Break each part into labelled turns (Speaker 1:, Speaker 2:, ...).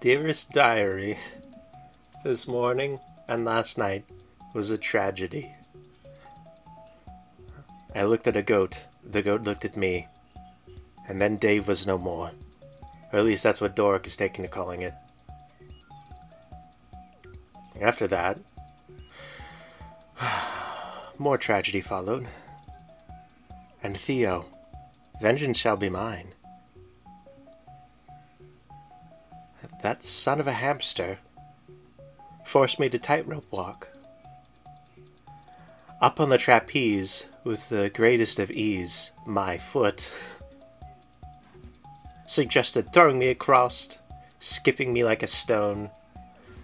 Speaker 1: Dearest diary, this morning and last night was a tragedy. I looked at a goat, the goat looked at me, and then Dave was no more. Or at least that's what Doric is taking to calling it. After that, more tragedy followed. And Theo, vengeance shall be mine. That son of a hamster forced me to tightrope walk. Up on the trapeze, with the greatest of ease, my foot suggested throwing me across, skipping me like a stone,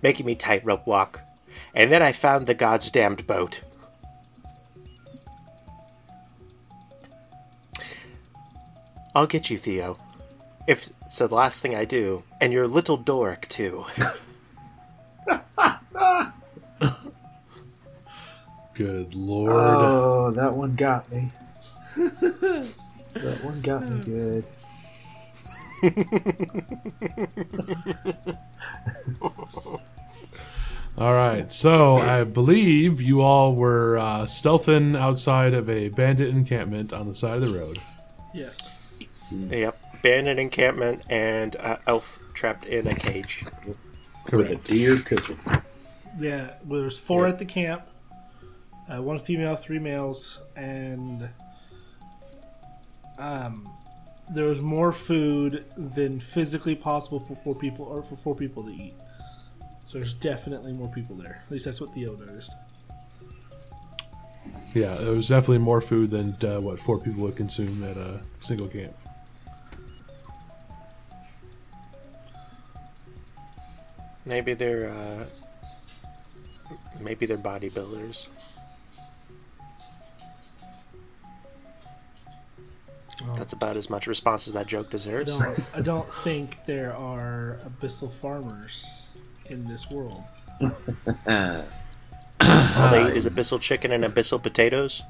Speaker 1: making me tightrope walk, and then I found the god's damned boat. I'll get you, Theo. If it's the last thing I do, and you're little Doric too.
Speaker 2: Good lord.
Speaker 3: Uh,
Speaker 4: Oh, that one got me. that one got me good.
Speaker 2: All right. So I believe you all were uh, stealthing outside of a bandit encampment on the side of the road.
Speaker 3: Yes.
Speaker 1: yep, bandit encampment and uh, elf trapped in a cage.
Speaker 5: With a deer cooking.
Speaker 3: Yeah. Well, there's four at the camp. Uh, one female, three males, and um, there was more food than physically possible for four people or for four people to eat. So there's definitely more people there. At least that's what Theo noticed.
Speaker 2: Yeah, it was definitely more food than uh, what four people would consume at a single camp.
Speaker 1: Maybe they're, uh, maybe they're bodybuilders. That's about as much response as that joke
Speaker 3: I
Speaker 1: deserves.
Speaker 3: don't, I don't think there are abyssal farmers in this world.
Speaker 5: Ah,
Speaker 1: All they eat is abyssal chicken and abyssal potatoes.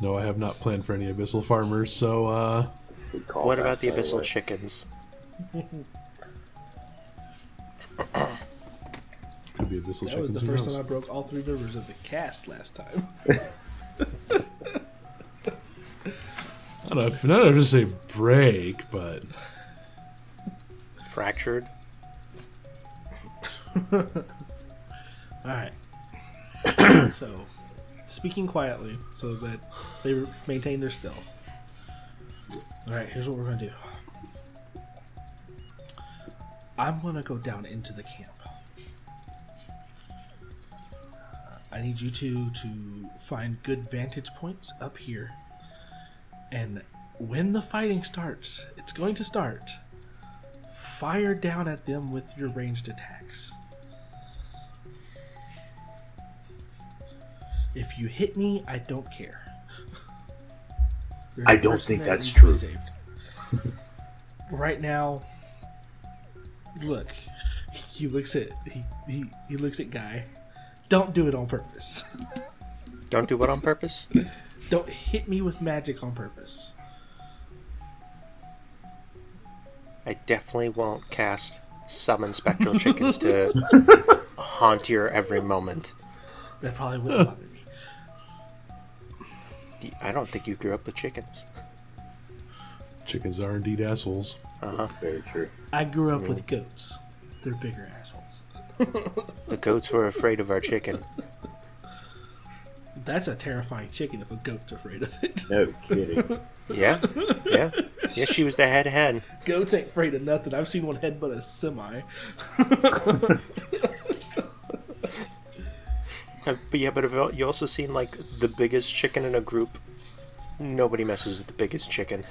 Speaker 2: No, I have not planned for any abyssal farmers. So uh,
Speaker 5: that's a good call.
Speaker 1: What
Speaker 5: back,
Speaker 1: about the
Speaker 5: by
Speaker 1: abyssal
Speaker 5: way.
Speaker 1: chickens?
Speaker 2: could be abyssal
Speaker 3: That was
Speaker 2: chickens,
Speaker 3: the
Speaker 2: who
Speaker 3: first
Speaker 2: knows?
Speaker 3: time I broke all three rivers of the cast last time.
Speaker 2: I don't know if not to say break, but
Speaker 1: Fractured.
Speaker 3: All right. so, speaking quietly so that they maintain their stealth. All right, here's what we're going to do. I'm going to go down into the camp. Uh, I need you two to find good vantage points up here. And when the fighting starts, it's going to start. Fire down at them with your ranged attacks. If you hit me, I don't care. You're
Speaker 5: I
Speaker 3: the
Speaker 5: don't
Speaker 3: person
Speaker 5: think
Speaker 3: that
Speaker 5: that's
Speaker 3: needs to be
Speaker 5: true.
Speaker 3: saved. right now, look. He looks at he, he he looks at guy. Don't do it on purpose.
Speaker 1: Don't do what on purpose?
Speaker 3: Don't hit me with magic on purpose.
Speaker 1: I definitely won't cast summon spectral chickens to haunt your every moment.
Speaker 3: That probably wouldn't bother me.
Speaker 1: I don't think you grew up with chickens.
Speaker 2: chickens are indeed assholes.
Speaker 5: That's very true.
Speaker 3: I grew up with goats. They're bigger assholes.
Speaker 1: The goats were afraid of our chicken.
Speaker 3: That's a terrifying chicken if a goat's afraid of it.
Speaker 5: No kidding.
Speaker 1: Yeah, yeah, yeah. She was the head hen.
Speaker 3: goats ain't afraid of nothing. I've seen one headbutt a semi.
Speaker 1: Uh, But yeah, but if- you also seen like the biggest chicken in a group. Nobody messes with the biggest chicken.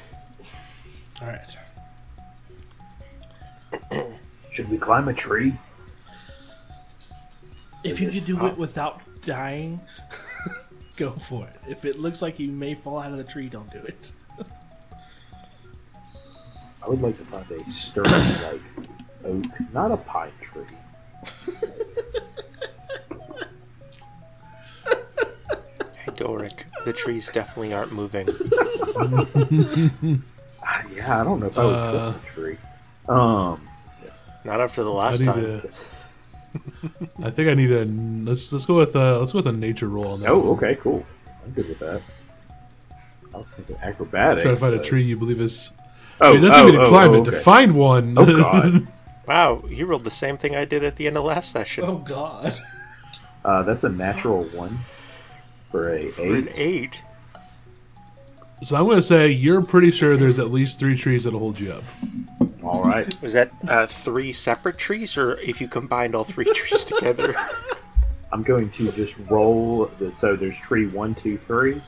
Speaker 3: All right.
Speaker 5: Should we climb a tree?
Speaker 3: If you could do it without dying, go for it. If it looks like you may fall out of the tree, don't do it.
Speaker 5: I would like to find a sturdy, like, oak, not a pine tree.
Speaker 1: Hey, Doric, the trees definitely aren't moving.
Speaker 5: Ah, yeah, Yeah, I don't know if I would
Speaker 2: Uh,
Speaker 5: twist a tree. Um,
Speaker 1: Not after the
Speaker 2: I
Speaker 1: last
Speaker 2: need
Speaker 1: time.
Speaker 2: to. I think I need a let's let's go with uh let's go with a nature roll on that.
Speaker 5: oh,
Speaker 2: one.
Speaker 5: okay, cool. I'm good with that. I was thinking acrobatic.
Speaker 2: Try to find a
Speaker 5: but-
Speaker 2: tree you believe is.
Speaker 5: Oh,
Speaker 2: I mean, that's
Speaker 5: oh,
Speaker 2: even a
Speaker 5: oh,
Speaker 2: climb
Speaker 5: oh,
Speaker 2: it to
Speaker 5: okay.
Speaker 2: find one.
Speaker 5: Oh, God.
Speaker 1: Wow, you rolled the same thing I did at the end of last session.
Speaker 6: Oh God.
Speaker 5: Uh, that's a natural one for a eight.
Speaker 1: For an eight.
Speaker 2: so I'm gonna say you're pretty sure there's at least three trees that'll hold you up.
Speaker 5: All right.
Speaker 1: Was that uh, three separate trees, or if you combined all three trees together?
Speaker 5: I'm going to just roll. The, so there's tree one, two, three.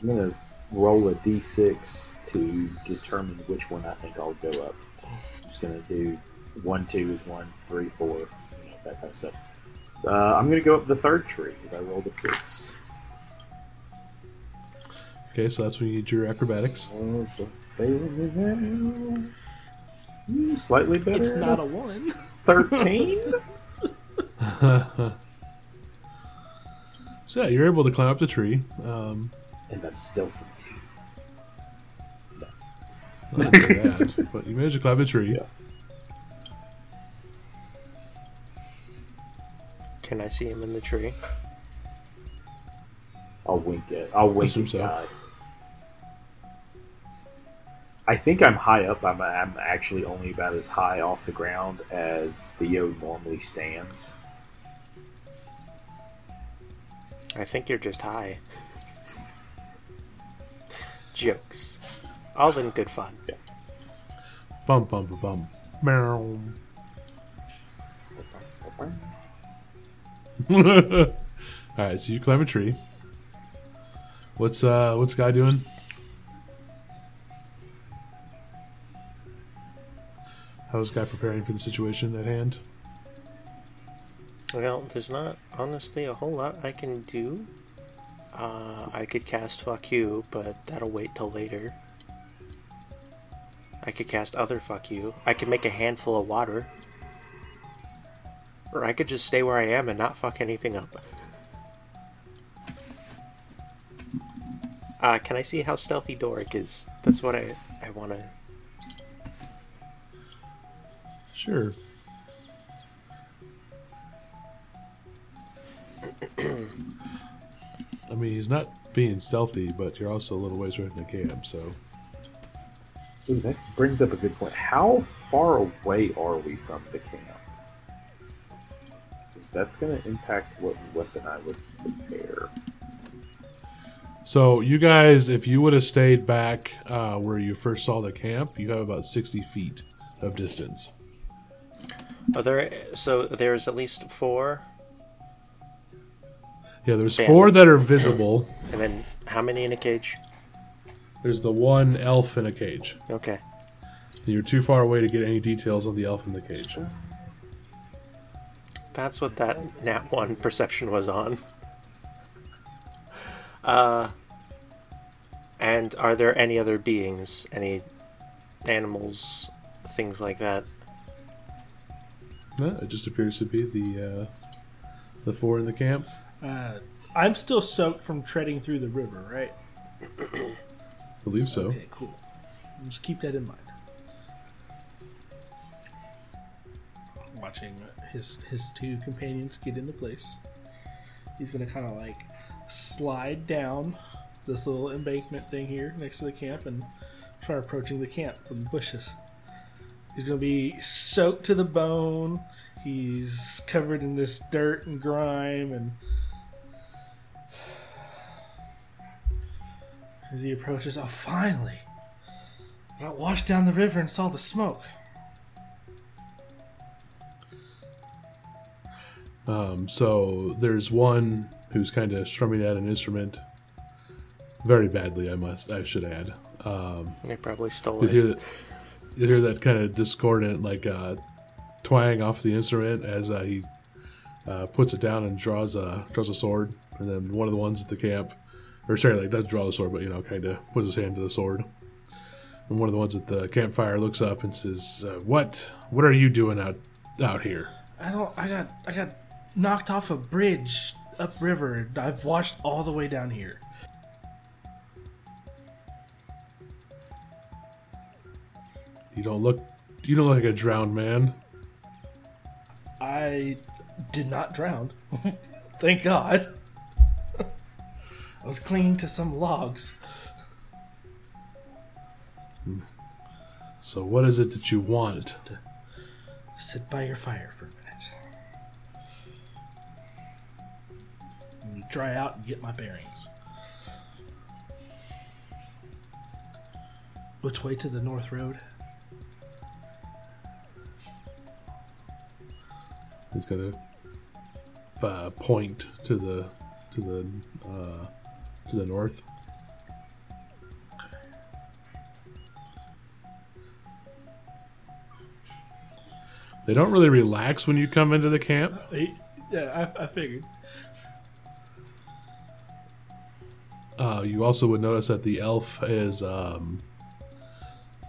Speaker 5: I'm going to roll a d6 to determine which one I think I'll go up. I'm just going to do one, two is one, three, four, you know, that kind of stuff. Uh, I'm going to go up the third tree because I rolled a six.
Speaker 2: Okay, so that's when you get your acrobatics.
Speaker 5: Oh, don't fail me now. Mm, Slightly better.
Speaker 3: It's not a one.
Speaker 5: 13?
Speaker 2: So yeah, you're able to climb up the tree. Um,
Speaker 5: and I'm stealthy too.
Speaker 2: not so bad, but you managed to climb a tree.
Speaker 5: Yeah.
Speaker 1: Can I see him in the tree?
Speaker 5: I'll wink it. I'll wink
Speaker 2: Assume
Speaker 5: it.
Speaker 2: so.
Speaker 5: God. I think I'm high up. I'm, I'm actually only about as high off the ground as Theo normally stands.
Speaker 1: I think you're just high. Jokes. All in good fun.
Speaker 2: Bum bum bum bum. Meow. All right, so you climb a tree. What's uh what's guy doing? How's guy preparing for the situation at hand?
Speaker 1: Well, there's not honestly a whole lot I can do. Uh, I could cast fuck you, but that'll wait till later. I could cast other fuck you. I could make a handful of water. Or I could just stay where I am and not fuck anything up. Uh, can I see how stealthy Doric is? That's what I, I want to.
Speaker 2: Sure. I mean, he's not being stealthy, but you're also a little ways away from the camp, so
Speaker 5: Ooh, that brings up a good point. How far away are we from the camp? 'Cause That's going to impact what weapon I would prepare.
Speaker 2: So you guys, if you would have stayed back uh, where you first saw the camp, you have about sixty feet of distance.
Speaker 1: Are there, so there's at least four,
Speaker 2: Yeah, there's
Speaker 1: Yeah,
Speaker 2: four
Speaker 1: that's-
Speaker 2: that are visible.
Speaker 1: and then how many in a cage?
Speaker 2: There's the one elf in a cage.
Speaker 1: Okay.
Speaker 2: You're too far away to get any details on the elf in the cage.
Speaker 1: That's what that nat one perception was on. Uh, and are there any other beings, any animals, things like that?
Speaker 2: Yeah, it just appears to be the uh, the four in the camp.
Speaker 3: Uh, I'm still soaked from treading through the river, right?
Speaker 2: I believe so.
Speaker 3: Okay, cool. Just keep that in mind. Watching his his two companions get into place, he's gonna kind of like slide down this little embankment thing here next to the camp and try approaching the camp from the bushes. He's gonna be soaked to the bone. He's covered in this dirt and grime, and as he approaches, oh, finally! I got washed down the river and saw the smoke.
Speaker 2: Um, so there's one who's kind of strumming out an instrument, very badly, I must, I should add. Um,
Speaker 1: They probably stole
Speaker 2: You hear
Speaker 1: it.
Speaker 2: that? You hear that kind of discordant, like uh, twang off the instrument as uh, he uh, puts it down and draws a draws a sword, and then one of the ones at the camp, or sorry, like doesn't draw the sword, but you know, kind of puts his hand to the sword. And one of the ones at the campfire looks up and says, uh, "What? What are you doing out out here?"
Speaker 3: I don't. I got. I got knocked off a bridge upriver. and I've washed all the way down here.
Speaker 2: You don't look you don't look like a drowned man.
Speaker 3: I did not drown. Thank God. I was clinging to some logs.
Speaker 2: So what is it that you want?
Speaker 3: Sit by your fire for a minute. Let me dry out and get my bearings. Which way to the north road?
Speaker 2: He's gonna uh, point to the to the uh, to the north. They don't really relax when you come into the camp.
Speaker 3: Uh, Yeah, I, I figured.
Speaker 2: Uh, you also would notice that the elf is um,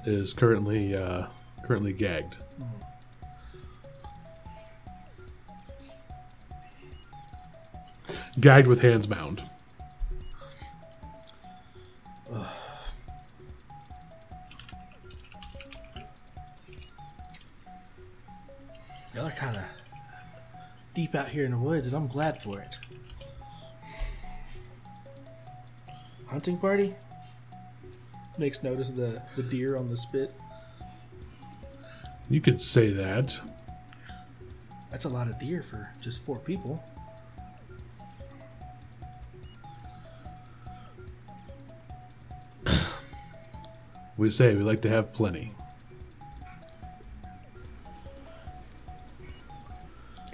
Speaker 2: is currently uh, currently gagged. Gagged with hands bound.
Speaker 3: Y'all are kind of deep out here in the woods, and I'm glad for it. Hunting party? Makes note of the, the deer on the spit.
Speaker 2: You could say that.
Speaker 3: That's a lot of deer for just four people.
Speaker 2: We say we like to have plenty.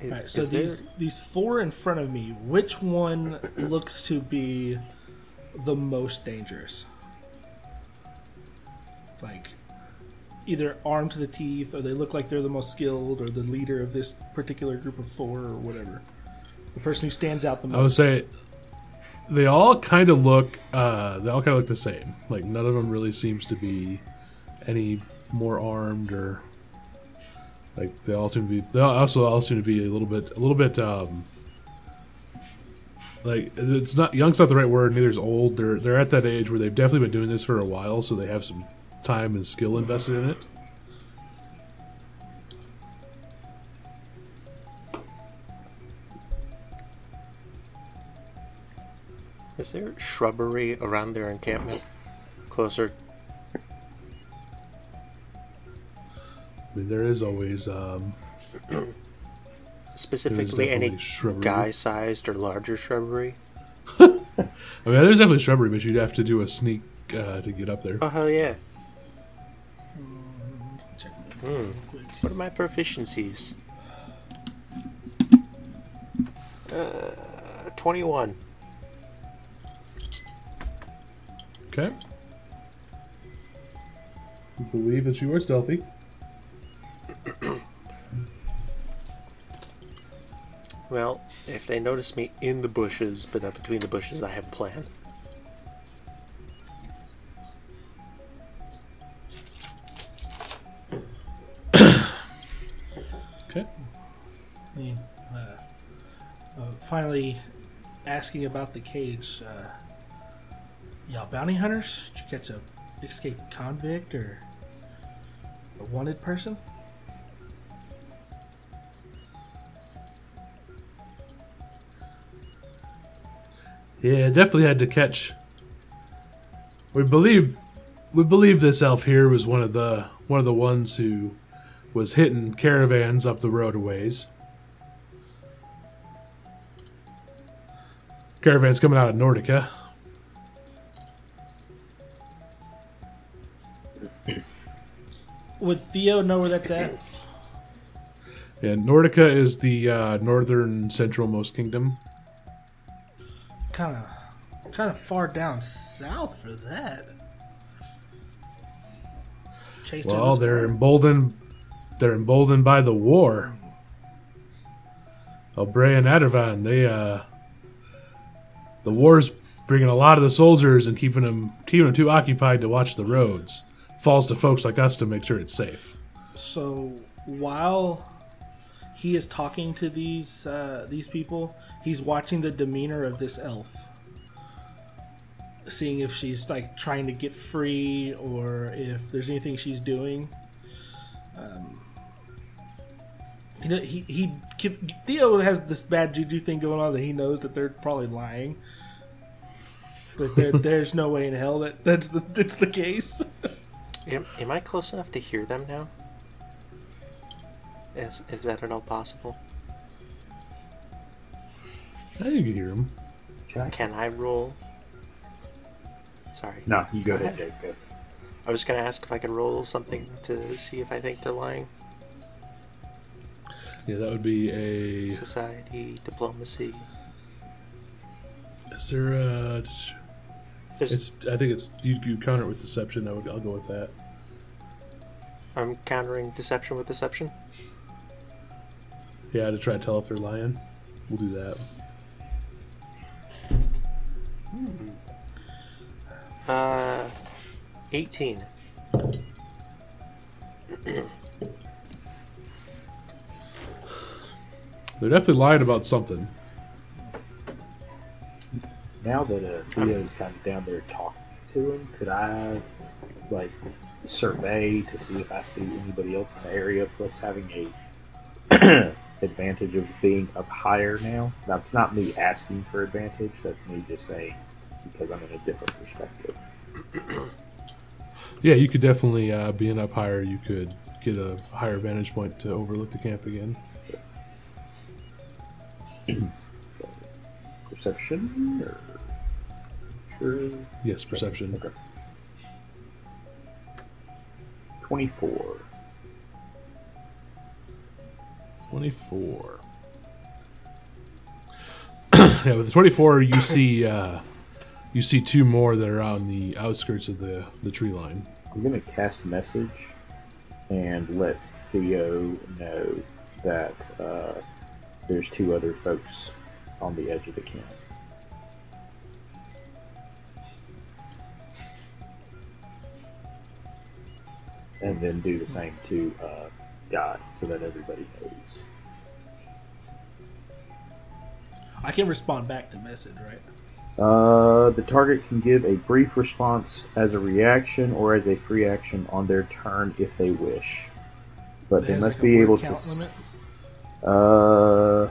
Speaker 1: Is,
Speaker 3: Alright, so
Speaker 1: is there-
Speaker 3: these, these four in front of me, which one looks to be the most dangerous? Like, either armed to the teeth, or they look like they're the most skilled, or the leader of this particular group of four, or whatever. The person who stands out the
Speaker 2: I would
Speaker 3: most.
Speaker 2: say they all kind of look uh, they all kind of look the same. Like none of them really seems to be any more armed or like they all seem to be. They all- also all seem to be a little bit a little bit um, like it's not young's not the right word. Neither is old. They're they're at that age where they've definitely been doing this for a while, so they have some time and skill invested in it.
Speaker 1: Is there shrubbery around their encampment? Closer.
Speaker 2: I mean, there is always um, there is
Speaker 1: Specifically,
Speaker 2: definitely
Speaker 1: any
Speaker 2: shrubbery.
Speaker 1: guy sized or larger shrubbery?
Speaker 2: I mean, Oh, there's definitely shrubbery, but you'd have to do a sneak uh, to get up there.
Speaker 1: Oh, hell yeah.
Speaker 3: Check my- quick.
Speaker 1: What are my proficiencies? Uh, 21.
Speaker 2: Okay. You believe that you are stealthy.
Speaker 1: Well, if they notice me in the bushes, but not between the bushes, I have a plan.
Speaker 2: Okay.
Speaker 3: Yeah, uh, uh, finally, asking about the cage. Uh, y'all bounty hunters? Did you catch a escaped convict or a wanted person?
Speaker 2: Yeah, definitely had to catch. We believe, we believe this elf here was one of the one of the ones who was hitting caravans up the roadways. Caravans coming out of Nordica.
Speaker 3: Would Theo know where that's at?
Speaker 2: And Nordica is the uh, northern centralmost kingdom.
Speaker 3: kind of, kind of far down south for that. Chased her
Speaker 2: Well,
Speaker 3: this
Speaker 2: they're
Speaker 3: far.
Speaker 2: emboldened. They're emboldened by the war. Obray and Adervan, they uh, the war's bringing a lot of the soldiers and keeping them keeping them too occupied to watch the roads. Falls to folks like us to make sure it's safe.
Speaker 3: So while he is talking to these uh, these people, he's watching the demeanor of this elf, seeing if she's like trying to get free or if there's anything she's doing, He do- he he. can- Theo has this bad juju thing going on that he knows that they're probably lying. That there, there's no way in hell that that's the that's the case.
Speaker 1: Am, am I close enough to hear them now? Is, is that at all possible?
Speaker 2: I think you can hear him.
Speaker 5: Can I?
Speaker 1: Can I roll? Sorry.
Speaker 5: No, you go ahead, Jake. Go.
Speaker 1: I was going to ask if I could roll something to see if I think they're lying.
Speaker 2: Yeah, that would be a.
Speaker 1: Society, diplomacy.
Speaker 2: Is there a?
Speaker 1: There's,
Speaker 2: It's. I think it's. You, you counter it with deception. I would. I'll go with that.
Speaker 1: I'm countering deception with deception.
Speaker 2: Yeah, to try to tell if they're lying. We'll do that.
Speaker 1: Uh, 18.
Speaker 2: They're definitely lying about something.
Speaker 5: Now that uh, Theo's kind of down there talking to him, could I like survey to see if I see anybody else in the area? Plus, having a advantage of being up higher now. Now it's not me asking for advantage. That's me just saying because I'm in a different perspective.
Speaker 2: Yeah, you could definitely uh, being up higher. You could get a higher vantage point to overlook the camp again.
Speaker 5: Perception. Or... Sure.
Speaker 2: Yes, perception.
Speaker 5: Okay. Twenty-four.
Speaker 2: Twenty-four. yeah, with the twenty-four, you see. Uh, you see two more that are on the outskirts of the the tree line.
Speaker 5: I'm gonna cast message and let Theo know that uh, there's two other folks on the edge of the camp. And then do the same to uh, Guy so that everybody knows.
Speaker 3: I can respond back to message, right?
Speaker 5: Uh, the target can give a brief response as a reaction or as a free action on their turn if they wish. But
Speaker 3: It
Speaker 5: they
Speaker 3: has,
Speaker 5: must
Speaker 3: like, a
Speaker 5: be
Speaker 3: word
Speaker 5: able to.
Speaker 3: count
Speaker 5: s-
Speaker 3: limit.
Speaker 5: Uh,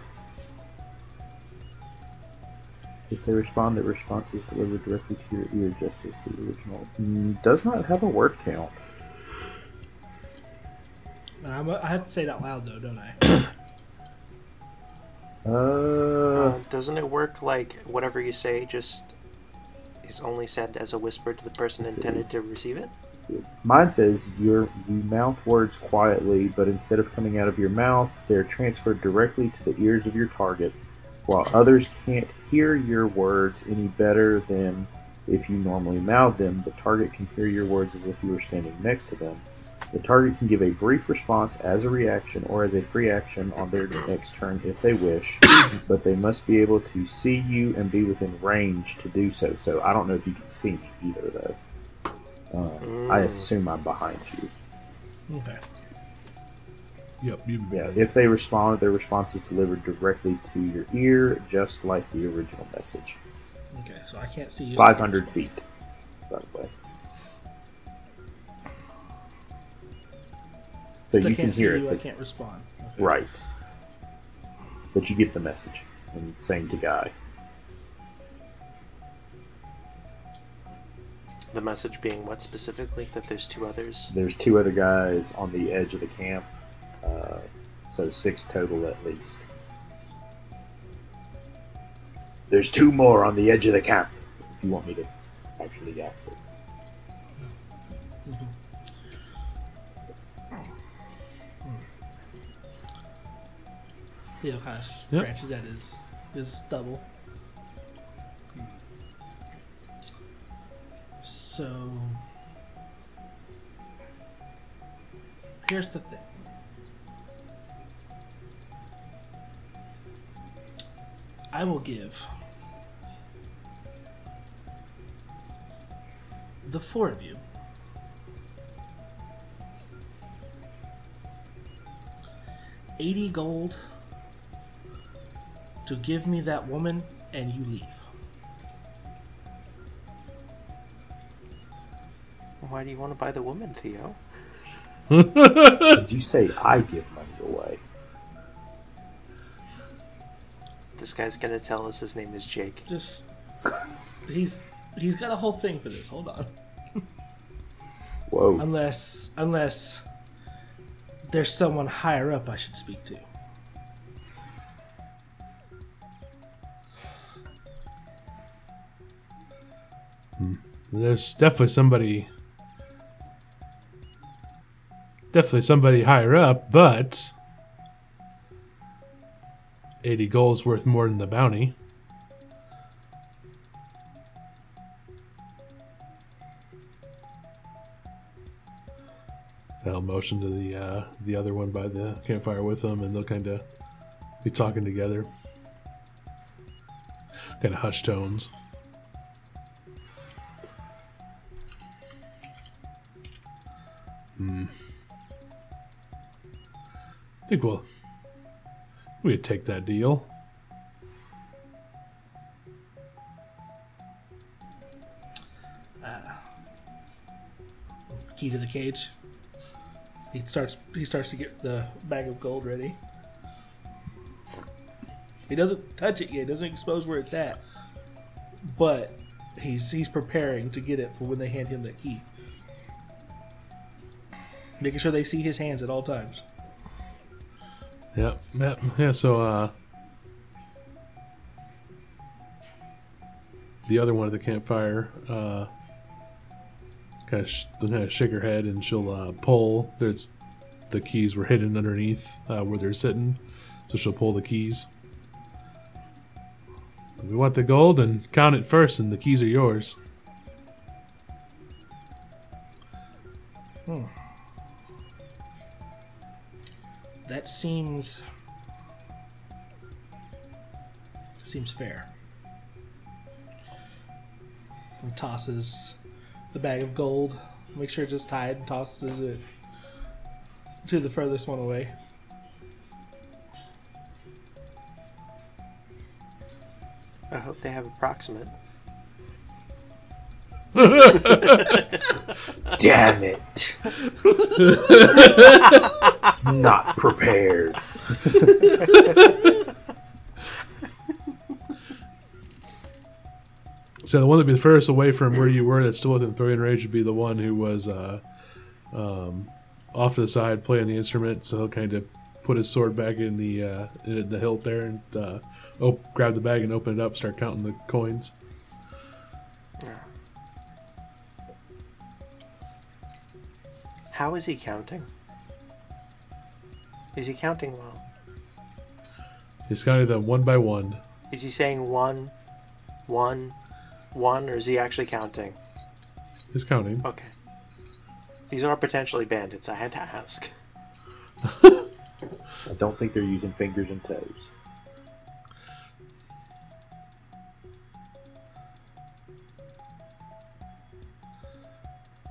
Speaker 5: if they respond, the response is delivered directly to your ear, just as the original. Mm, does not have a word count.
Speaker 3: And I'm, I have to say it out loud though, don't I?
Speaker 5: Uh,
Speaker 1: Uh, doesn't it work like whatever you say just is only said as a whisper to the person
Speaker 5: Let's see.
Speaker 1: intended to receive it?
Speaker 5: mine says your you mouth words quietly, but instead of coming out of your mouth, they're transferred directly to the ears of your target, while others can't hear your words any better than if you normally mouth them. The target can hear your words as if you were standing next to them. The target can give a brief response as a reaction or as a free action on their next turn if they wish, but they must be able to see you and be within range to do so. So I don't know if you can see me either, though. Um, I assume I'm behind you.
Speaker 3: Okay.
Speaker 2: Yep. You,
Speaker 5: Yeah, if they respond, their response is delivered directly to your ear, just like the original message.
Speaker 3: Okay. So I can't see you.
Speaker 5: 500 feet, by the way. So
Speaker 3: Since I
Speaker 5: you
Speaker 3: can't
Speaker 5: can
Speaker 3: see
Speaker 5: hear it,
Speaker 3: you, I
Speaker 5: but-
Speaker 3: can't respond. Okay.
Speaker 5: right? But you get the message, and same to Guy.
Speaker 1: The message being what specifically? That there's two others?
Speaker 5: There's two other guys on the edge of the camp, uh, so six total at least. There's two more on the edge of the camp. If you want me to actually act it.
Speaker 3: Theo kind of scratches at his his stubble. So here's the thing. I will give the four of you eighty gold to give me that woman and you leave.
Speaker 1: Why do you want to buy the woman, Theo?
Speaker 5: Did you say I give money away?
Speaker 1: This guy's gonna tell us his name is Jake.
Speaker 3: Just he's he's got a whole thing for this. Hold on.
Speaker 5: Whoa.
Speaker 3: Unless unless there's someone higher up I should speak to.
Speaker 2: There's definitely somebody. Definitely somebody higher up, but. 80 gold's worth more than the bounty. So I'll motion to the uh, the other one by the campfire with them, and they'll kind of be talking together, kind of hushed tones. I think we'll we could take that deal.
Speaker 3: Key to the cage. He starts he starts to get the bag of gold ready. He doesn't touch it yet, doesn't expose where it's at. But he's he's preparing to get it for when they hand him that key. Making sure they see his hands at all times.
Speaker 2: Yep, yep, yeah. So uh, the other one at the campfire uh, kind of sh- kind of shake her head, and she'll uh, pull. There's the keys were hidden underneath uh, where they're sitting, so she'll pull the keys. We want the gold and count it first, and the keys are yours.
Speaker 3: That seems seems fair. And tosses the bag of gold. Make sure it's just tied and tosses it to the furthest one away.
Speaker 1: I hope they have approximate.
Speaker 5: Damn it. it's not prepared.
Speaker 2: So the one that'd be the furthest away from where you were, that's still within throwing range, would be the one who was uh, um, off to the side playing the instrument. So he'll kind of put his sword back in the uh, in the hilt there and uh, op- grab the bag and open it up, start counting the coins.
Speaker 1: How is he counting? Is he counting well?
Speaker 2: He's counting them one by one.
Speaker 1: Is he saying one, one, one, or is he actually counting?
Speaker 2: He's counting.
Speaker 1: Okay. These are potentially bandits, I had to ask.
Speaker 5: I don't think they're using fingers and toes.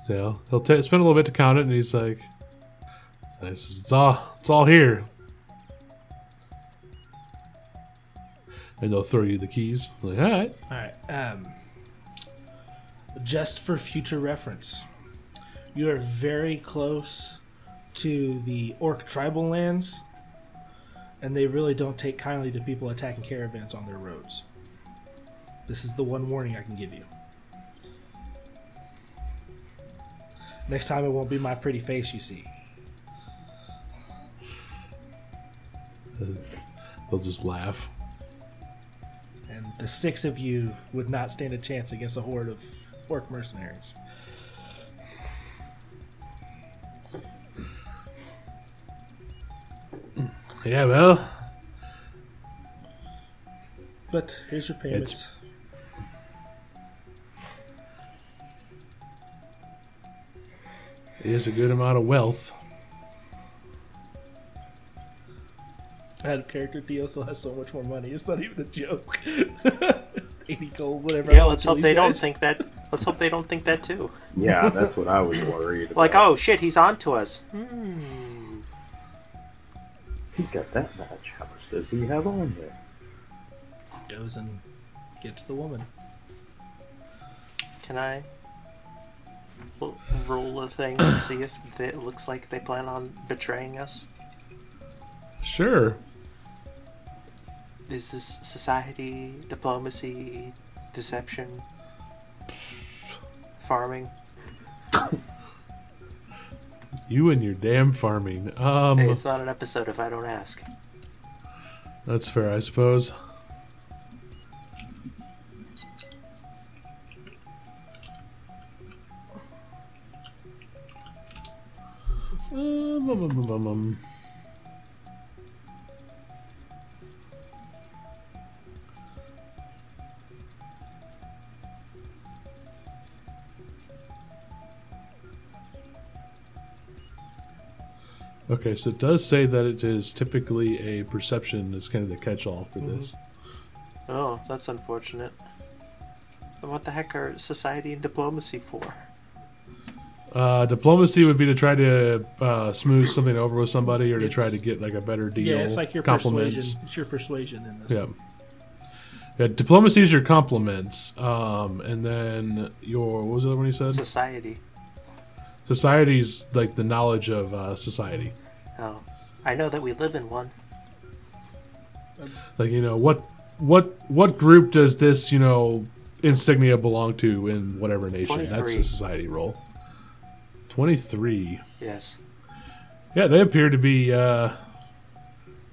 Speaker 2: So he'll ta spend a little bit to count it, and he's like, "This is it's all it's all here." And they'll throw you the keys. Like, all right.
Speaker 3: All right. Um, just for future reference, you are very close to the orc tribal lands, and they really don't take kindly to people attacking caravans on their roads. This is the one warning I can give you. Next time, it won't be my pretty face you see.
Speaker 2: They'll just laugh.
Speaker 3: And the six of you would not stand a chance against a horde of orc mercenaries.
Speaker 2: Yeah, well,
Speaker 3: But here's your payments.
Speaker 2: It's- it is a good amount of wealth.
Speaker 3: out of character, Theo still has so much more money. It's not even a joke. 80 gold, whatever.
Speaker 1: Yeah,
Speaker 3: I
Speaker 1: let's hope
Speaker 3: want to
Speaker 1: they
Speaker 3: these
Speaker 1: don't
Speaker 3: guys.
Speaker 1: think that. Let's hope they don't think that too.
Speaker 5: Yeah, that's what I was worried about.
Speaker 1: Like, oh shit, he's on to us.
Speaker 5: He's got that much. How much does he have on there?
Speaker 3: Goes and gets the woman.
Speaker 1: Can I We'll roll a thing and see if they, it looks like they plan on betraying us.
Speaker 2: Sure.
Speaker 1: Is this society, diplomacy, deception, farming?
Speaker 2: You and your damn farming. Um,
Speaker 1: Hey, it's not an episode if I don't ask.
Speaker 2: That's fair, I suppose. Um, um, um, um, um, um. Okay, so it does say that it is typically a perception is kind of the catch-all for this.
Speaker 3: Mm-hmm.
Speaker 1: Oh, that's unfortunate. And what the heck are society and diplomacy for?
Speaker 2: Uh, diplomacy would be to try to uh, smooth something over with somebody, or to try to
Speaker 3: It's-
Speaker 2: get like a better deal.
Speaker 3: Yeah, it's like your
Speaker 2: compliments.
Speaker 3: persuasion. It's your persuasion in this.
Speaker 2: Yeah. Yeah, diplomacy is your compliments, um, and then your what was the other one you said?
Speaker 1: Society.
Speaker 2: Society's like the knowledge of uh, society.
Speaker 1: Oh, I know that we live in one.
Speaker 2: Like you know what what what group does this you know insignia belong to in whatever nation? That's
Speaker 1: 23.
Speaker 2: a society role. Twenty three.
Speaker 1: Yes.
Speaker 2: Yeah, they appear to be uh,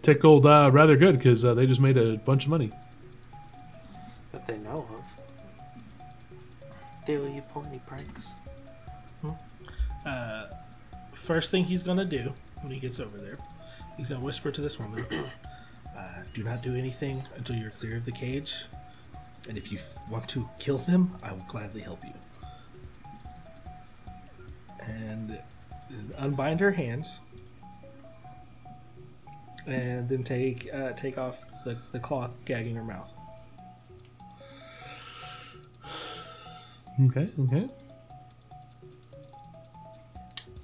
Speaker 2: tickled uh, rather good because uh, they just made a bunch of money.
Speaker 1: That they know of. Do you pull any pranks?
Speaker 3: Uh, first thing he's gonna do when he gets over there, he's gonna whisper to this woman, uh, "Do not do anything until you're clear of the cage, and if you f- want to kill them, I will gladly help you." And uh, unbind her hands, and then take uh, take off the, the cloth gagging her mouth.
Speaker 2: Okay, okay.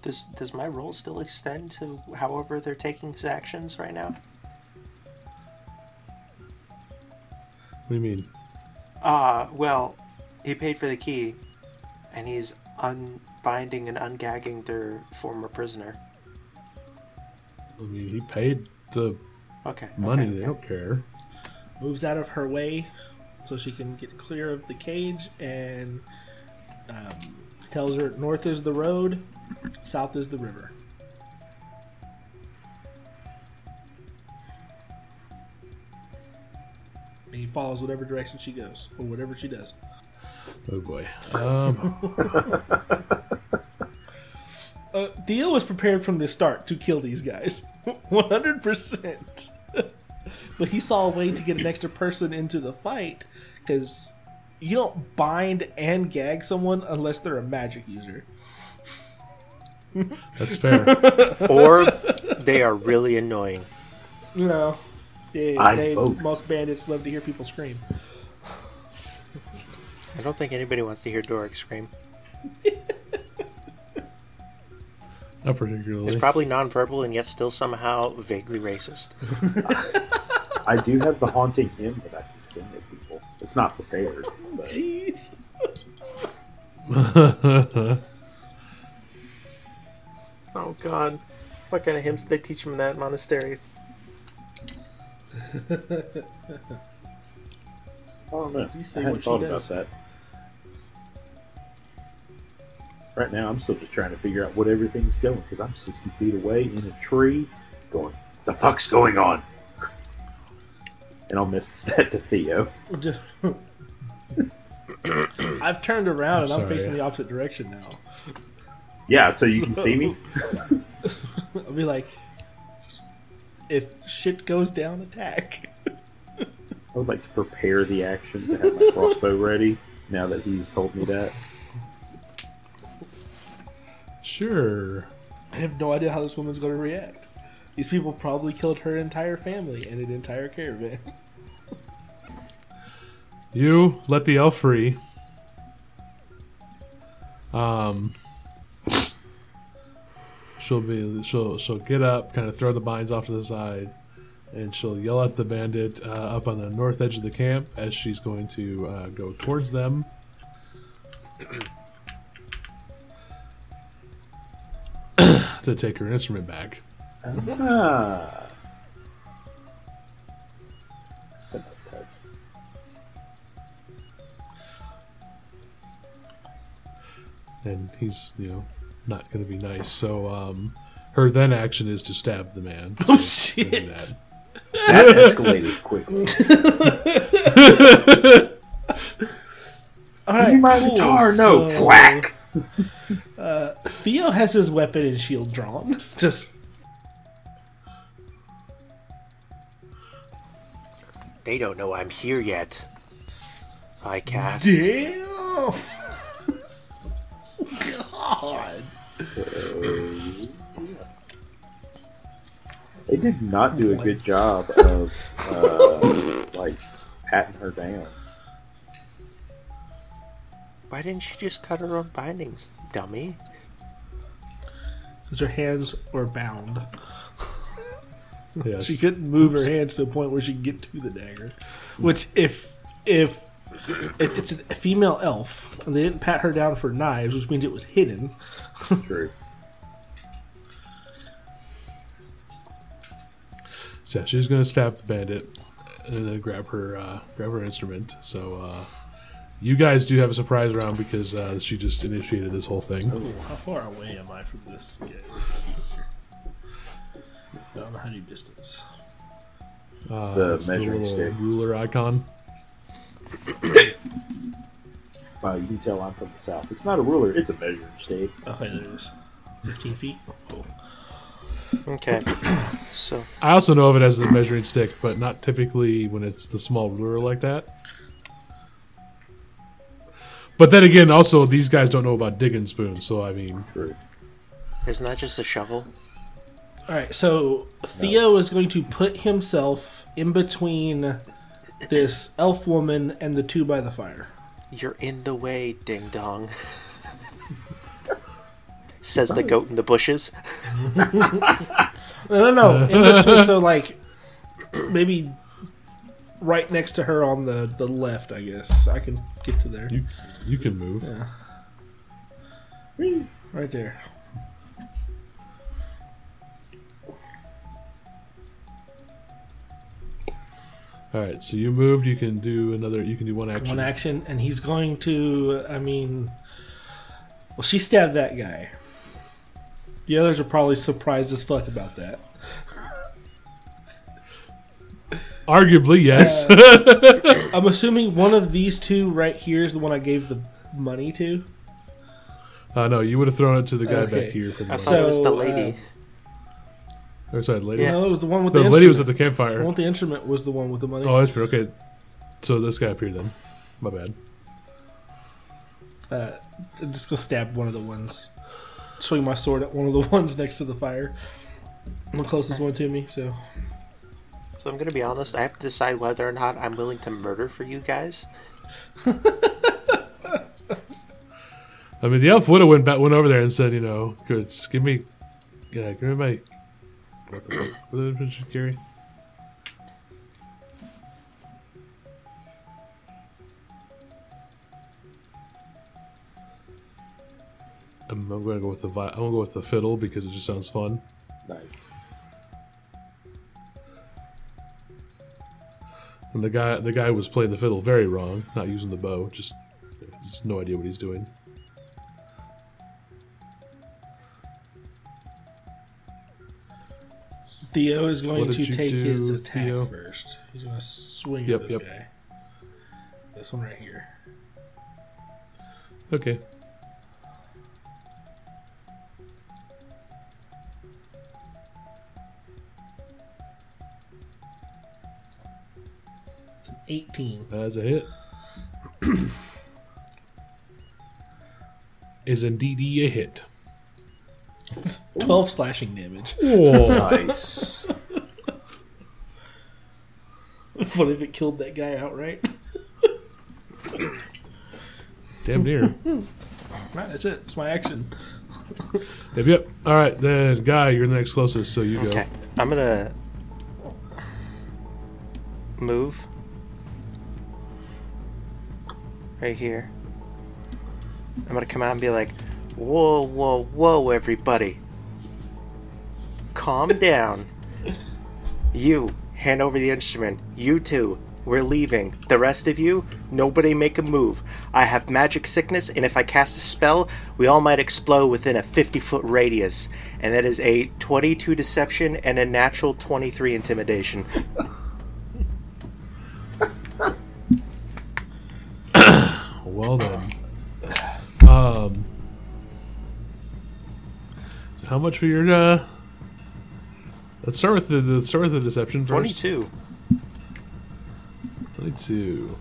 Speaker 1: Does does my role still extend to however they're taking his actions right now?
Speaker 2: What do you mean?
Speaker 1: Uh, well, he paid for the key, and he's unbinding and ungagging their former prisoner.
Speaker 2: I mean, he paid the
Speaker 1: Okay.
Speaker 2: money.
Speaker 1: okay,
Speaker 2: They
Speaker 1: okay.
Speaker 2: don't care.
Speaker 3: moves out of her way so she can get clear of the cage and um, tells her north is the road, south is the river. And he follows whatever direction she goes or whatever she does.
Speaker 2: Oh boy. Um,
Speaker 3: Uh, Dio was prepared from the start to kill these guys, one hundred percent. But he saw a way to get an extra person into the fight because you don't bind and gag someone unless they're a magic user.
Speaker 2: that's fair.
Speaker 1: Or they are really annoying.
Speaker 3: You know, they,
Speaker 5: I'm
Speaker 3: they-
Speaker 5: both.
Speaker 3: most bandits love to hear people scream.
Speaker 1: I don't think anybody wants to hear Doric scream.
Speaker 2: Not
Speaker 1: It's
Speaker 2: particularly.
Speaker 1: probably nonverbal and yet still somehow vaguely racist.
Speaker 5: I do have the haunting hymn that I can sing to people. It's not prepared, but
Speaker 3: Jeez.
Speaker 1: Oh God, what kind of hymns did they teach him in that monastery?
Speaker 5: I don't know.
Speaker 3: You see
Speaker 5: I hadn't
Speaker 3: what she
Speaker 5: thought
Speaker 3: does.
Speaker 5: about that. Right now, I'm still just trying to figure out what everything's going because I'm 60 feet away in a tree, going, "The fuck's going on?" And I'll message that to Theo.
Speaker 3: I've turned around and I'm
Speaker 2: sorry.
Speaker 3: facing the opposite direction now.
Speaker 5: Yeah, so you can see me.
Speaker 3: I'll be like, if shit goes down, attack.
Speaker 5: I would like to prepare the action to have my crossbow ready. Now that he's told me that,
Speaker 2: sure.
Speaker 3: I have no idea how this woman's going to react. These people probably killed her entire family and an entire caravan.
Speaker 2: You let the elf free. Um, she'll be she'll she'll get up, kind of throw the binds off to the side, and she'll yell at the bandit uh, up on the north edge of the camp as she's going to uh, go towards them. to take her instrument back.
Speaker 5: Ah. That's a nice touch.
Speaker 2: and he's you know not going to be nice. So um, her then action is to stab the man.
Speaker 3: Oh,
Speaker 2: So
Speaker 3: shit.
Speaker 2: do that.
Speaker 5: That escalated quickly.
Speaker 3: All right,
Speaker 5: you my
Speaker 3: cool.
Speaker 5: guitar? No.
Speaker 3: So,
Speaker 5: Whack!
Speaker 3: Uh, Theo has his weapon and shield drawn. Just
Speaker 1: They don't know I'm here yet. I cast.
Speaker 3: damn. God.
Speaker 5: They did not do a good job of uh, like patting her down.
Speaker 1: Why didn't she just cut her own bindings, dummy?
Speaker 3: Because her hands were bound.
Speaker 2: Yes.
Speaker 3: She couldn't move her hands to the point where she could get to the dagger. Which, if if it, it's a female elf, and they didn't pat her down for knives, which means it was hidden.
Speaker 5: True.
Speaker 2: So she's going to stab the bandit and then grab her uh, grab her instrument. So uh, you guys do have a surprise round because uh, she just initiated this whole thing.
Speaker 3: Ooh, how far away am I from this? guy? I don't know how to do distance.
Speaker 2: Uh,
Speaker 5: It's the measuring
Speaker 2: little
Speaker 5: stick.
Speaker 2: ruler icon.
Speaker 5: Wow, you can tell I'm from the south. It's not a ruler; it's a measuring stick.
Speaker 3: Okay, Oh, there it is. 15 feet. Cool.
Speaker 1: Okay. so,
Speaker 2: I also know of it as the measuring stick, but not typically when it's the small ruler like that. But then again, also these guys don't know about digging spoons, so I mean,
Speaker 5: True.
Speaker 1: isn't that just a shovel?
Speaker 3: All right, so Theo is going to put himself in between this elf woman and the two by the fire.
Speaker 1: You're in the way, ding dong. Says the goat in the bushes.
Speaker 3: No, no, no. In between, so like maybe right next to her on the the left. I guess I can get to there.
Speaker 2: you you can move.
Speaker 3: Right there.
Speaker 2: All right, so you moved. You can do another. You can do one action.
Speaker 3: One action, and he's going to. I mean, well, she stabbed that guy. The others are probably surprised as fuck about that.
Speaker 2: Arguably, yes.
Speaker 3: I'm assuming one of these two right here is the one I gave the money to.
Speaker 2: uh, no, you would have thrown it to the guy
Speaker 3: Okay.
Speaker 2: back here for the
Speaker 1: I
Speaker 2: money.
Speaker 1: thought it was the
Speaker 3: So,
Speaker 1: lady.
Speaker 2: Or sorry, lady.
Speaker 3: No, it was the one with
Speaker 2: The
Speaker 3: the,
Speaker 2: lady was at
Speaker 3: instrument.
Speaker 2: the campfire.
Speaker 3: The one with the instrument was the one with the money.
Speaker 2: Oh, that's fair. Okay, so this guy up here then. My bad.
Speaker 3: Uh, I'm just gonna stab one of the ones. Swing my sword at one of the ones next to the fire. The closest one to me, so.
Speaker 1: So I'm gonna be honest. I have to decide whether or not I'm willing to murder for you guys.
Speaker 2: I mean, the elf would have went back, went over there and said, you know, good, give me, yeah, give me my. What the fuck? What did it carry? I'm, I'm gonna go with the vi- I'm gonna go with the fiddle because it just sounds fun.
Speaker 5: Nice.
Speaker 2: And the guy the guy was playing the fiddle very wrong, not using the bow, just just no idea what he's doing.
Speaker 3: Theo is going
Speaker 2: What
Speaker 3: to
Speaker 2: did you
Speaker 3: take
Speaker 2: do,
Speaker 3: his attack
Speaker 2: Theo?
Speaker 3: first. He's gonna swing
Speaker 2: Yep,
Speaker 3: at this
Speaker 2: yep.
Speaker 3: guy. This one right here.
Speaker 2: Okay.
Speaker 3: It's an 18.
Speaker 2: That's a hit. Is indeed a hit.
Speaker 3: It's 12 slashing damage.
Speaker 5: Nice.
Speaker 3: what if it killed that guy outright?
Speaker 2: Damn near.
Speaker 3: Right, that's it. It's my action.
Speaker 2: yep, yep. All right, then, Guy, you're the next closest, so you go.
Speaker 1: Okay. I'm gonna move right here. I'm gonna come out and be like, "Whoa, whoa, whoa, everybody! Calm down. You, hand over the instrument. You two, we're leaving. The rest of you, nobody make a move. I have magic sickness, and if I cast a spell, we all might explode within a 50 foot radius. And that is a 22 deception and a natural 23 intimidation.
Speaker 2: Well then. Um, so how much for your? Uh, let's start with the, the start with the deception first.
Speaker 1: 22.
Speaker 2: Twenty-two.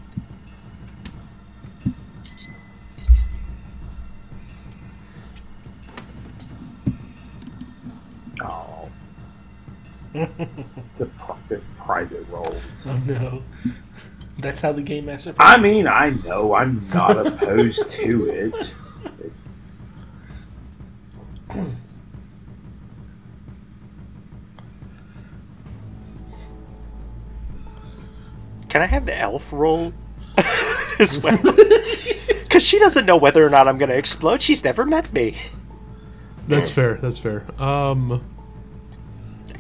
Speaker 5: Oh. it's a private, private rolls.
Speaker 3: Oh no. That's how the game master.
Speaker 5: I mean, I know I'm not opposed to it.
Speaker 1: Can I have the elf roll as well? Because she doesn't know whether or not I'm going to explode. She's never met me.
Speaker 2: That's fair. That's fair. Um,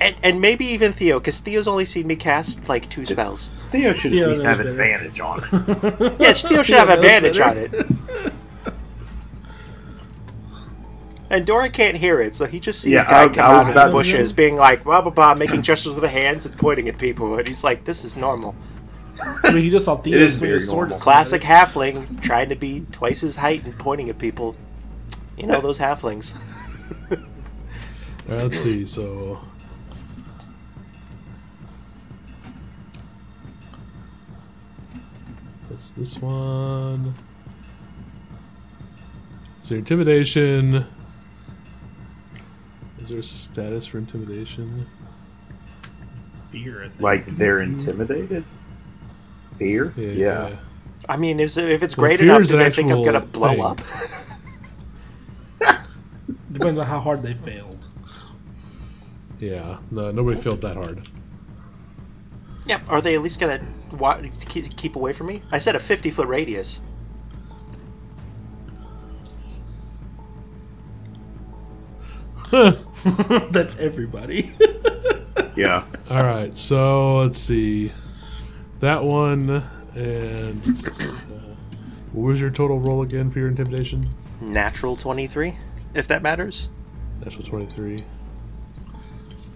Speaker 1: And, and maybe even Theo, because Theo's only seen me cast like two spells.
Speaker 5: Theo should
Speaker 3: Theo
Speaker 5: at least have
Speaker 3: knows better.
Speaker 5: advantage on it.
Speaker 1: Yes, Theo should have
Speaker 3: Yeah, that was
Speaker 1: advantage on
Speaker 3: better.
Speaker 1: it. And Dora can't hear it, so he just sees
Speaker 5: Yeah,
Speaker 1: Guy
Speaker 5: I-
Speaker 1: come
Speaker 5: I was
Speaker 1: out of the
Speaker 5: about to-
Speaker 1: bushes, being like blah blah blah, making gestures with the hands and pointing at people, and he's like, "This is normal."
Speaker 3: I mean, he just saw Theo
Speaker 5: It is
Speaker 3: swing
Speaker 5: very
Speaker 3: his sword.
Speaker 5: normal.
Speaker 3: at
Speaker 1: Classic
Speaker 3: somebody.
Speaker 1: halfling trying to be twice his height and pointing at people. You know those halflings.
Speaker 2: all right, let's see. So. That's this one. So your intimidation. Is there a status for intimidation?
Speaker 3: Fear, I think.
Speaker 5: Like they're intimidated. Fear. Yeah.
Speaker 1: I mean, if, if it's
Speaker 2: Well,
Speaker 1: great
Speaker 2: fear
Speaker 1: enough,
Speaker 2: is
Speaker 1: do
Speaker 2: an
Speaker 1: they think I'm
Speaker 2: actual
Speaker 1: gonna blow
Speaker 2: thing.
Speaker 1: up?
Speaker 3: Depends on how hard they failed.
Speaker 2: Yeah, no, nobody failed that hard.
Speaker 1: Yep. Are they at least gonna wa- keep keep away from me? I said a fifty foot radius.
Speaker 3: That's everybody.
Speaker 5: Yeah.
Speaker 2: All right, so let's see. That one, and uh, what was your total roll again for your intimidation?
Speaker 1: Natural twenty three, if that matters.
Speaker 2: Natural 23.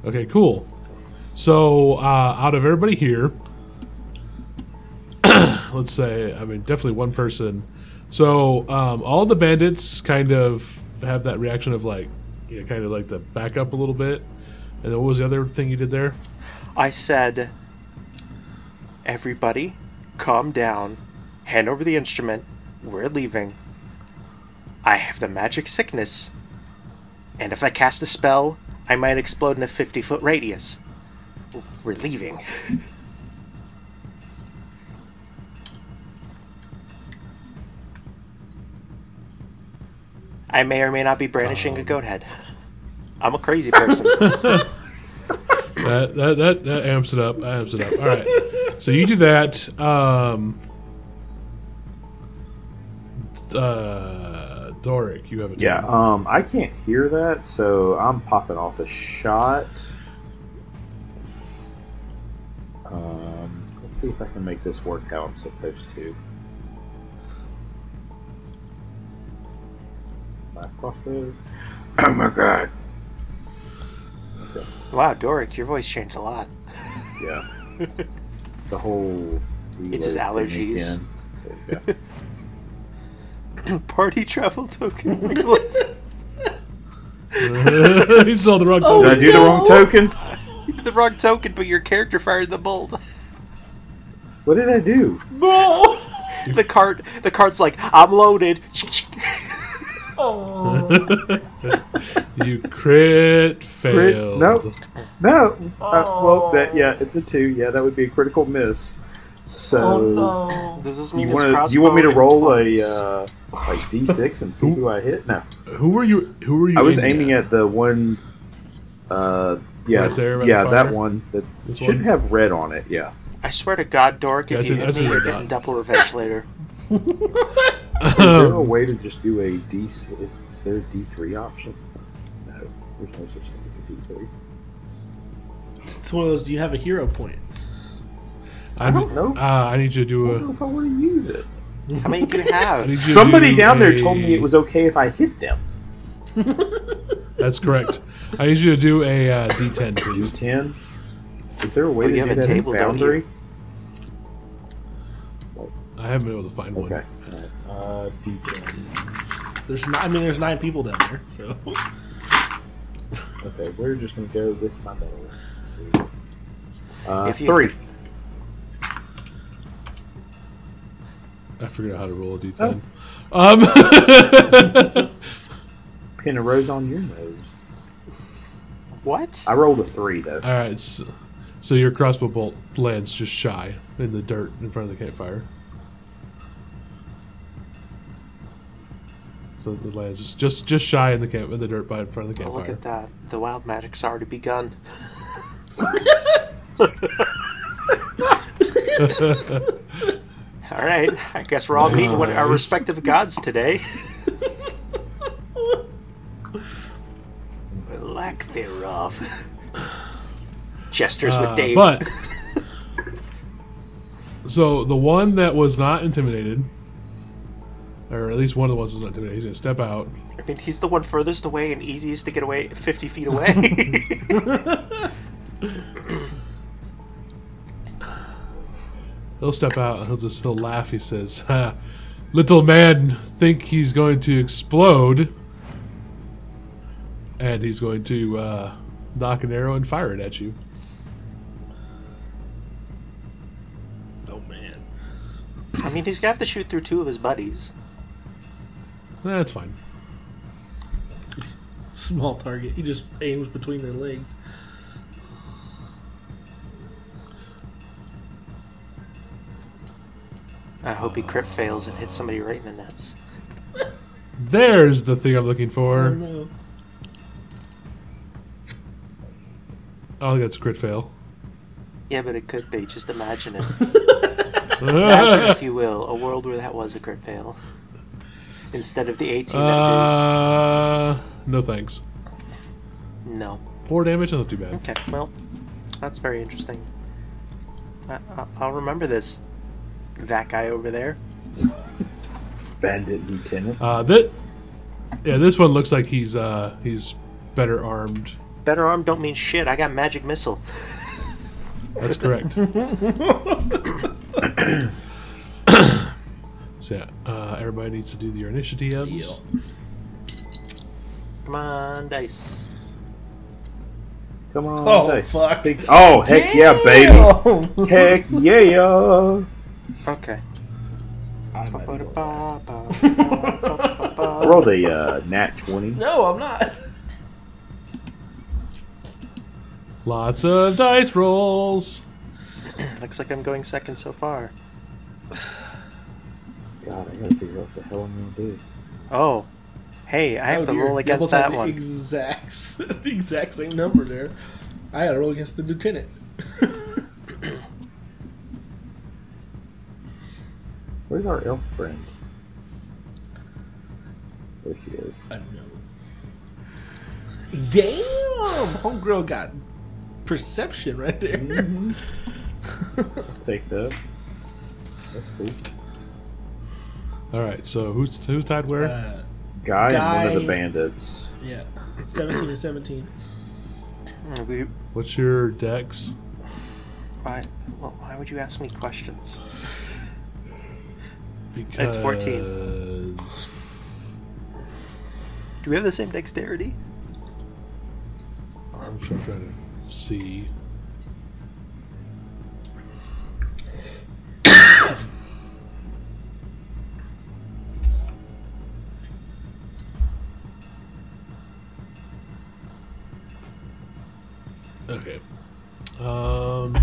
Speaker 2: Okay, cool. So, uh, out of everybody here, let's say, I mean, definitely one person. So, um, all the bandits kind of have that reaction of like, you know, kind of like the back up a little bit. And then what was the other thing you did there?
Speaker 1: I said, Everybody, calm down. Hand over the instrument. We're leaving. I have the magic sickness. And if I cast a spell, I might explode in a 50 foot radius. We're leaving. I may or may not be brandishing a goat head. I'm a crazy person.
Speaker 2: that, that, that, that amps it up. That amps it up. All right. So you do that. Um, uh, Doric, you have a turn.
Speaker 5: Yeah. Um, I can't hear that, so I'm popping off a shot. Um, let's see if I can make this work how I'm supposed to. My crossbow. Oh my god.
Speaker 1: Wow, Doric, your voice changed a lot.
Speaker 5: Yeah. it's the whole.
Speaker 1: It's his
Speaker 5: reload thing
Speaker 1: allergies.
Speaker 5: again.
Speaker 1: Party travel token. reloads.
Speaker 2: he saw the wrong
Speaker 5: Did I
Speaker 2: button.
Speaker 5: do the wrong token?
Speaker 1: the wrong token, but your character fired the bolt.
Speaker 5: What did I do?
Speaker 1: No. the cart. The cart's like I'm loaded.
Speaker 2: You crit
Speaker 5: Crit?
Speaker 2: failed.
Speaker 5: Nope. No. Uh, well,
Speaker 1: Oh.
Speaker 5: that yeah, it's a two. Yeah, that would be a critical miss. So,
Speaker 1: Oh, This is
Speaker 5: do you
Speaker 1: when this
Speaker 5: want to? You want me to
Speaker 1: crossbow
Speaker 5: roll a
Speaker 1: implodes.
Speaker 5: uh, like d6 and see who I hit? No,
Speaker 2: Who were you? Who were you?
Speaker 5: I was aiming at the one. Uh, yeah,
Speaker 2: Right there by the
Speaker 5: yeah, that
Speaker 2: fire?
Speaker 5: one that
Speaker 2: This
Speaker 5: should
Speaker 2: one?
Speaker 5: have red on it. Yeah,
Speaker 1: I swear to God, Doric, if
Speaker 2: That's
Speaker 1: you
Speaker 2: it-
Speaker 1: hit
Speaker 2: that's
Speaker 1: me,
Speaker 2: it,
Speaker 1: you're
Speaker 2: I
Speaker 1: getting
Speaker 2: got.
Speaker 1: double revenge later.
Speaker 5: is there a way to just do a d? Is, is there a d3 option? No, there's no such thing as a d3.
Speaker 3: It's one of those. Do you have a hero point?
Speaker 2: I
Speaker 5: don't know.
Speaker 2: Uh, I need you to do
Speaker 5: I don't know
Speaker 2: a.
Speaker 5: if I want to use it.
Speaker 1: How many do you have?
Speaker 2: I need you to
Speaker 5: Somebody
Speaker 2: do
Speaker 5: down there
Speaker 2: a-
Speaker 5: told me it was okay if I hit them.
Speaker 2: That's correct. I need you to do a uh, D10, please.
Speaker 5: D10. Is there a way
Speaker 1: Oh,
Speaker 5: to
Speaker 1: you
Speaker 5: do
Speaker 1: have a
Speaker 5: that in
Speaker 1: table, don't you?
Speaker 5: Foundry?
Speaker 2: I haven't been able to find
Speaker 5: Okay.
Speaker 2: one.
Speaker 5: Uh, D10.
Speaker 3: There's not. I mean, there's nine people down there. So
Speaker 5: Okay, we're just gonna go with my metal. Let's see. Uh,
Speaker 1: If you-
Speaker 5: three.
Speaker 2: I forgot how to roll a D10.
Speaker 5: Oh.
Speaker 2: Um,
Speaker 5: Pin a rose on your nose.
Speaker 1: What?
Speaker 5: I rolled a three though.
Speaker 3: Uh,
Speaker 2: all right. So, so your crossbow bolt lands just shy in the dirt in front of the campfire. So it lands just just, just shy in the camp in the dirt by in front of the
Speaker 1: Oh,
Speaker 2: campfire.
Speaker 1: look at that. The wild magic's already begun. all right. I guess we're all meeting with our respective gods today. or lack thereof. Gestures with
Speaker 2: Uh,
Speaker 1: Dave.
Speaker 2: But so the one that was not intimidated, or at least one of the ones that's not intimidated, he's gonna step out.
Speaker 1: I mean, he's the one furthest away and easiest to get away 50 feet away.
Speaker 2: He'll step out. and He'll just he'll laugh. He says, ha, "Little man, think he's going to explode." And he's going to uh, knock an arrow and fire it at you.
Speaker 3: Oh man.
Speaker 1: I mean, he's going to have to shoot through two of his buddies.
Speaker 2: That's fine.
Speaker 3: Small target. He just aims between their legs.
Speaker 1: I hope he crit fails and hits somebody right in the nuts.
Speaker 2: There's the thing I'm looking
Speaker 3: Oh
Speaker 2: for.
Speaker 3: no.
Speaker 2: I don't think Oh, that's a crit fail.
Speaker 1: Yeah, but it could be. Just imagine it. Imagine, if you will, a world where that was a crit fail. Instead of the 18 that
Speaker 2: uh, no thanks.
Speaker 1: it is. No.
Speaker 2: Four damage. Not too bad.
Speaker 1: Okay, well, that's very interesting. I, I, I'll remember this. That guy over there.
Speaker 5: Bandit lieutenant.
Speaker 2: Uh, that, yeah, this one looks like he's uh, he's better armed.
Speaker 1: Better arm don't mean shit. I got magic missile.
Speaker 2: That's correct. so yeah, uh, everybody needs to do their initiatives.
Speaker 1: Come on, dice.
Speaker 5: Come on.
Speaker 3: Oh,
Speaker 5: hey.
Speaker 3: fuck.
Speaker 5: Big- Oh heck yeah, baby. Heck yeah.
Speaker 1: Okay.
Speaker 3: I'm not doing that.
Speaker 5: I rolled a uh, nat twenty.
Speaker 3: No, I'm not.
Speaker 2: Lots of dice rolls.
Speaker 1: Looks like I'm going second so far.
Speaker 5: God, I gotta figure out what the hell I'm gonna do.
Speaker 1: Oh. Hey, I have
Speaker 3: Oh,
Speaker 1: to
Speaker 3: dear.
Speaker 1: roll against
Speaker 3: Double
Speaker 1: that
Speaker 3: tap the
Speaker 1: one.
Speaker 3: Exact, s- the exact same number there. I had to roll against the lieutenant.
Speaker 5: Where's our elf friend? There she is.
Speaker 3: I don't know. Damn! Homegirl got perception right there.
Speaker 2: Mm-hmm.
Speaker 5: Take that. That's cool.
Speaker 2: All right, so who's who's tied where?
Speaker 3: Uh,
Speaker 5: Guy, and one of
Speaker 3: Guy.
Speaker 5: the bandits.
Speaker 3: yeah, seventeen and seventeen.
Speaker 1: Mm, We,
Speaker 2: What's your dex?
Speaker 1: why, well, why would you ask me questions?
Speaker 2: Because
Speaker 1: 14. Do we have the same dexterity?
Speaker 2: I'm trying trying to see. okay. Um,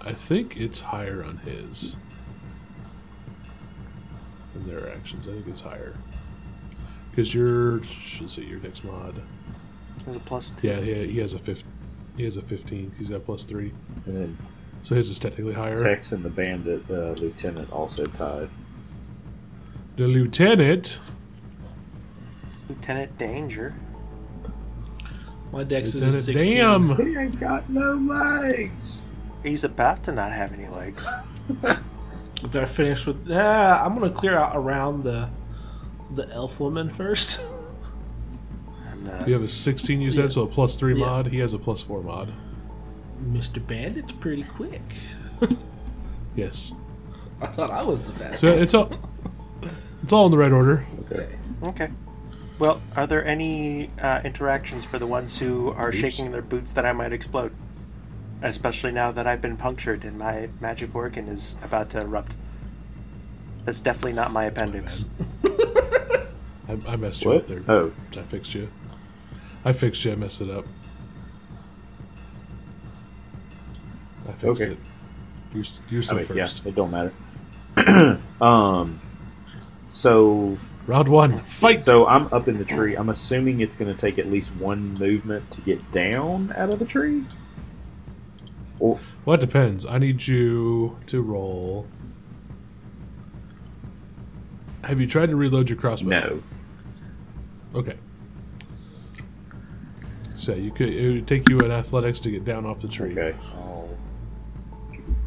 Speaker 2: I think it's higher on his. And their actions, I think it's higher. Because your should say your next mod.
Speaker 1: There's a plus two.
Speaker 2: Yeah, he, he has a fifth. He has a fifteen. He's got plus three,
Speaker 5: And then
Speaker 2: so his is technically higher.
Speaker 5: Tex and the bandit uh, lieutenant also tied.
Speaker 2: The lieutenant
Speaker 1: Lieutenant Danger.
Speaker 3: My dex is a
Speaker 2: Lieutenant,
Speaker 3: 16.
Speaker 2: damn!
Speaker 5: He ain't got no legs.
Speaker 1: He's about to not have any legs.
Speaker 3: After I finish with, ah, I'm gonna clear out around the the elf woman first.
Speaker 1: And, uh,
Speaker 2: You have a 16, you said,
Speaker 3: Yeah.
Speaker 2: so a plus 3
Speaker 3: Yeah.
Speaker 2: mod. He has a plus 4 mod.
Speaker 3: Mr. Bandit's pretty quick.
Speaker 2: Yes.
Speaker 3: I thought I was the fastest.
Speaker 2: So it's all, it's all in the right order.
Speaker 5: Okay.
Speaker 1: Okay. Well, are there any uh, interactions for the ones who are shaking their boots that I might explode? Especially now that I've been punctured and my magic organ is about to erupt. That's definitely not my appendix.
Speaker 2: I, I messed you up
Speaker 5: What?
Speaker 2: there.
Speaker 5: Oh,
Speaker 2: I fixed you. I fixed you. I messed it up. I fixed
Speaker 5: Okay.
Speaker 2: it. You're, st- you're
Speaker 5: I
Speaker 2: still
Speaker 5: mean, yeah,
Speaker 2: first.
Speaker 5: it don't matter. um, so
Speaker 2: Round one. Fight.
Speaker 5: So I'm up in the tree. I'm assuming it's going to take at least one movement to get down out of the tree. Or
Speaker 2: well, it depends. I need you to roll. Have you tried to reload your crossbow?
Speaker 5: no,
Speaker 2: Okay. So you could it would take you an athletics to get down off the tree.
Speaker 5: okay. Oh.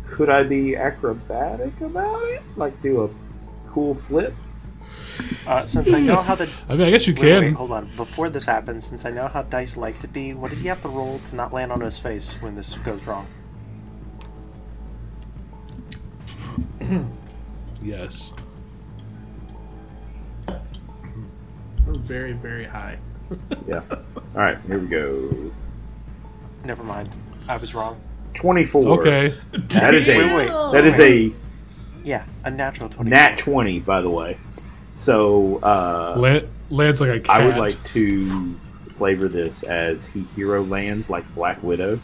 Speaker 5: Could I be acrobatic about it? Like do a cool flip?
Speaker 1: Uh, since I know how the.
Speaker 2: I mean, I guess you
Speaker 1: Wait, wait,
Speaker 2: can.
Speaker 1: hold on. Before this happens, since I know how dice like to be, what does he have to roll to not land on his face when this goes wrong?
Speaker 2: yes.
Speaker 3: We're very, very high.
Speaker 5: Yeah. All right, here we go.
Speaker 1: Never mind. I was wrong.
Speaker 5: Twenty-four.
Speaker 2: Okay.
Speaker 5: That is
Speaker 1: Wait,
Speaker 5: a
Speaker 1: wait.
Speaker 5: that is a
Speaker 1: Yeah, a natural 20.
Speaker 5: nat twenty, by the way. So uh,
Speaker 2: Land, lands like a cat.
Speaker 5: I would like to flavor this as he hero lands like Black Widow.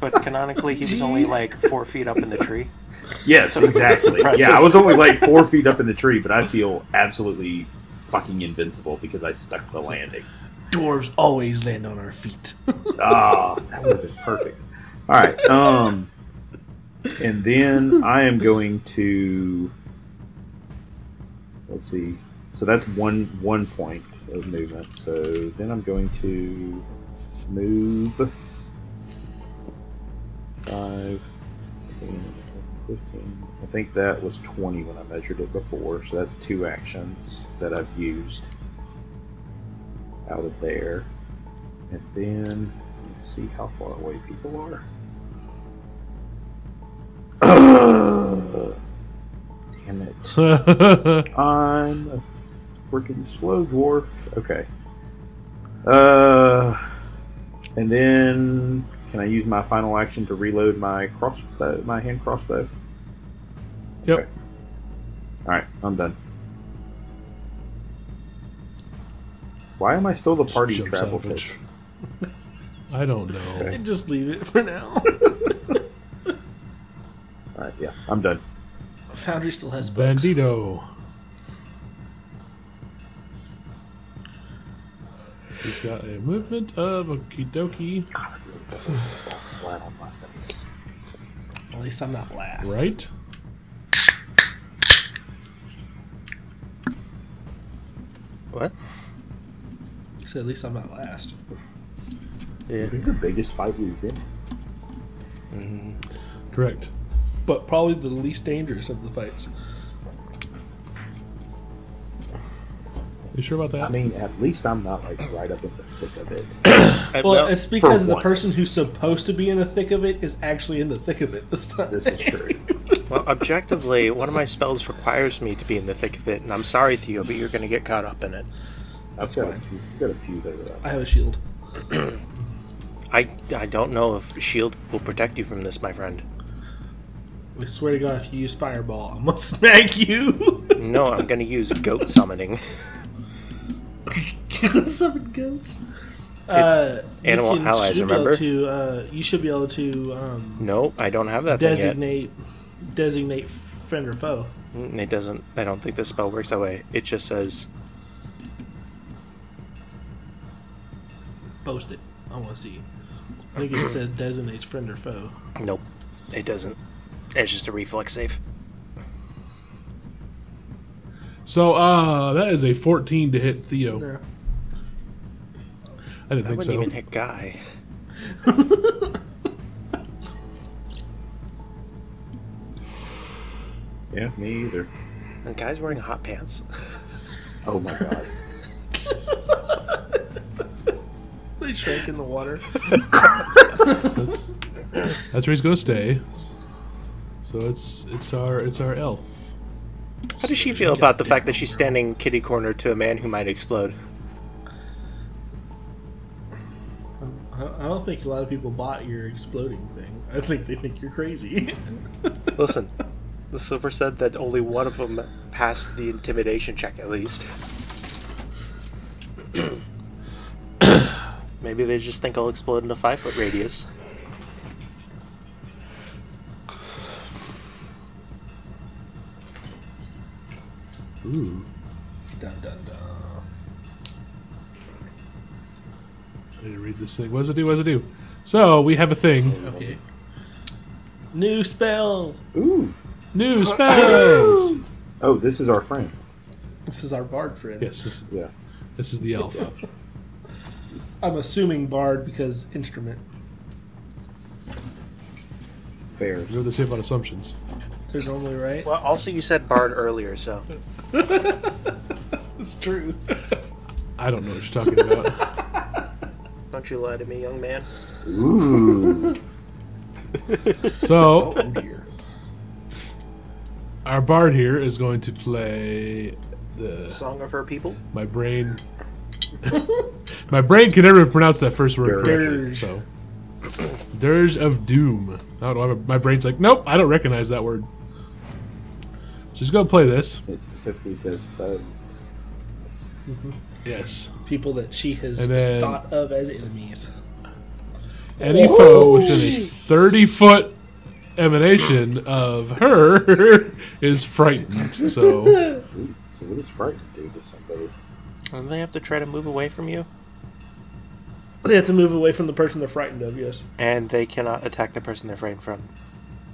Speaker 1: But canonically, he was only like four feet up in the tree.
Speaker 5: Yes,
Speaker 1: So it's
Speaker 5: exactly.
Speaker 1: impressive.
Speaker 5: Yeah, I was only like four feet up in the tree, but I feel absolutely fucking invincible because I stuck the landing.
Speaker 3: Dwarves always land on our feet.
Speaker 5: Ah, that would have been perfect. All right. Um, and then I am going to let's see. So that's one one point of movement. So then I'm going to move five, 10, 15. I think that was 20 when I measured it before. So that's two actions that I've used out of there. And then let's see how far away people are. Ugh. Damn it. I'm a freaking slow dwarf. Okay. Uh, and then can I use my final action to reload my crossbow, my hand crossbow?
Speaker 2: Yep.
Speaker 5: Okay. All right, I'm done. Why am I still the party
Speaker 2: Jumps out
Speaker 5: travel
Speaker 2: of a
Speaker 5: pitch?
Speaker 2: tr- I don't know.
Speaker 3: Just leave it for now.
Speaker 5: All right, yeah, I'm done.
Speaker 3: Foundry still has bugs.
Speaker 2: Bandito. He's got a movement of okie dokie,
Speaker 5: God, I really thought this was gonna fall flat on my face.
Speaker 3: At least I'm not last.
Speaker 2: right?
Speaker 1: What?
Speaker 3: So at least I'm not last.
Speaker 1: Yeah.
Speaker 5: This is the biggest fight we've been. in.
Speaker 2: Correct.
Speaker 3: But probably the least dangerous of the fights.
Speaker 2: You sure about that?
Speaker 5: I mean, at least I'm not like right up in the thick of it.
Speaker 1: Uh,
Speaker 3: Well, it's because the
Speaker 5: once.
Speaker 3: person who's supposed to be in the thick of it is actually in the thick of it this time.
Speaker 5: This is true.
Speaker 1: Well, objectively, one of my spells requires me to be in the thick of it, and I'm sorry, Theo, but you're going to get caught up in it.
Speaker 5: I've got a few. I've got a few that are up.
Speaker 3: I have a shield.
Speaker 1: I, I don't know if shield will protect you from this, my friend.
Speaker 3: I swear to God, if you use fireball, I'm gonna smack you.
Speaker 1: No, I'm going to use goat summoning.
Speaker 3: Summon goats.
Speaker 1: It's
Speaker 3: Uh, you
Speaker 1: animal
Speaker 3: can-
Speaker 1: allies,
Speaker 3: should be able
Speaker 1: remember?
Speaker 3: To, uh, you should be able to um,
Speaker 1: No, I don't have that thing
Speaker 3: designate designate friend or foe.
Speaker 1: yet. Mm, It doesn't. I don't think the spell works that way. It just says
Speaker 3: Post it. I want to see. I think it said designates friend or foe.
Speaker 1: nope. It doesn't. It's just a reflex save.
Speaker 2: So uh that is a 14 to hit Theo.
Speaker 3: No.
Speaker 2: I didn't
Speaker 1: I
Speaker 2: think
Speaker 1: wouldn't
Speaker 2: so.
Speaker 1: even hit Guy.
Speaker 5: Yeah, me either.
Speaker 1: And Guy's wearing hot pants.
Speaker 5: Oh my god.
Speaker 3: They shrank in the water.
Speaker 2: That's where he's gonna stay. So it's it's our it's our elf.
Speaker 1: How does she feel about the fact that she's standing kitty corner to a man who might explode?
Speaker 3: I I don't think a lot of people bought your exploding thing. I think they think you're crazy.
Speaker 1: Listen, the silver said that only one of them passed the intimidation check at least. Maybe they just think I'll explode in a five foot radius.
Speaker 2: Ooh.
Speaker 3: dun dun dun.
Speaker 2: I need to read this thing. What does it do? What does it do? So we have a thing.
Speaker 3: Okay. New spell.
Speaker 5: Ooh.
Speaker 2: New spells.
Speaker 5: Oh, this is our friend.
Speaker 3: This is our bard friend.
Speaker 2: yes, this,
Speaker 5: Yeah.
Speaker 2: this is the elf.
Speaker 3: I'm assuming bard because instrument.
Speaker 5: Fair.
Speaker 2: You're the safe on assumptions.
Speaker 3: They're normally right.
Speaker 1: Well, also, you said Bard earlier, so.
Speaker 3: It's true.
Speaker 2: I don't know what you're talking about.
Speaker 1: Don't you lie to me, young man.
Speaker 5: Ooh.
Speaker 2: so
Speaker 3: Oh dear.
Speaker 2: our bard here is going to play the
Speaker 1: Song of her people?
Speaker 2: my brain. my brain can never pronounce that first word
Speaker 5: Dirge.
Speaker 2: correctly. So, dirge of doom. I don't know. My brain's like, nope, I don't recognize that word. Just go play this.
Speaker 5: It specifically says foes. Yes.
Speaker 2: Yes.
Speaker 3: People that she has
Speaker 2: And then-
Speaker 3: thought of as enemies.
Speaker 2: any foe within a 30 foot emanation of her is frightened. So,
Speaker 5: Ooh. So what does frightened do to somebody?
Speaker 1: And they have to try to move away from you,
Speaker 3: They have to move away from the person they're frightened of. Yes.
Speaker 1: and they cannot attack the person they're framed from.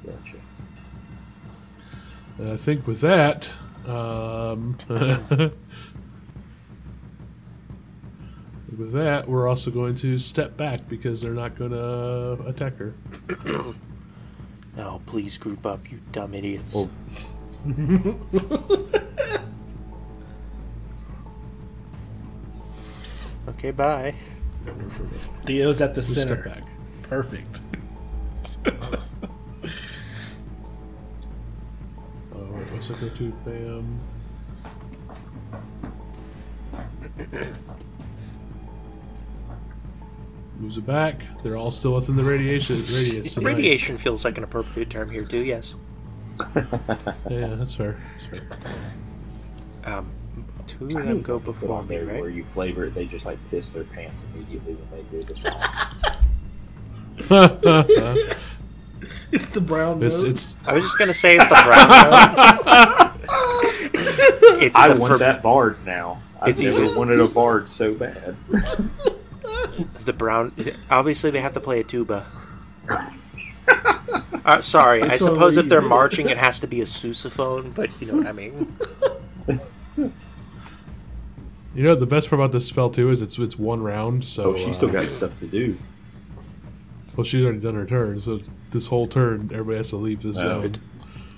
Speaker 5: Gotcha.
Speaker 2: and I think with that, um, with that, we're also going to step back because they're not going to attack her.
Speaker 1: Oh, please group up, you dumb idiots.
Speaker 5: Oh.
Speaker 1: okay, bye.
Speaker 3: Theo's at the
Speaker 2: We step
Speaker 3: center.
Speaker 2: back.
Speaker 3: Perfect.
Speaker 2: All right, what's it go to? Bam. Moves it back. They're all still within the radiation. Radius. so nice.
Speaker 1: Radiation feels like an appropriate term here, too, yes.
Speaker 2: Yeah, that's fair. That's fair.
Speaker 1: Um, two of them go before me, right?
Speaker 5: Where you flavor it, they just like piss their pants immediately when they do this.
Speaker 3: It's the brown.
Speaker 2: it's
Speaker 3: note.
Speaker 2: it's
Speaker 1: I was just gonna say it's the brown note. it's
Speaker 5: I
Speaker 1: the
Speaker 5: want
Speaker 1: for-
Speaker 5: that bard now. I've
Speaker 1: It's
Speaker 5: never
Speaker 1: easy.
Speaker 5: wanted a bard so bad.
Speaker 1: the brown. Obviously, they have to play a tuba. Uh, sorry, I
Speaker 3: That's all
Speaker 1: suppose if
Speaker 3: we
Speaker 1: they're
Speaker 3: need.
Speaker 1: marching, it has to be a sousaphone, but you know what I mean.
Speaker 2: you know the best part about this spell too is it's it's one round. So
Speaker 5: Oh, she's
Speaker 2: uh,
Speaker 5: still got stuff to do.
Speaker 2: well, she's already done her turn. So this whole turn, everybody has to leave this
Speaker 5: Oh.
Speaker 2: zone.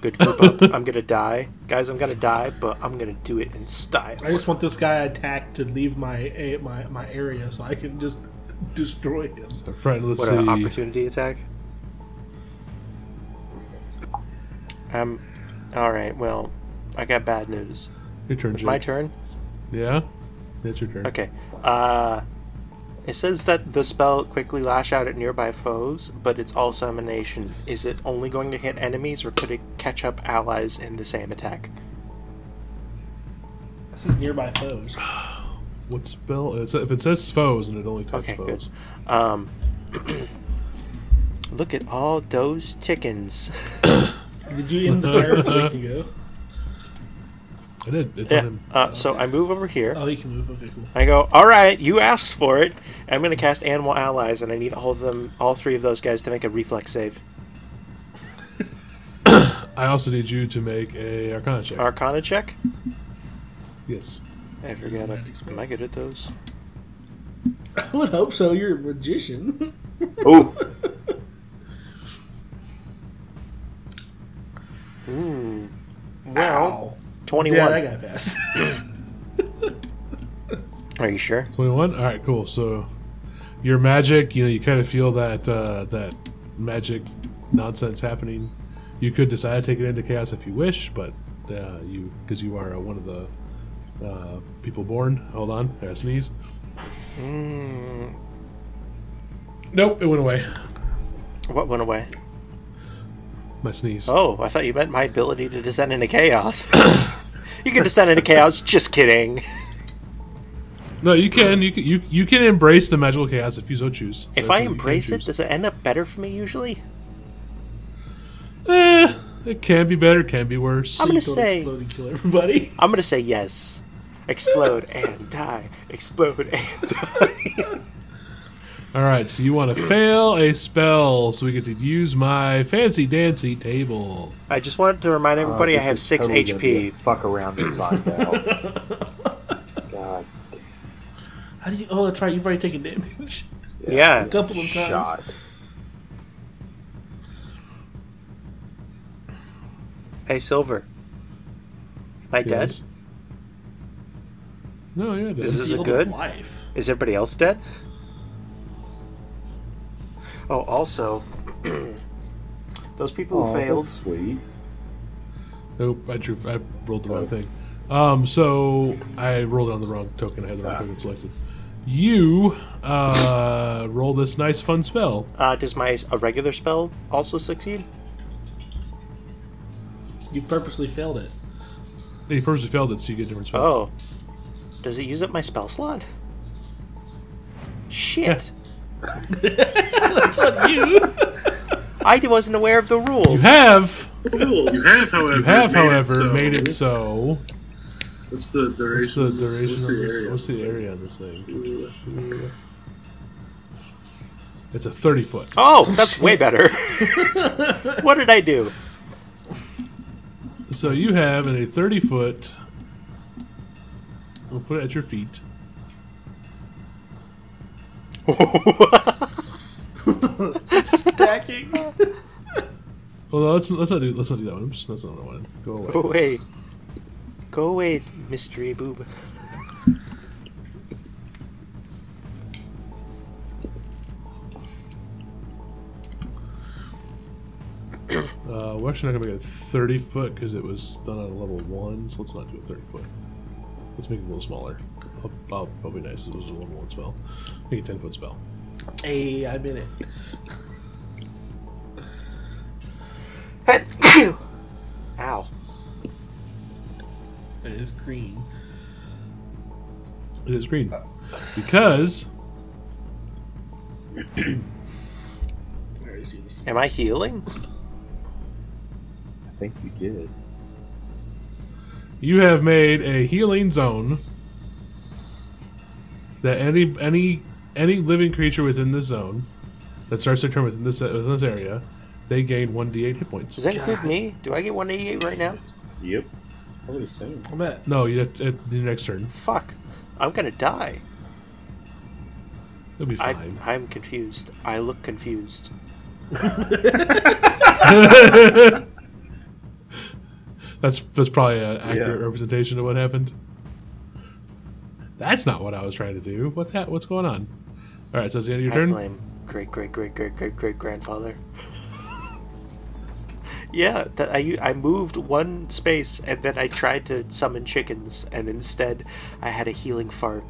Speaker 1: Good group up. I'm gonna die, guys. I'm gonna die, but I'm gonna do it in style.
Speaker 3: I just want this guy attacked to leave my eh, my my area so I can just destroy him.
Speaker 2: Our friend, let's
Speaker 1: What
Speaker 2: see.
Speaker 1: an opportunity attack. Um, all right. Well, I got bad news.
Speaker 2: Your turn,
Speaker 1: It's my
Speaker 2: Jake.
Speaker 1: turn.
Speaker 2: Yeah, that's your turn.
Speaker 1: Okay. Uh, it says that the spell quickly lash out at nearby foes, but it's also emanation. Is it only going to hit enemies, or could it catch up allies in the same attack?
Speaker 3: This is nearby foes.
Speaker 2: What spell? Is it, if it says foes and it only touches
Speaker 1: Okay, good.
Speaker 2: foes.
Speaker 1: Um, look at all those tickins.
Speaker 3: Did you end the turn so he can go?
Speaker 2: I did. It's on
Speaker 1: yeah.
Speaker 2: him.
Speaker 1: Uh, so I move over here.
Speaker 3: Oh, he can move. Okay, cool.
Speaker 1: I go, all right, you asked for it. I'm going to cast Animal Allies, and I need all of them, all three of those guys, to make a reflex save.
Speaker 2: I also need you to make a Arcana check.
Speaker 1: Arcana check.
Speaker 2: yes.
Speaker 1: I forgot.
Speaker 3: magic
Speaker 1: If,
Speaker 3: spell.
Speaker 1: am I good at those?
Speaker 3: I would hope so. You're a magician.
Speaker 5: Oh,
Speaker 1: Well,
Speaker 3: Yeah,
Speaker 1: 21.
Speaker 3: that guy passed.
Speaker 1: Are you sure?
Speaker 2: 21 all right cool so your magic you know you kind of feel that uh, that magic nonsense happening you could decide to take it into chaos if you wish but uh, you because you are uh, one of the uh, people born hold on there I sneeze
Speaker 1: Hmm.
Speaker 2: nope it went away
Speaker 1: What went away?
Speaker 2: my sneeze
Speaker 1: Oh, I thought you meant my ability to descend into chaos. you can descend into chaos. Just kidding.
Speaker 2: no you can you can you, you can embrace the magical chaos if you so choose
Speaker 1: If
Speaker 2: That's
Speaker 1: I
Speaker 2: what you can
Speaker 1: embrace it,
Speaker 2: choose.
Speaker 1: does it end up better for me usually?
Speaker 2: Eh, it can be better can be worse
Speaker 1: I'm gonna
Speaker 3: Don't
Speaker 1: say,
Speaker 3: explode and kill everybody.
Speaker 1: I'm gonna say yes. Explode and die. Explode and die.
Speaker 2: All right, so you want to fail a spell, so we get to use my fancy dancy table.
Speaker 1: I just wanted to remind everybody I
Speaker 5: Uh, this
Speaker 1: have
Speaker 5: is
Speaker 1: six
Speaker 5: totally gonna be a
Speaker 1: HP.
Speaker 5: Fuck around and find out. God damn.
Speaker 3: How do you? Oh, that's right. You've already taken damage.
Speaker 1: Yeah.
Speaker 3: Couple of times.
Speaker 5: Shot.
Speaker 1: Hey, Silver. Am I dead?
Speaker 2: Yes. No, yeah, it
Speaker 1: This
Speaker 2: is.
Speaker 1: is a
Speaker 3: Field of
Speaker 1: good?
Speaker 3: life.
Speaker 1: Is everybody else dead? Oh, also, those people
Speaker 5: Aw,
Speaker 1: who
Speaker 5: that's
Speaker 1: failed.
Speaker 5: Sweet.
Speaker 2: Nope, I drew. I rolled the wrong thing. Um, so I rolled on the wrong token. I had the wrong
Speaker 5: Ah.
Speaker 2: token selected. You uh, roll this nice fun spell.
Speaker 1: Uh, does my a regular spell also succeed?
Speaker 3: You purposely failed it.
Speaker 2: You purposely failed it, so you get a different spell.
Speaker 1: Oh, does it use up my spell slot? Shit!
Speaker 3: That's on you.
Speaker 1: I wasn't aware of the
Speaker 2: You
Speaker 1: rules.
Speaker 2: have,
Speaker 6: You have, however,
Speaker 2: you have,
Speaker 6: made
Speaker 2: however,
Speaker 6: it so.
Speaker 2: made it so.
Speaker 6: What's the
Speaker 2: What's
Speaker 6: duration?
Speaker 2: the
Speaker 6: of this-
Speaker 2: duration
Speaker 6: what's
Speaker 2: of
Speaker 6: the
Speaker 2: this?
Speaker 6: area?
Speaker 2: What's the area on this thing? It's a thirty foot.
Speaker 1: Oh, that's way better. what did I do?
Speaker 2: So you have in a 30 foot. We'll put it at your feet.
Speaker 3: Stacking.
Speaker 2: Well, no, let's let's not do let's not do that one. Oops, that's not what I wanted. Go away.
Speaker 1: Go away. Go away, mystery boob.
Speaker 2: Uh, we're actually not gonna make it a 30 foot because it was done on a level one. So let's not do a 30 foot. Let's make it a little smaller. I'll, I'll, that'll be nice. It was a level one spell. Make a 10 foot spell.
Speaker 3: hey, I mean it.
Speaker 1: Ow.
Speaker 3: It is green.
Speaker 2: It is green because
Speaker 3: I already see this.
Speaker 1: Am I healing?
Speaker 5: I think you did.
Speaker 2: You have made a healing zone that any any any living creature within this zone that starts their turn within this within this area, they gain one d8 hit
Speaker 1: Does
Speaker 2: points.
Speaker 1: that include me? Do I get 188 right now?
Speaker 5: Yep. I would assume.
Speaker 3: I'm at.
Speaker 2: No, you have to, at the next turn.
Speaker 1: Fuck. I'm gonna die.
Speaker 2: It'll be
Speaker 1: I,
Speaker 2: fine.
Speaker 1: I'm confused. I look confused.
Speaker 2: that's that's probably an accurate
Speaker 5: Yeah.
Speaker 2: representation of what happened. That's not what I was trying to do. What that? What's going on? All right, so it's the end of your
Speaker 1: I
Speaker 2: turn.
Speaker 1: blame great great great great great great grandfather. yeah, that I u- I moved one space and then I tried to summon chickens and instead I had a healing fart.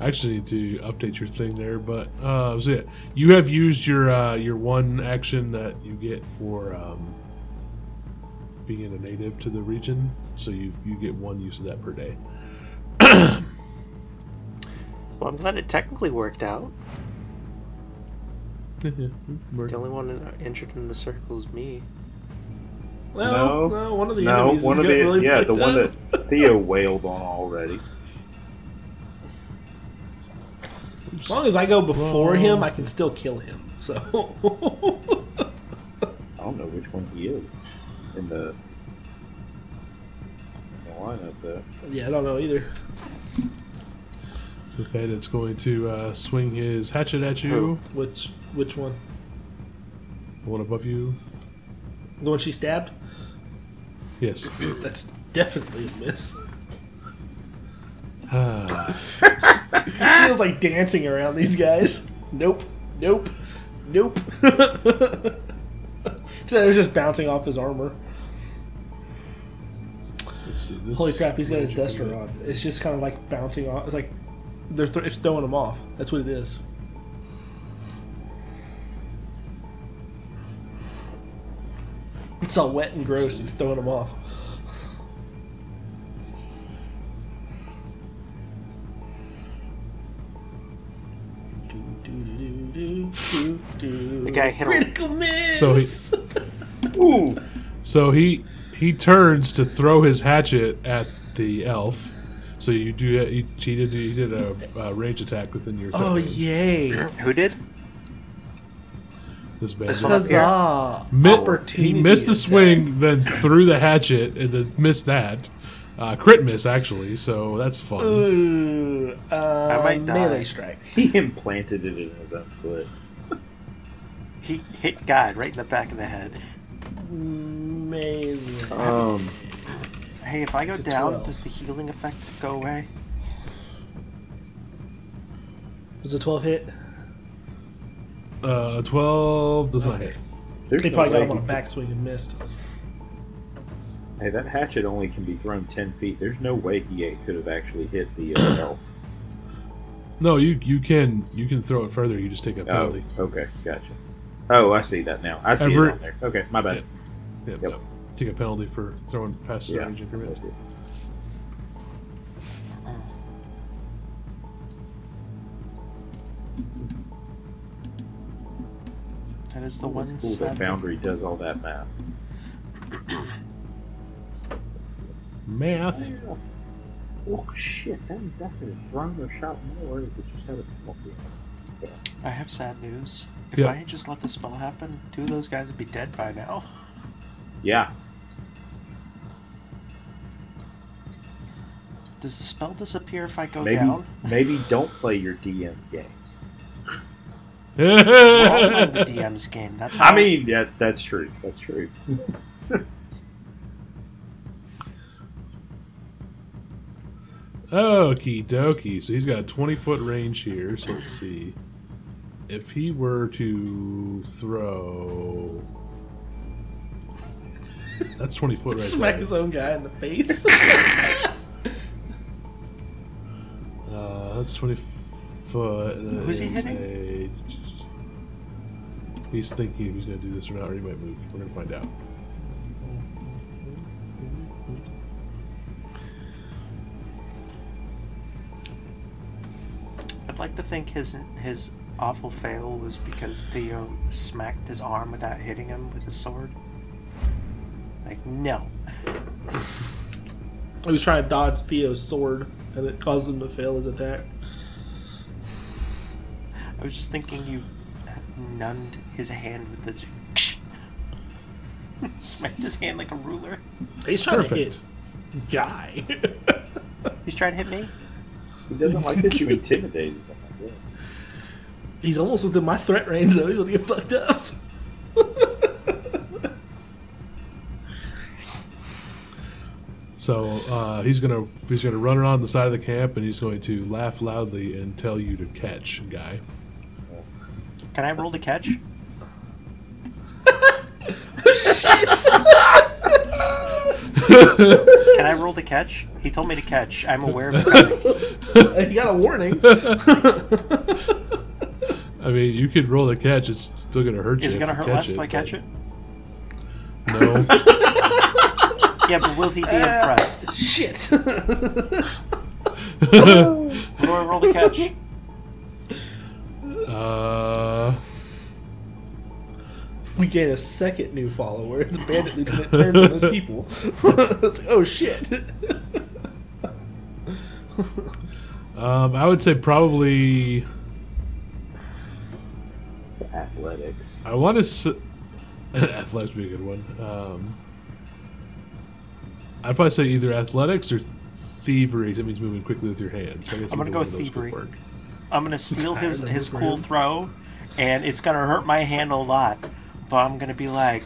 Speaker 2: I actually need to update your thing there, but uh, so yeah, you have used your uh, your one action that you get for um, being a native to the region, so you you get one use of that per day.
Speaker 1: Well, I'm glad it technically worked out.
Speaker 2: Word.
Speaker 1: The only one in- uh, injured in the circle is me.
Speaker 3: Well, no,
Speaker 5: No.
Speaker 3: one of the
Speaker 5: No,
Speaker 3: enemies
Speaker 5: one
Speaker 3: has
Speaker 5: of
Speaker 3: got
Speaker 5: the
Speaker 3: really
Speaker 5: yeah, the
Speaker 3: fucked
Speaker 5: one
Speaker 3: up.
Speaker 5: that Theo wailed on already.
Speaker 3: As long as I go before
Speaker 2: Whoa.
Speaker 3: him, I can still kill him. So.
Speaker 5: I don't know which one he is in the, in the lineup though.
Speaker 3: yeah, I don't know either.
Speaker 2: And it's going to uh, swing his hatchet at you.
Speaker 1: Who?
Speaker 3: Which which one?
Speaker 2: The one above you.
Speaker 3: The one she stabbed?
Speaker 2: Yes.
Speaker 3: That's definitely a miss.
Speaker 2: Ah,
Speaker 3: feels like dancing around these guys. Nope. Nope. Nope. so it was just bouncing off his armor.
Speaker 2: let's see, this
Speaker 3: Holy crap, he's got his duster
Speaker 2: on.
Speaker 3: on. It's just kind of like bouncing off. It's like they're thro- it's throwing him off. That's what it is. It's all wet and gross. It's throwing him off.
Speaker 1: The guy hit him.
Speaker 3: Critical miss.
Speaker 2: So he- So he he turns to throw his hatchet at the elf. So you do you, he did he did a, uh range attack within your.
Speaker 3: oh
Speaker 2: third range.
Speaker 3: yay!
Speaker 1: Who did?
Speaker 2: This band.
Speaker 1: This one up here.
Speaker 3: Huzzah!
Speaker 2: Mi-
Speaker 3: Opportunity
Speaker 2: he missed the
Speaker 3: attack.
Speaker 2: swing, then threw the hatchet, and then missed that. Uh, crit miss actually, so that's fun.
Speaker 3: Ooh, uh, I
Speaker 1: might die.
Speaker 3: melee strike.
Speaker 5: He implanted it in his own foot.
Speaker 1: He hit God right in the back of the head.
Speaker 3: Melee.
Speaker 5: Um,
Speaker 1: Hey, if I go
Speaker 3: It's a
Speaker 1: down,
Speaker 3: 12.
Speaker 1: does the healing effect go away?
Speaker 3: Was a twelve hit?
Speaker 2: Uh, Twelve does not hit.
Speaker 5: there's
Speaker 3: They
Speaker 5: no
Speaker 3: probably got
Speaker 5: way
Speaker 3: him on a
Speaker 5: he
Speaker 3: backswing and missed.
Speaker 5: could- Hey, that hatchet only can be thrown ten feet. There's no way he could have actually hit the uh, elf.
Speaker 2: No, you you can you can throw it further. You just take a penalty.
Speaker 5: Oh, okay, gotcha. Oh, I see that now. I see
Speaker 2: Ever-
Speaker 5: it on there. Okay, my bad.
Speaker 2: Yep,
Speaker 5: Yep.
Speaker 2: yep. Take a penalty for throwing past the
Speaker 5: Yeah.
Speaker 2: range increment.
Speaker 1: That is the
Speaker 5: It's
Speaker 1: one.
Speaker 5: cool that
Speaker 1: side-
Speaker 5: Boundary does all that math.
Speaker 2: Math.
Speaker 5: Oh shit, that would definitely thrown or shot more if it just had a penalty.
Speaker 1: I have sad news. If
Speaker 2: Yeah.
Speaker 1: I had just let the spell happen, two of those guys would be dead by now.
Speaker 5: Yeah.
Speaker 1: Does the spell disappear if I go
Speaker 5: Maybe
Speaker 1: down?
Speaker 5: maybe don't play your DM's games.
Speaker 1: We're all playing the DM's game. That's how
Speaker 5: I mean yeah, that's true. That's true.
Speaker 2: Okie dokie. So he's got a 20 foot range here. So let's see. If he were to throw. That's 20 foot right
Speaker 3: Smack
Speaker 2: there.
Speaker 3: his own guy in the face.
Speaker 2: Uh, that's 20 foot. and that
Speaker 1: Who's he
Speaker 2: is
Speaker 1: hitting?
Speaker 2: a- He's thinking if he's going to do this or not, or he might move. We're going to find out.
Speaker 1: I'd like to think his his awful fail was because Theo smacked his arm without hitting him with his sword. Like no,
Speaker 3: he was trying to dodge Theo's sword, and it caused him to fail his attack.
Speaker 1: I was just thinking you nunned his hand with the smacked his hand like a ruler.
Speaker 3: He's trying
Speaker 2: Perfect.
Speaker 3: to hit guy.
Speaker 1: He's trying to hit me.
Speaker 5: He doesn't like that you intimidated him, I guess.
Speaker 3: He's almost within my threat range, though. He's gonna get fucked up.
Speaker 2: So uh, he's gonna he's gonna run around the side of the camp and he's going to laugh loudly and tell you to catch, guy.
Speaker 1: Can I roll to catch? Can I roll to catch? He told me to catch. I'm aware of it. coming.
Speaker 3: he got a warning.
Speaker 2: I mean, you could roll the catch; it's still gonna hurt you.
Speaker 1: Is it
Speaker 2: if
Speaker 1: gonna
Speaker 2: you
Speaker 1: hurt
Speaker 2: catch
Speaker 1: less if I catch it?
Speaker 2: but- No.
Speaker 1: Yeah, but will he be impressed?
Speaker 3: Shit.
Speaker 1: Who do I roll to catch?
Speaker 2: Uh,
Speaker 3: we gain a second new follower. The bandit lieutenant turns on his people. it's like, oh shit.
Speaker 2: um, I would say probably.
Speaker 5: It's athletics.
Speaker 2: I want to. S- athletics would be a good one. Um, I'd probably say either athletics or thievery. That means moving quickly with your hands. I guess
Speaker 1: I'm gonna
Speaker 2: either
Speaker 1: go
Speaker 2: one of those could
Speaker 1: thievery.
Speaker 2: work.
Speaker 1: I'm gonna steal
Speaker 3: Tired
Speaker 1: his
Speaker 3: of
Speaker 1: his
Speaker 3: the
Speaker 1: cool
Speaker 3: room.
Speaker 1: throw, and it's gonna hurt my hand a lot. But I'm gonna be like,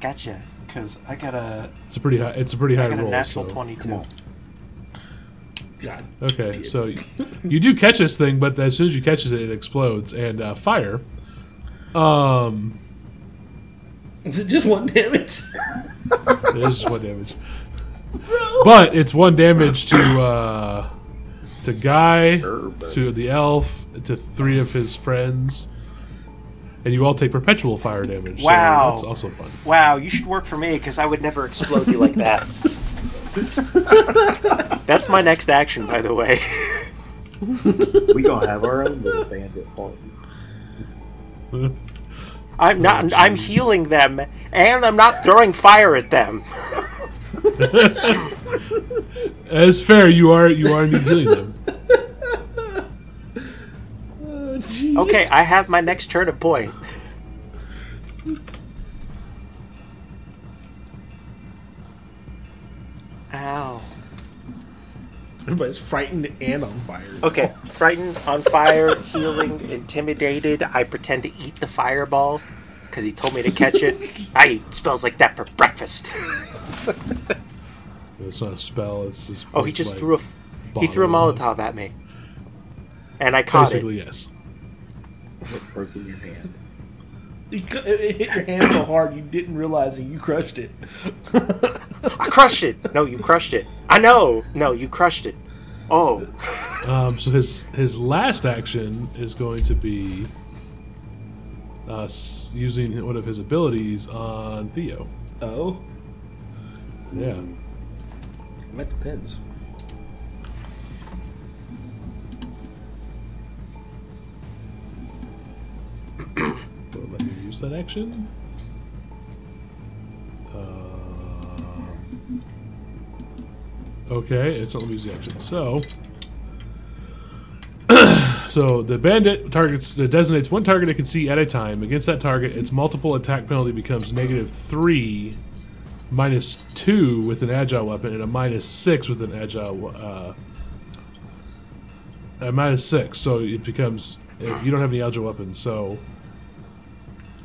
Speaker 1: gotcha, because I got a
Speaker 2: It's a pretty high. It's a pretty
Speaker 1: I
Speaker 2: high
Speaker 1: got
Speaker 2: roll.
Speaker 1: a natural
Speaker 2: so-
Speaker 1: twenty-two.
Speaker 3: God.
Speaker 2: Okay, so y- you do catch this thing, but as soon as you catch it, it explodes and uh, fire. Um,
Speaker 7: Is it just one damage?
Speaker 2: it is just one damage, but it's one damage to uh, to guy,
Speaker 5: Herb.
Speaker 2: to the elf, to three of his friends, and you all take perpetual fire damage. so
Speaker 1: Wow.
Speaker 2: that's also fun.
Speaker 1: Wow, you should work for me because I would never explode you like that. That's my next action, by the way.
Speaker 5: we gonna have our own little bandit party.
Speaker 1: I'm not. I'm healing them, and I'm not throwing fire at them.
Speaker 2: As fair, you are you are indeed healing them.
Speaker 7: Oh, jeez.
Speaker 1: Okay, I have my next turn of point. Ow.
Speaker 3: Everybody's frightened and on fire.
Speaker 1: Okay, frightened, on fire, healing, intimidated. I pretend to eat the fireball because he told me to catch it. I eat spells like that for breakfast.
Speaker 2: It's not a spell. It's just
Speaker 1: Oh, he just threw a f- he threw a
Speaker 2: bottle.
Speaker 1: Molotov at me, and I caught it.
Speaker 2: basically yes.
Speaker 5: Broken your hand.
Speaker 3: You cu- It hit your hand so hard you didn't realize it. You crushed it.
Speaker 1: I crushed it. No, you crushed it. I know. No, you crushed it. Oh,
Speaker 2: Um, so his his last action is going to be uh, s- using one of his abilities on Theo.
Speaker 3: Oh,
Speaker 2: Yeah,
Speaker 3: that depends.
Speaker 2: Will it let me use that action. Um okay, it's not let me use the action. So. So the bandit targets uh, designates one target it can see at a time. Against that target, its multiple attack penalty becomes negative three, minus two with an agile weapon, and a minus six with an agile. Uh, a minus six, so it becomes if you don't have any agile weapons. So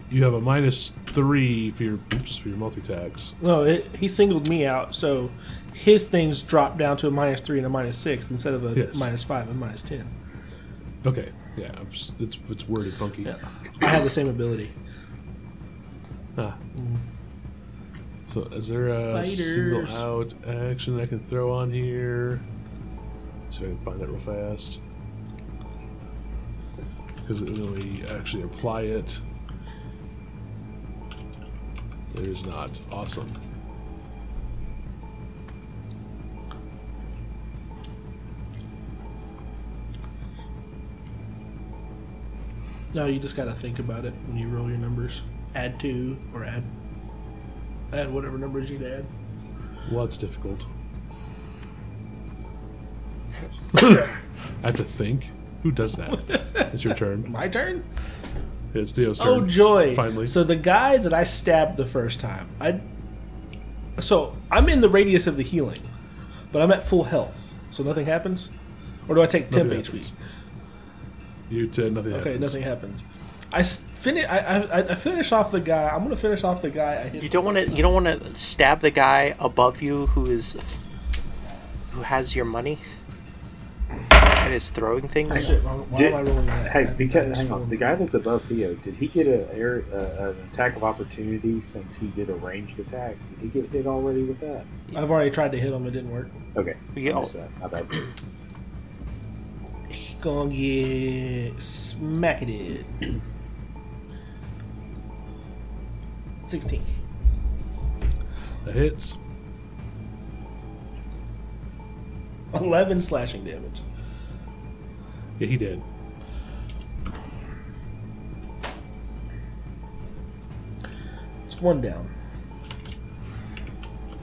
Speaker 2: you have a minus three for your oops, for your multi tags.
Speaker 3: No, it, he singled me out, so his things dropped down to a minus three and a minus six instead of a
Speaker 2: Yes.
Speaker 3: minus five and minus ten.
Speaker 2: Okay, yeah, I'm just- it's it's worded funky.
Speaker 3: I had the same ability.
Speaker 2: Ah. So is there a
Speaker 3: Fighters.
Speaker 2: single out action I can throw on here? So I can find that real fast. Because it really actually apply it. There's not. Awesome.
Speaker 3: No, you just got to think about it when you roll your numbers. Add two or add add whatever numbers you'd add.
Speaker 2: Well, that's difficult. I have to think. Who does that? It's your turn.
Speaker 3: My turn.
Speaker 2: It's Theo's turn.
Speaker 3: Oh joy!
Speaker 2: Finally.
Speaker 3: So the guy that I stabbed the first time, I. So I'm in the radius of the healing, but I'm at full health, so nothing happens. Or do I take temp
Speaker 2: Nothing
Speaker 3: each week?
Speaker 2: happens. You did nothing.
Speaker 3: Okay,
Speaker 2: happens.
Speaker 3: nothing happens. I s- fini- I, I, I finish off the guy. I'm gonna finish off the guy. I hit.
Speaker 1: you don't want to. You don't want to stab the guy above you who is who has your money and is throwing things.
Speaker 3: Shit, why, why
Speaker 5: Did-
Speaker 3: am I rolling that?
Speaker 5: Hey,
Speaker 3: I- I
Speaker 5: because
Speaker 3: just
Speaker 5: hang on,
Speaker 3: rolled-
Speaker 5: the guy that's above Theo, did he get a air, uh, an attack of opportunity since he did a ranged attack? Did he get hit already with that?
Speaker 3: I've already tried to hit him. It didn't work.
Speaker 5: Okay,
Speaker 1: Yeah.
Speaker 5: I missed that. My bad.
Speaker 3: He gonna get smacked it. Sixteen.
Speaker 2: That hits.
Speaker 3: 11 slashing damage.
Speaker 2: Yeah, he did.
Speaker 3: It's one down.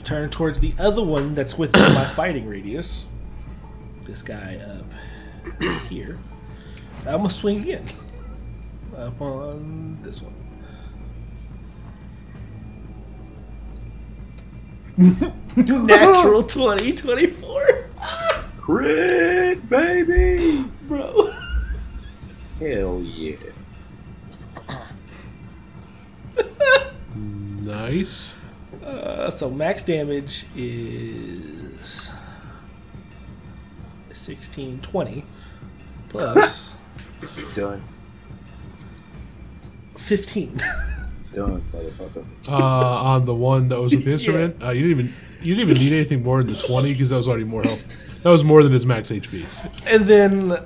Speaker 3: Turn towards the other one that's within my fighting radius. This guy up here. I'm gonna swing again. Up on this one.
Speaker 7: Natural 20, 24.
Speaker 5: Crit, baby!
Speaker 7: Bro.
Speaker 5: Hell yeah.
Speaker 2: Nice.
Speaker 3: Uh, so max damage is 1620 plus
Speaker 5: Done.
Speaker 3: 15.
Speaker 5: Done, motherfucker.
Speaker 2: Uh, on the one that was with the instrument, uh, you didn't even you didn't even need anything more than the twenty because that was already more health. That was more than his max HP.
Speaker 3: and then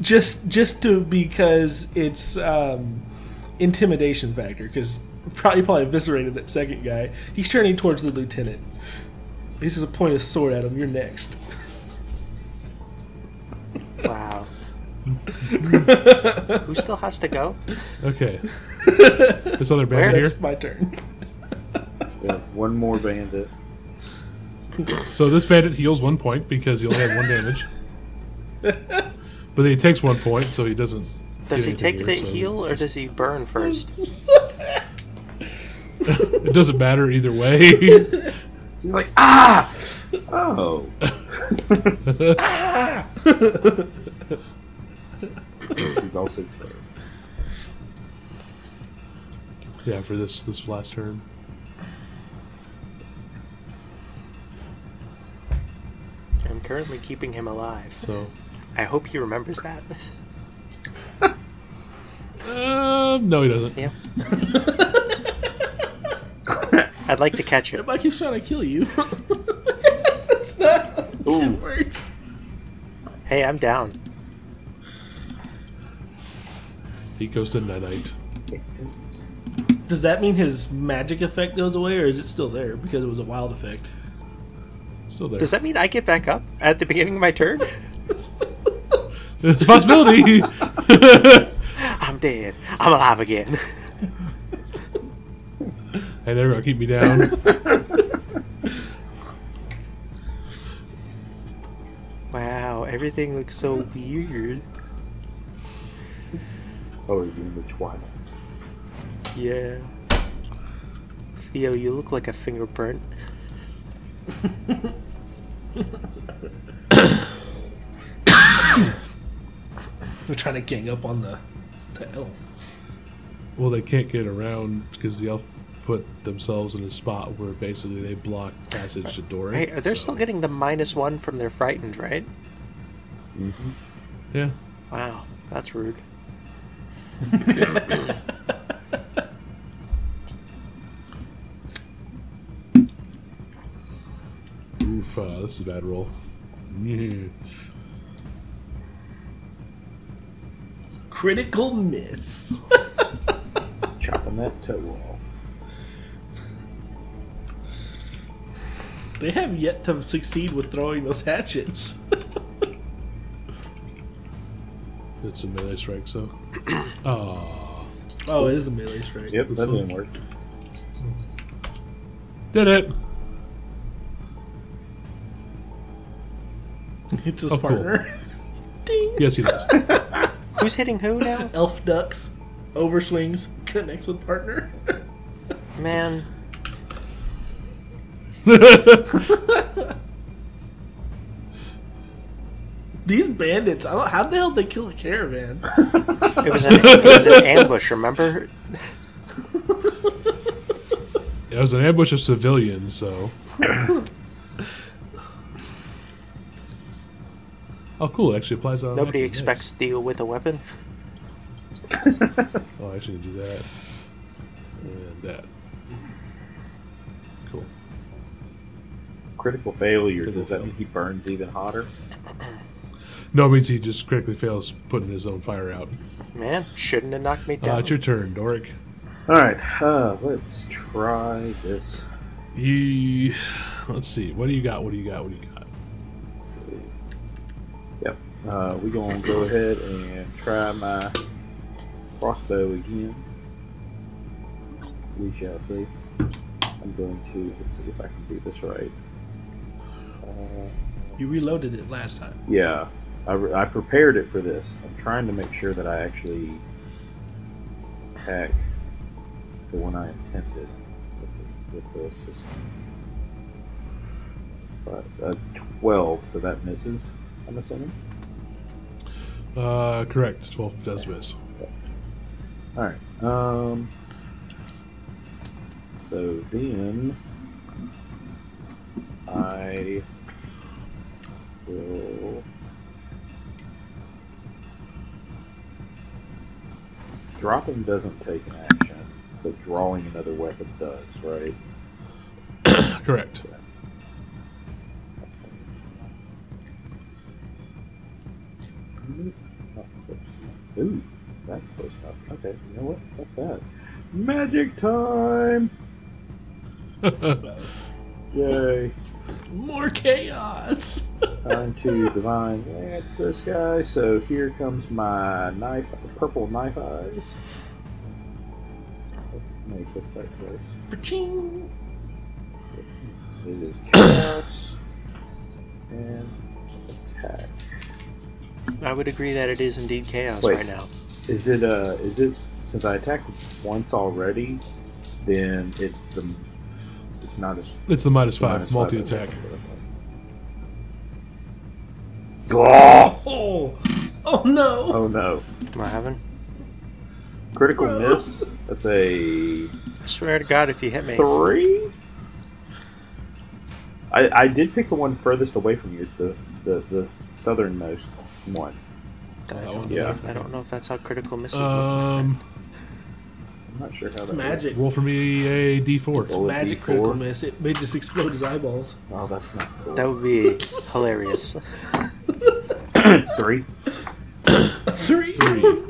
Speaker 3: just just to because it's um, intimidation factor because probably probably eviscerated that second guy. He's turning towards the lieutenant. He's gonna point his sword at him. You're next.
Speaker 1: Wow. Who still has to go?
Speaker 2: Okay. This other band
Speaker 1: Where?
Speaker 2: here.
Speaker 3: It's my turn.
Speaker 5: Yeah, one more bandit.
Speaker 2: So this bandit heals one point because he only had one damage. But then he takes one point, so he doesn't.
Speaker 1: Does he
Speaker 2: get
Speaker 1: take the
Speaker 2: anything here, so
Speaker 1: heal or does he burn first?
Speaker 2: It doesn't matter either way.
Speaker 5: He's like, ah! Oh. He's also clear.
Speaker 2: yeah, for this this last turn.
Speaker 1: I'm currently keeping him alive.
Speaker 2: So,
Speaker 1: I hope he remembers that.
Speaker 2: um, no, he doesn't.
Speaker 1: Yeah. I'd like to catch him.
Speaker 3: Everybody keeps trying to kill you.
Speaker 7: That's not how
Speaker 5: Ooh.
Speaker 7: shit works.
Speaker 1: Hey, I'm down.
Speaker 2: He goes to night night.
Speaker 3: Does that mean his magic effect goes away, or is it still there because it was a wild effect?
Speaker 2: Still there.
Speaker 1: Does that mean I get back up at the beginning of my turn?
Speaker 2: It's a possibility.
Speaker 1: I'm dead. I'm alive again.
Speaker 2: Hey, there we go. Keep me down.
Speaker 1: Wow, everything looks so weird.
Speaker 5: Oh, he's doing the twine.
Speaker 1: Yeah. Theo, you look like a fingerprint.
Speaker 3: We're trying to gang up on the, the elf.
Speaker 2: well, they can't get around because the elf put themselves in a spot where basically they block passage to Dory.
Speaker 1: Hey, they're
Speaker 2: so-
Speaker 1: still getting the minus one from their frightened, right?
Speaker 2: Yeah.
Speaker 1: Wow, that's rude.
Speaker 2: Oof, uh, this is a bad roll.
Speaker 3: Critical miss.
Speaker 5: Chopping that toe off.
Speaker 3: They have yet to succeed with throwing those hatchets.
Speaker 2: It's a melee strike, so. Oh.
Speaker 3: Oh, it is a melee strike.
Speaker 5: Yep, that
Speaker 2: This one.
Speaker 5: didn't work.
Speaker 2: Did it.
Speaker 3: It's his
Speaker 2: Oh, cool.
Speaker 3: partner. Ding.
Speaker 2: Yes, he does.
Speaker 1: Who's hitting who now?
Speaker 3: Elf ducks, overswings, connects with partner.
Speaker 1: Man,
Speaker 3: These bandits, I don't, how the hell did they kill a caravan?
Speaker 1: it was an, it was an ambush, remember?
Speaker 2: it was an ambush of civilians, so. oh, cool. It actually applies on.
Speaker 1: Nobody expects Theo with a weapon.
Speaker 2: Oh, I actually do that. And that. Cool.
Speaker 5: Critical failure. Does that mean he burns even hotter?
Speaker 2: No, it means he just critically fails putting his own fire out.
Speaker 1: Man, shouldn't have knocked me
Speaker 2: Uh,
Speaker 1: down.
Speaker 2: it's your turn, Doric.
Speaker 5: Alright, uh, let's try this.
Speaker 2: You. Let's see. What do you got? What do you got? What do you got?
Speaker 5: Yep. Uh, we're going to go ahead and try my crossbow again. We shall see. I'm going to, let's see if I can do this right. Uh,
Speaker 3: You reloaded it last time.
Speaker 5: yeah, I, re- I prepared it for this. I'm trying to make sure that I actually hack the one I attempted with the, with the system. But a twelve, so that misses. I'm assuming.
Speaker 2: Uh, correct. 12 does miss.
Speaker 5: All right. Um. So then, I will dropping doesn't take an action, but drawing another weapon does, right?
Speaker 2: Correct.
Speaker 5: Ooh, that's close enough. Okay, you know what? Fuck that. Magic time! Yay!
Speaker 7: More chaos.
Speaker 5: Time to divine lance this guy. So here comes my knife, purple knife eyes. Make it that close. It is chaos and attack.
Speaker 1: I would agree that it is indeed chaos
Speaker 5: Wait.
Speaker 1: right now.
Speaker 5: Is it uh? Is it since I attacked once already? Then it's the. It's not as
Speaker 2: It's the minus
Speaker 5: minus
Speaker 2: five,
Speaker 5: five
Speaker 2: multi attack.
Speaker 5: Gah!
Speaker 7: Oh, oh no.
Speaker 5: Oh no!
Speaker 1: Am I having?
Speaker 5: Critical miss. That's a
Speaker 1: I swear to God, if you hit me,
Speaker 5: three. I, I did pick the one furthest away from you. It's the the, the southernmost one.
Speaker 1: I don't,
Speaker 5: yeah.
Speaker 1: I don't know if that's how critical misses work.
Speaker 2: Um,
Speaker 5: I'm not sure how
Speaker 3: It's
Speaker 5: that
Speaker 3: magic.
Speaker 2: roll for me a d4.
Speaker 5: Roll a
Speaker 3: Magic
Speaker 5: D4.
Speaker 3: critical miss. It may just explode his eyeballs.
Speaker 5: Oh, that's not cool.
Speaker 1: That would be hilarious.
Speaker 5: three.
Speaker 7: Three.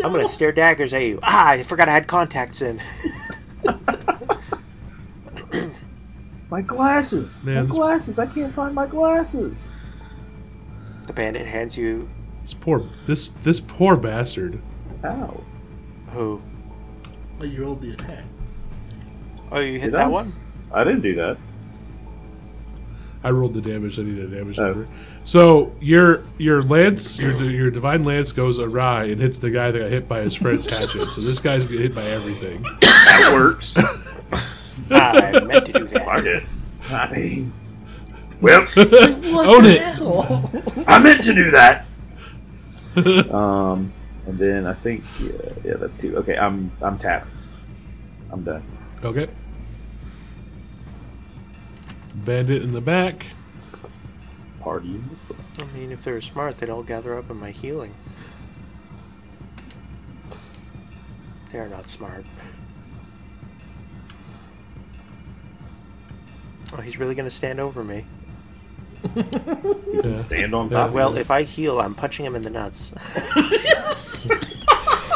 Speaker 1: I'm gonna stare daggers at you. Ah, I forgot I had contacts in.
Speaker 5: My glasses.
Speaker 2: Man,
Speaker 5: my
Speaker 2: this-
Speaker 5: glasses. I can't find my glasses.
Speaker 1: The bandit hands you
Speaker 2: This poor, this this poor bastard.
Speaker 5: How?
Speaker 1: who?
Speaker 3: Oh, you rolled the attack.
Speaker 1: Oh, you hit
Speaker 5: Did
Speaker 1: that
Speaker 5: I?
Speaker 1: one?
Speaker 5: I didn't do that.
Speaker 2: I rolled the damage. I need a damage
Speaker 5: Oh.
Speaker 2: number. So your your lance, your your divine lance goes awry and hits the guy that got hit by his friend's hatchet. So this guy's getting hit by everything.
Speaker 5: That works. Fuck
Speaker 1: Ah, I meant to do that.
Speaker 5: it. I mean, well,
Speaker 7: What
Speaker 2: Own
Speaker 7: the
Speaker 2: it.
Speaker 7: hell?
Speaker 5: I meant to do that. um, and then I think yeah, yeah, that's two. Okay, I'm I'm tapped. I'm done.
Speaker 2: Okay. Bandit in the back.
Speaker 5: Party in the front.
Speaker 1: I mean, if they were smart, they'd all gather up in my healing. They are not smart. Oh, he's really gonna stand over me.
Speaker 2: Yeah.
Speaker 5: Stand
Speaker 3: Uh,
Speaker 5: on
Speaker 2: Yeah.
Speaker 5: top.
Speaker 1: Well, if I heal, I'm punching him in the nuts.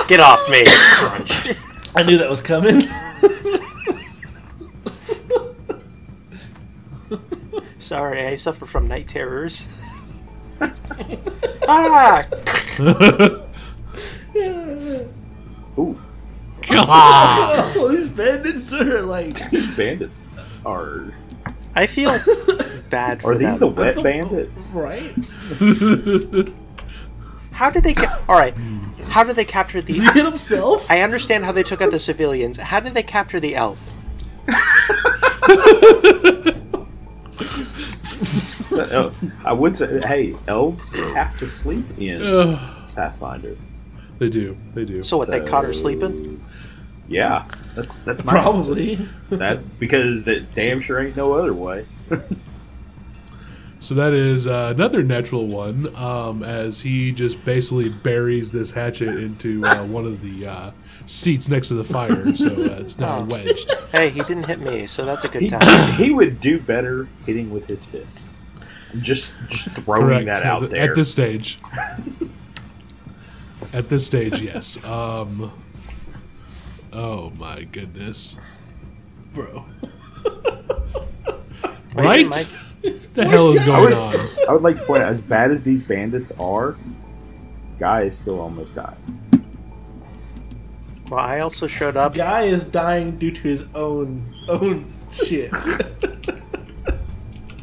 Speaker 1: Get off me! Crunch.
Speaker 7: I knew that was coming.
Speaker 1: Sorry, I suffer from night terrors. ah!
Speaker 5: Ooh,
Speaker 7: oh, these bandits are like.
Speaker 5: these bandits are.
Speaker 1: I feel bad for
Speaker 5: Are these the
Speaker 1: them.
Speaker 5: wet bandits?
Speaker 3: Right?
Speaker 1: How did they? Ca- All right. How did they capture the?
Speaker 7: He hit himself?
Speaker 1: I understand how they took out the civilians. How did they capture the elf?
Speaker 5: Uh, I would say, hey, elves have to sleep in
Speaker 2: Ugh.
Speaker 5: Pathfinder.
Speaker 2: they do. They do.
Speaker 1: So what? They caught her sleeping.
Speaker 5: So, Yeah, that's that's my answer.
Speaker 7: Probably.
Speaker 5: that because that damn sure ain't no other way.
Speaker 2: So that is uh, another natural one, um, as he just basically buries this hatchet into uh, one of the uh, seats next to the fire, so uh, it's now
Speaker 1: Oh.
Speaker 2: wedged.
Speaker 1: Hey, he didn't hit me, so that's a good
Speaker 5: He,
Speaker 1: time.
Speaker 5: he would do better hitting with his fist. I'm just just throwing
Speaker 2: Correct.
Speaker 5: that
Speaker 2: At
Speaker 5: out
Speaker 2: th-
Speaker 5: there.
Speaker 2: At this stage. at this stage, yes. Um, oh my goodness.
Speaker 7: Bro.
Speaker 2: Right?
Speaker 1: Mike?
Speaker 2: What the hell is
Speaker 5: I
Speaker 2: going
Speaker 5: would,
Speaker 2: on?
Speaker 5: I would like to point out, as bad as these bandits are, guy is still almost dying.
Speaker 1: Well, I also showed up.
Speaker 3: Guy is dying due to his own own shit.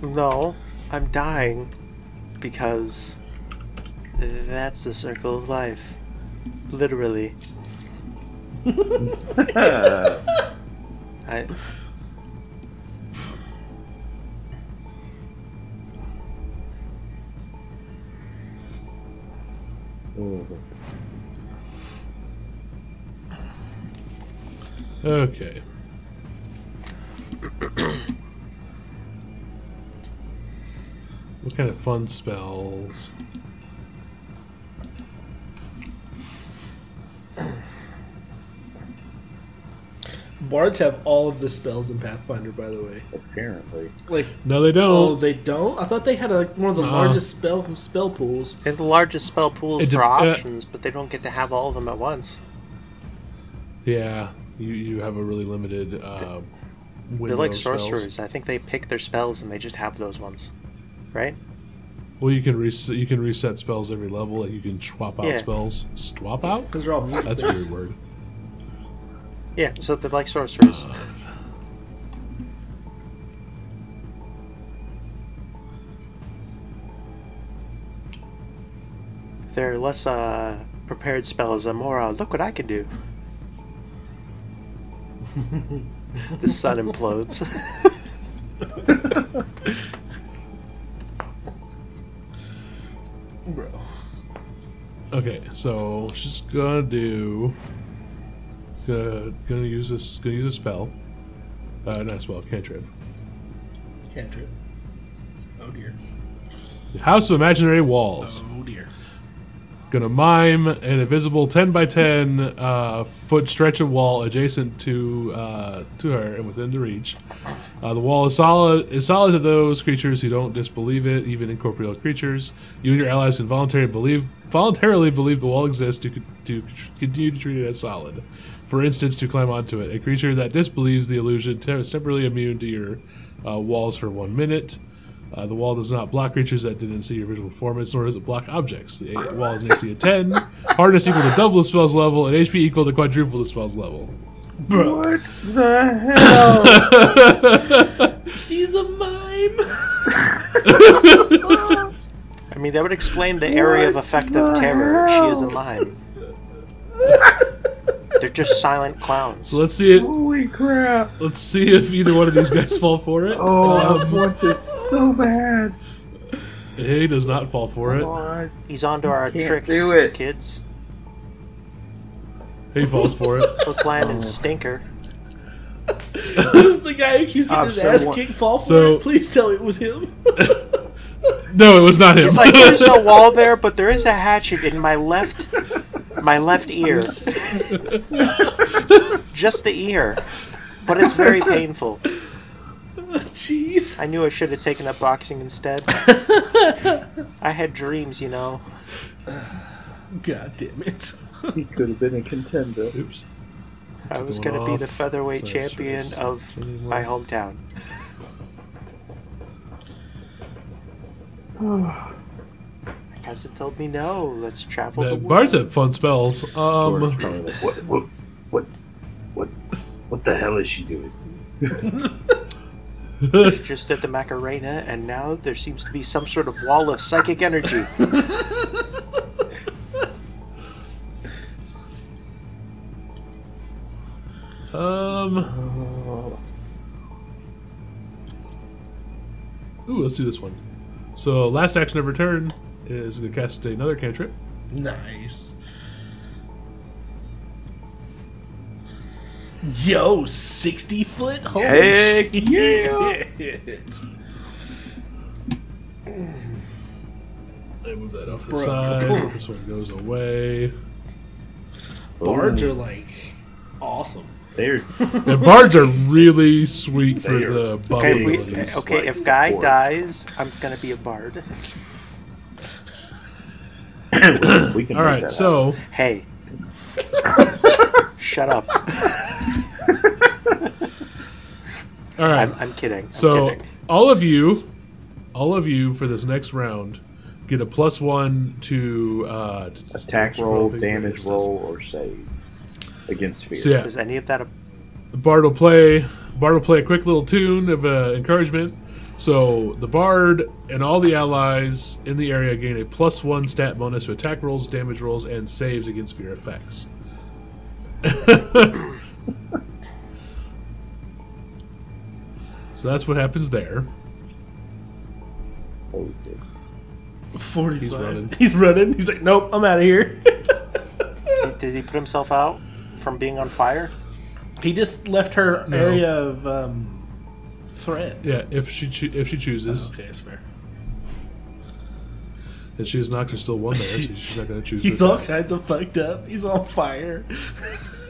Speaker 1: No, I'm dying because that's the circle of life. Literally. I.
Speaker 2: Mm-hmm. Okay. what kind of fun spells?
Speaker 3: Bards have all of the spells in Pathfinder, by the way.
Speaker 5: Apparently,
Speaker 3: Like,
Speaker 2: No, they
Speaker 3: oh,
Speaker 2: don't.
Speaker 3: they don't. I thought they had like one of the
Speaker 2: No.
Speaker 3: largest spell spell pools.
Speaker 1: They have the largest spell pools
Speaker 2: It de-
Speaker 1: for
Speaker 2: uh,
Speaker 1: options, but they don't get to have all of them at once.
Speaker 2: yeah, you you have a really limited. Uh,
Speaker 1: They're
Speaker 2: window
Speaker 1: like
Speaker 2: of spells.
Speaker 1: sorcerers. I think they pick their spells and they just have those ones, right?
Speaker 2: Well, you can reset. You can reset spells every level. Like you can swap out
Speaker 1: Yeah.
Speaker 2: spells. Swap out?
Speaker 3: Because they're all music
Speaker 2: That's a
Speaker 3: based.
Speaker 2: weird word.
Speaker 1: Yeah, so they're like sorcerers. They're less uh, prepared spells and more, uh, look what I can do. the sun implodes.
Speaker 3: bro.
Speaker 2: Okay, so she's gonna do. Gonna, gonna use this. Gonna use a spell. Uh, not a spell, cantrip.
Speaker 3: Cantrip. Oh dear.
Speaker 2: House of Imaginary Walls.
Speaker 3: Oh dear.
Speaker 2: Gonna mime an invisible 10 by 10 uh, foot stretch of wall adjacent to uh, to her and within the reach. Uh, the wall is solid is solid to those creatures who don't disbelieve it, even incorporeal creatures. You and your allies can voluntarily believe voluntarily believe the wall exists to, con- to continue to treat it as solid. For instance, to climb onto it, a creature that disbelieves the illusion te- is temporarily immune to your uh, walls for one minute. Uh, the wall does not block creatures that didn't see your visual performance, nor does it block objects. The a- wall is an AC of 10, hardness equal to double the spell's level, and HP equal to quadruple the spell's level.
Speaker 5: what the hell?
Speaker 7: She's a mime.
Speaker 1: I mean, that would explain the area of effect of terror. She is a mime. They're just silent clowns.
Speaker 2: So let's see it.
Speaker 5: Holy crap!
Speaker 2: Let's see if either one of these guys fall for it.
Speaker 5: Oh, I
Speaker 2: Um,
Speaker 5: want this so bad.
Speaker 2: he does not fall for it.
Speaker 5: Oh,
Speaker 1: He's onto our
Speaker 5: Can't
Speaker 1: tricks,
Speaker 5: do it.
Speaker 1: kids.
Speaker 2: He falls for it.
Speaker 1: Bookland
Speaker 5: Oh.
Speaker 1: and Stinker.
Speaker 7: Who's the guy who keeps getting
Speaker 5: I'm
Speaker 7: his
Speaker 5: so
Speaker 7: ass
Speaker 5: wa-
Speaker 7: kicked? Fall for
Speaker 2: So-
Speaker 7: it. Please tell me it was him.
Speaker 2: No, it was not him.
Speaker 1: It's like there's no wall there, but there is a hatchet in my left, my left ear. Just the ear, but it's very painful.
Speaker 7: Jeez.
Speaker 1: I knew I should have taken up boxing instead. I had dreams, you know.
Speaker 3: God damn it.
Speaker 5: he could have been a contender.
Speaker 2: Oops.
Speaker 1: I was gonna be the featherweight champion of my hometown. my cousin told me no. Let's travel the
Speaker 2: Uh,
Speaker 1: world.
Speaker 2: Bards have fun spells.
Speaker 5: Or
Speaker 2: Um,
Speaker 5: probably like, what, what, what, what, what the hell is she doing?
Speaker 1: just at the Macarena, and now there seems to be some sort of wall of psychic energy.
Speaker 2: um. Ooh, let's do this one. So, last action of her turn is going to cast another cantrip.
Speaker 3: Nice. Yo, 60 foot? Holy
Speaker 5: Heck
Speaker 3: shit.
Speaker 2: I move that off the
Speaker 3: Bro.
Speaker 2: side. This one goes away.
Speaker 3: Bards
Speaker 5: Ooh.
Speaker 3: are like awesome.
Speaker 5: They're
Speaker 2: The bards are really sweet for
Speaker 5: They are
Speaker 2: the bubble
Speaker 1: Okay, if, we, eh,
Speaker 2: abilities.
Speaker 1: okay, if
Speaker 5: like
Speaker 1: Guy
Speaker 5: support.
Speaker 1: dies, I'm gonna be a bard.
Speaker 5: we can.
Speaker 2: All
Speaker 5: make that
Speaker 2: right, so
Speaker 1: Hey, shut up!
Speaker 2: all right,
Speaker 1: I'm, I'm kidding. I'm
Speaker 2: so
Speaker 1: kidding.
Speaker 2: all of you, all of you for this next round get a plus one to uh, t-
Speaker 5: happen. attack roll, damage roll, or save against fear.
Speaker 2: So yeah,
Speaker 1: Is any of that a
Speaker 2: Bard will play. Bard will play a quick little tune of uh, encouragement. So the bard and all the allies in the area gain a plus one stat bonus to attack rolls, damage rolls, and saves against fear effects. so that's what happens there.
Speaker 5: Holy shit.
Speaker 3: 45.
Speaker 2: He's running.
Speaker 3: He's running. He's like, nope, I'm out of here.
Speaker 1: Did he put himself out from being on fire?
Speaker 3: He just left her
Speaker 2: No.
Speaker 3: area of um, threat.
Speaker 2: Yeah, if she choo- if she chooses,
Speaker 3: Okay, that's fair.
Speaker 1: Uh-huh.
Speaker 2: and she is not. There's still one there. so she's not going to choose.
Speaker 7: He's
Speaker 2: it.
Speaker 7: all kinds of fucked up. He's on fire.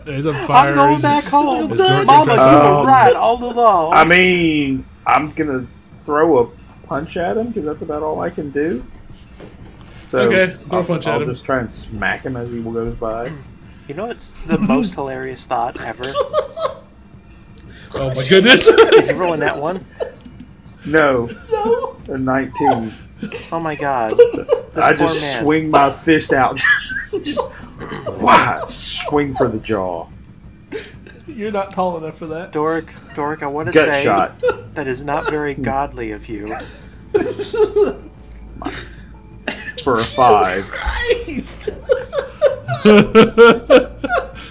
Speaker 2: He's on fire.
Speaker 1: I'm going
Speaker 2: he's
Speaker 1: back
Speaker 2: just- Um,
Speaker 1: home.
Speaker 2: it's dark
Speaker 1: Mama, you
Speaker 2: outside.
Speaker 1: were right all along.
Speaker 5: I mean, I'm gonna throw a punch at him because that's about all I can do. So
Speaker 2: Okay, throw a punch
Speaker 5: I'll,
Speaker 2: at
Speaker 5: I'll
Speaker 2: him.
Speaker 5: just try and smack him as he goes by.
Speaker 1: you know it's the most hilarious thought ever.
Speaker 2: Oh my goodness!
Speaker 1: Did you ruin that one?
Speaker 5: No, no, a nineteen.
Speaker 1: Oh my god.
Speaker 5: I
Speaker 1: poor
Speaker 5: just
Speaker 1: man.
Speaker 5: swing my fist out. Just, wow, swing for the jaw.
Speaker 7: You're not tall enough for that.
Speaker 1: Dork, Dork, I want to
Speaker 5: Gut
Speaker 1: say
Speaker 5: shot.
Speaker 1: that is not very godly of you.
Speaker 5: for a five.
Speaker 7: Christ!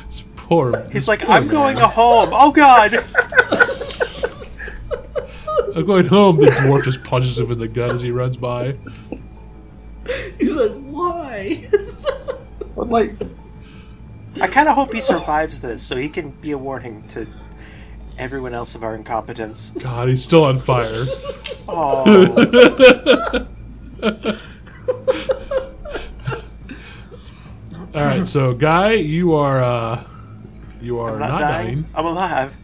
Speaker 2: It's poor.
Speaker 1: He's like, I'm going home. Oh god.
Speaker 2: I'm going home. The dwarf just punches him in the gut as he runs by.
Speaker 7: He's like, why?
Speaker 5: But like,
Speaker 1: I kind of hope he survives this so he can be a warning to everyone else of our incompetence.
Speaker 2: God, he's still on fire.
Speaker 1: Oh,
Speaker 2: All right, so guy, you are uh, you are
Speaker 1: I'm
Speaker 2: not,
Speaker 1: not dying.
Speaker 2: dying.
Speaker 1: I'm alive.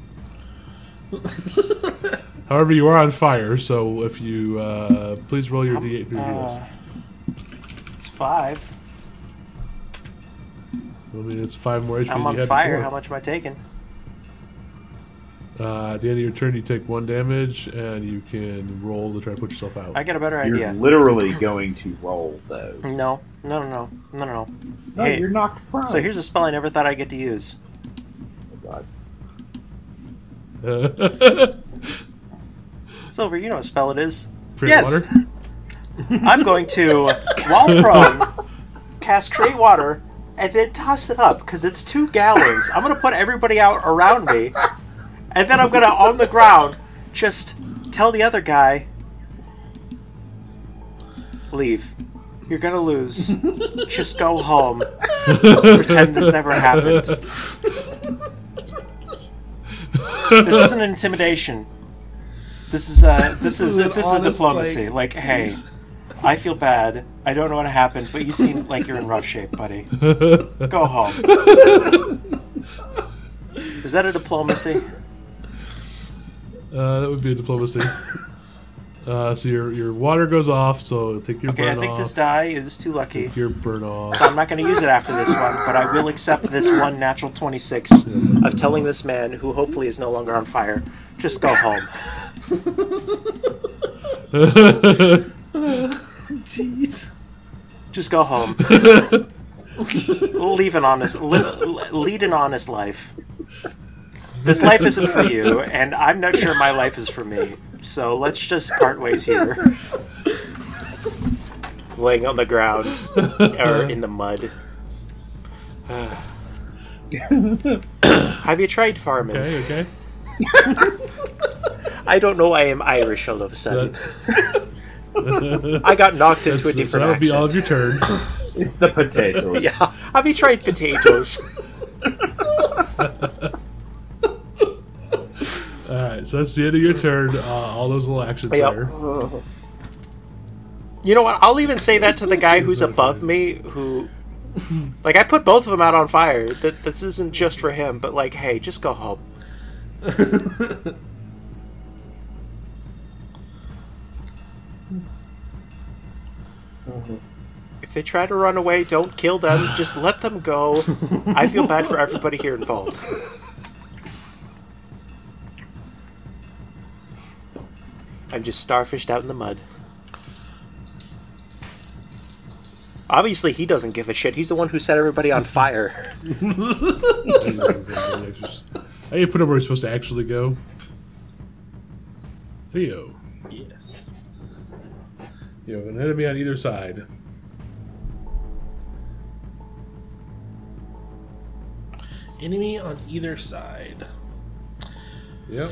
Speaker 2: However, you are on fire. So if you uh, please roll your d8 for your
Speaker 1: Uh,
Speaker 2: heals.
Speaker 1: it's five.
Speaker 2: I mean, it's five more HP. than
Speaker 1: I'm
Speaker 2: you
Speaker 1: on
Speaker 2: had
Speaker 1: fire.
Speaker 2: before.
Speaker 1: How much am I taking?
Speaker 2: Uh, at the end of your turn, you take one damage, and you can roll to try to put yourself out.
Speaker 1: I got a better
Speaker 5: you're
Speaker 1: idea.
Speaker 5: literally going to roll though.
Speaker 1: No, no, no, no, no, no.
Speaker 5: No,
Speaker 1: Hey,
Speaker 5: you're knocked prone.
Speaker 2: Oh.
Speaker 1: So here's a spell I never thought I'd get to use.
Speaker 5: Oh, God.
Speaker 1: Silver, you know what spell it is.
Speaker 2: Create
Speaker 1: Yes.
Speaker 2: water?
Speaker 1: I'm going to, while prone, cast create water and then toss it up because it's two gallons. I'm going to put everybody out around me, and then I'm going to on the ground just tell the other guy, leave. You're going to lose. just go home. Pretend this never happened. This isn't intimidation. This is uh, this is
Speaker 7: an
Speaker 1: this is
Speaker 7: honest,
Speaker 1: diplomacy. Like, hey, I feel bad. I don't know what happened, but you seem like you're in rough shape, buddy. Go home. is that a diplomacy?
Speaker 2: Uh, that would be a diplomacy. uh, so your your water goes off. So take your
Speaker 1: Okay, I
Speaker 2: burn
Speaker 1: think
Speaker 2: off.
Speaker 1: this die is too lucky.
Speaker 2: Your burn off.
Speaker 1: So I'm not going to use it after this one, but I will accept this one natural 26 of telling this man, who hopefully is no longer on fire, just go home.
Speaker 7: Jeez.
Speaker 1: Just go home. Leave an honest, live, lead an honest life. This life isn't for you, and I'm not sure my life is for me. So let's just part ways here. Laying on the ground or in the mud. Have you tried farming?
Speaker 2: okay, okay.
Speaker 1: I don't know. why I am Irish all of a sudden.
Speaker 2: That-
Speaker 1: I got knocked into a
Speaker 2: so
Speaker 1: different
Speaker 2: that'll be all of
Speaker 1: accent.
Speaker 2: your turn.
Speaker 5: It's the potatoes.
Speaker 1: Yeah. Have you tried potatoes?
Speaker 2: all right, so that's the end of your turn. Uh, all those little actions
Speaker 1: Yep.
Speaker 2: there.
Speaker 1: You know what? I'll even say that to the guy who's above me, who, like, I put both of them out on fire. That this isn't just for him, but like, hey, just go home. If they try to run away, don't kill them. Just let them go. I feel bad for everybody here involved. I'm just starfished out in the mud. Obviously, he doesn't give a shit. He's the one who set everybody on fire.
Speaker 2: I need to put up where he's supposed to actually go. Theo,
Speaker 3: Yes.
Speaker 2: you have an enemy on either side.
Speaker 3: Enemy on either side.
Speaker 2: Yep.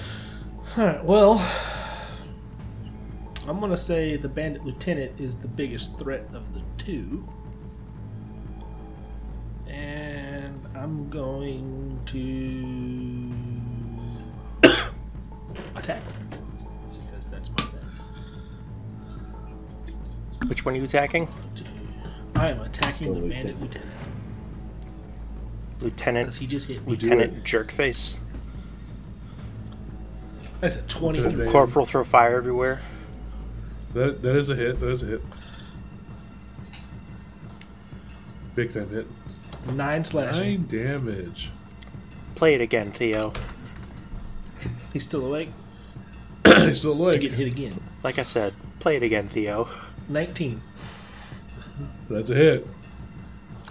Speaker 3: All right. Well, I'm gonna say the bandit lieutenant is the biggest threat of the two, and I'm going to
Speaker 1: Which one are you attacking?
Speaker 3: I am attacking
Speaker 5: The
Speaker 3: the bandit
Speaker 5: lieutenant.
Speaker 3: lieutenant
Speaker 1: Lieutenant
Speaker 3: because he just hit me.
Speaker 1: Lieutenant Jerkface.
Speaker 3: That's a
Speaker 2: Could've
Speaker 3: twenty.
Speaker 2: been.
Speaker 1: Corporal throw fire everywhere.
Speaker 2: That that is a hit. That is a hit. Big time hit.
Speaker 3: Nine slashing.
Speaker 2: Nine damage.
Speaker 1: Play it again, Theo.
Speaker 3: He's still awake.
Speaker 2: He's still
Speaker 3: He
Speaker 2: awake.
Speaker 3: get hit again.
Speaker 1: Like I said, play it again, Theo.
Speaker 3: Nineteen.
Speaker 2: That's a hit.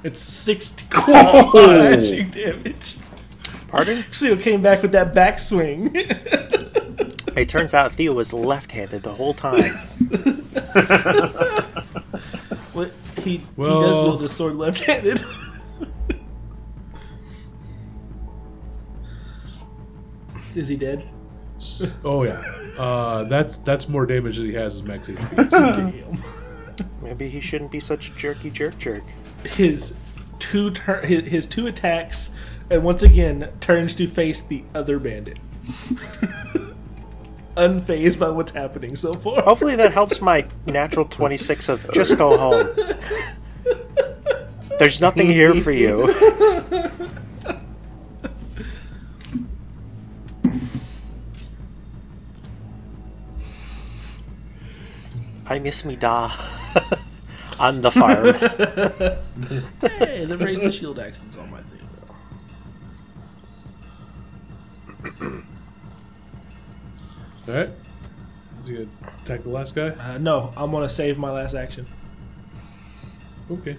Speaker 3: It's sixteen
Speaker 5: Oh!
Speaker 7: Slashing damage.
Speaker 1: Pardon?
Speaker 3: Seal came back with that backswing.
Speaker 1: It turns out Theo was left-handed the whole time.
Speaker 3: what he
Speaker 2: Well-
Speaker 3: he does wield his sword left-handed. Is he dead?
Speaker 2: S- Oh yeah. Uh, that's that's more damage than he has as max HP. So
Speaker 3: Damn.
Speaker 1: Maybe he shouldn't be such a jerky jerk jerk.
Speaker 3: His two tur- his, his two attacks, and once again turns to face the other bandit. Unfazed by what's happening so far.
Speaker 1: Hopefully that helps my natural 26 of just go home. There's nothing here for you. I miss me da on the farm.
Speaker 3: Hey, they raised the shield accents on my thing.
Speaker 2: all right. You gonna attack the last guy?
Speaker 3: Uh, no, I'm gonna save my last action.
Speaker 2: Okay.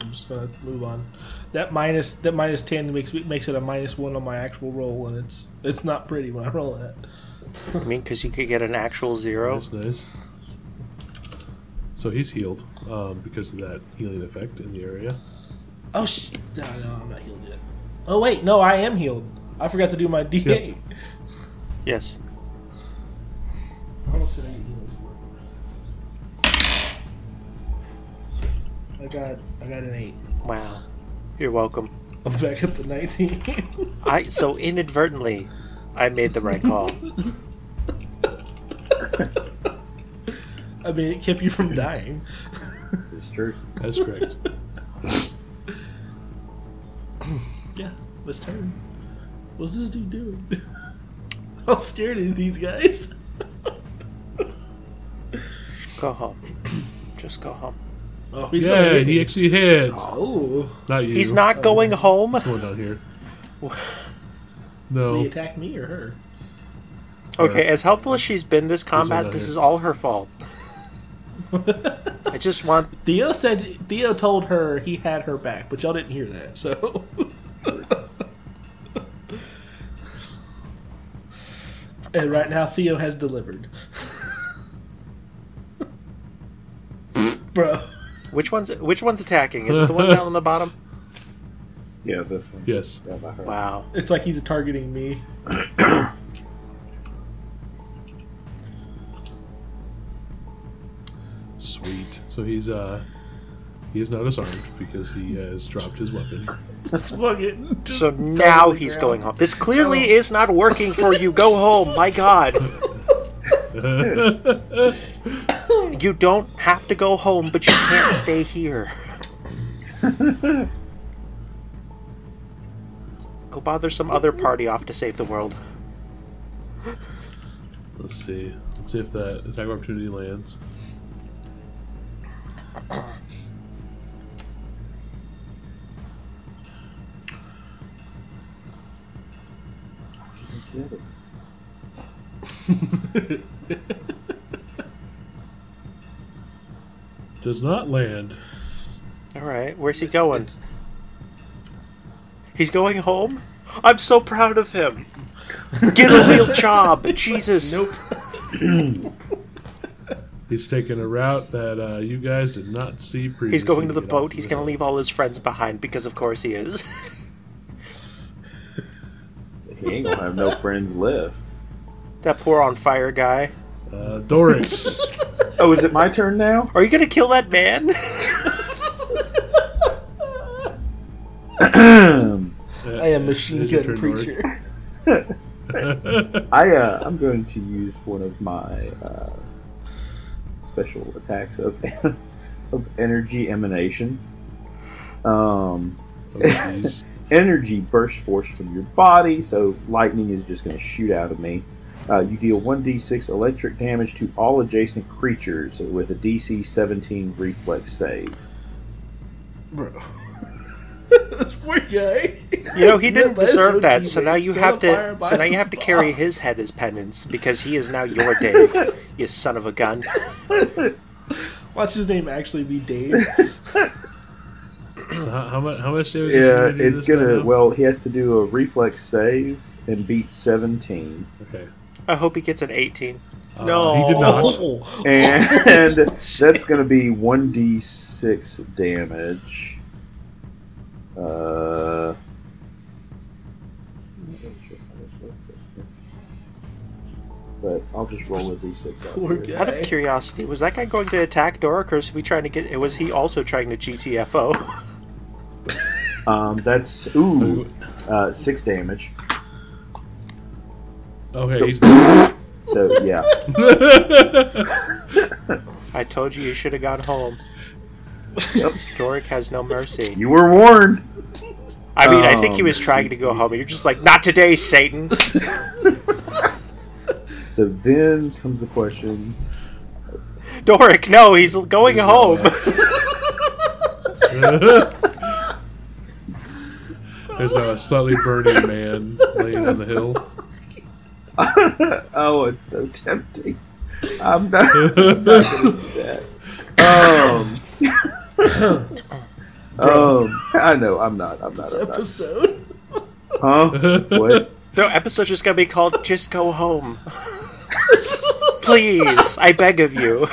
Speaker 3: I'm just gonna move on. That minus that minus ten makes me- makes it a minus one on my actual roll, and it's it's not pretty when I roll that.
Speaker 1: I mean, because you could get an actual zero.
Speaker 2: That's nice. So he's healed um, because of that healing effect in the area.
Speaker 3: Oh sh! No, no, I'm not healed yet. Oh wait, no, I am healed. I forgot to do my D8.
Speaker 1: Yes.
Speaker 3: How much did I get healed for? I got I got an eight.
Speaker 1: Wow. You're welcome.
Speaker 3: I'm back up to nineteen.
Speaker 1: I so inadvertently, I made the right call.
Speaker 3: I mean, it kept you from dying.
Speaker 5: It's true.
Speaker 2: That's correct.
Speaker 3: Yeah, it's turn. What's this dude doing? How scared is these guys?
Speaker 1: Go home. Just go home.
Speaker 3: Oh, he's gonna
Speaker 2: yeah,
Speaker 3: hit
Speaker 2: he
Speaker 3: me.
Speaker 2: actually hit.
Speaker 3: Oh,
Speaker 2: Not you.
Speaker 1: He's not going home.
Speaker 2: Someone down here.
Speaker 3: did
Speaker 2: No.
Speaker 3: he attack me or her?
Speaker 1: Okay, as helpful as she's been this combat,
Speaker 2: another-
Speaker 1: this is all her fault. I just want
Speaker 3: Theo said Theo told her he had her back, but y'all didn't hear that. So And right now Theo has delivered. Bro.
Speaker 1: which one's which one's attacking? Is it the one down on the bottom?
Speaker 5: Yeah, this one.
Speaker 2: Yes.
Speaker 5: Yeah, I heard.
Speaker 1: Wow.
Speaker 3: It's like he's targeting me.
Speaker 2: Sweet. So he's uh he is not disarmed because he has dropped his weapon.
Speaker 3: Slug it. Just
Speaker 1: So
Speaker 3: fell to
Speaker 1: now
Speaker 3: the
Speaker 1: he's
Speaker 3: ground.
Speaker 1: going home. This clearly is not working for you. Go home. My god. You don't have to go home, but you can't stay here. Go bother some other party off to save the world.
Speaker 2: Let's see. Let's see if that attack of opportunity lands.
Speaker 5: That's it.
Speaker 2: Does not land.
Speaker 1: All right, where's he going? He's going home. I'm so proud of him. Get a real job, Jesus. Nope.
Speaker 2: He's taking a route that uh, you guys did not see previously.
Speaker 1: He's going to the
Speaker 2: get
Speaker 1: boat.
Speaker 2: off
Speaker 1: He's
Speaker 2: of
Speaker 1: going
Speaker 2: it.
Speaker 1: to leave all his friends behind because, of course, he is.
Speaker 5: He ain't gonna have no friends left.
Speaker 1: that poor on fire guy.
Speaker 2: Uh, Doric.
Speaker 5: Oh, is it my turn now?
Speaker 1: Are you going to kill that man?
Speaker 5: I
Speaker 2: Uh,
Speaker 7: I am machine
Speaker 2: it is your
Speaker 7: gun
Speaker 2: turn, Doric.
Speaker 7: preacher.
Speaker 5: uh, I'm going to use one of my uh, special attacks of of energy emanation. Um,
Speaker 2: Oh, jeez.
Speaker 5: energy bursts forth from your body, so lightning is just going to shoot out of me. Uh, you deal 1d6 electric damage to all adjacent creatures with a DC 17 reflex save.
Speaker 3: Bro. this poor guy.
Speaker 1: You know he didn't
Speaker 3: Yeah, that's
Speaker 1: deserve
Speaker 3: OT,
Speaker 1: that, so now
Speaker 3: man.
Speaker 1: you
Speaker 3: Set
Speaker 1: have
Speaker 3: a fire
Speaker 1: to.
Speaker 3: by
Speaker 1: So now you have to carry
Speaker 3: box.
Speaker 1: his head as penance because he is now your Dave. you son of a gun.
Speaker 3: Watch his name actually be Dave.
Speaker 2: so how, how much? How much damage? is he
Speaker 5: Yeah,
Speaker 2: gonna do
Speaker 5: it's
Speaker 2: this guy
Speaker 5: going to.
Speaker 2: now?
Speaker 5: Well, he has to do a reflex save and beat 17.
Speaker 2: Okay.
Speaker 1: I hope he gets an 18.
Speaker 2: Uh,
Speaker 1: No.
Speaker 2: he did not.
Speaker 3: Oh,
Speaker 5: And that's going to be 1d6 damage. Uh. But I'll just roll a d6. out
Speaker 3: poor
Speaker 5: here.
Speaker 3: guy.
Speaker 1: Out of curiosity, was that guy going to attack Doric, or was we trying to get? Was he also trying to GTFO?
Speaker 5: Um, that's ooh, uh, six damage.
Speaker 2: Okay. He's,
Speaker 5: So yeah,
Speaker 1: I told you you should have gone home. Doric has no mercy.
Speaker 5: you were warned.
Speaker 1: I mean, I think he
Speaker 5: Um,
Speaker 1: was trying to go home, and you're just like, not today, Satan.
Speaker 5: So then comes the question.
Speaker 1: Doric, no, he's going home.
Speaker 2: There's now a slightly burning man laying on the hill.
Speaker 5: oh, it's so tempting. I'm not. I'm not gonna do that. Um. um. I know. I'm not. I'm not.
Speaker 3: This
Speaker 5: I'm not.
Speaker 3: episode.
Speaker 5: Huh? What?
Speaker 1: The episode's just gonna be called "Just Go Home." Please, I beg of you.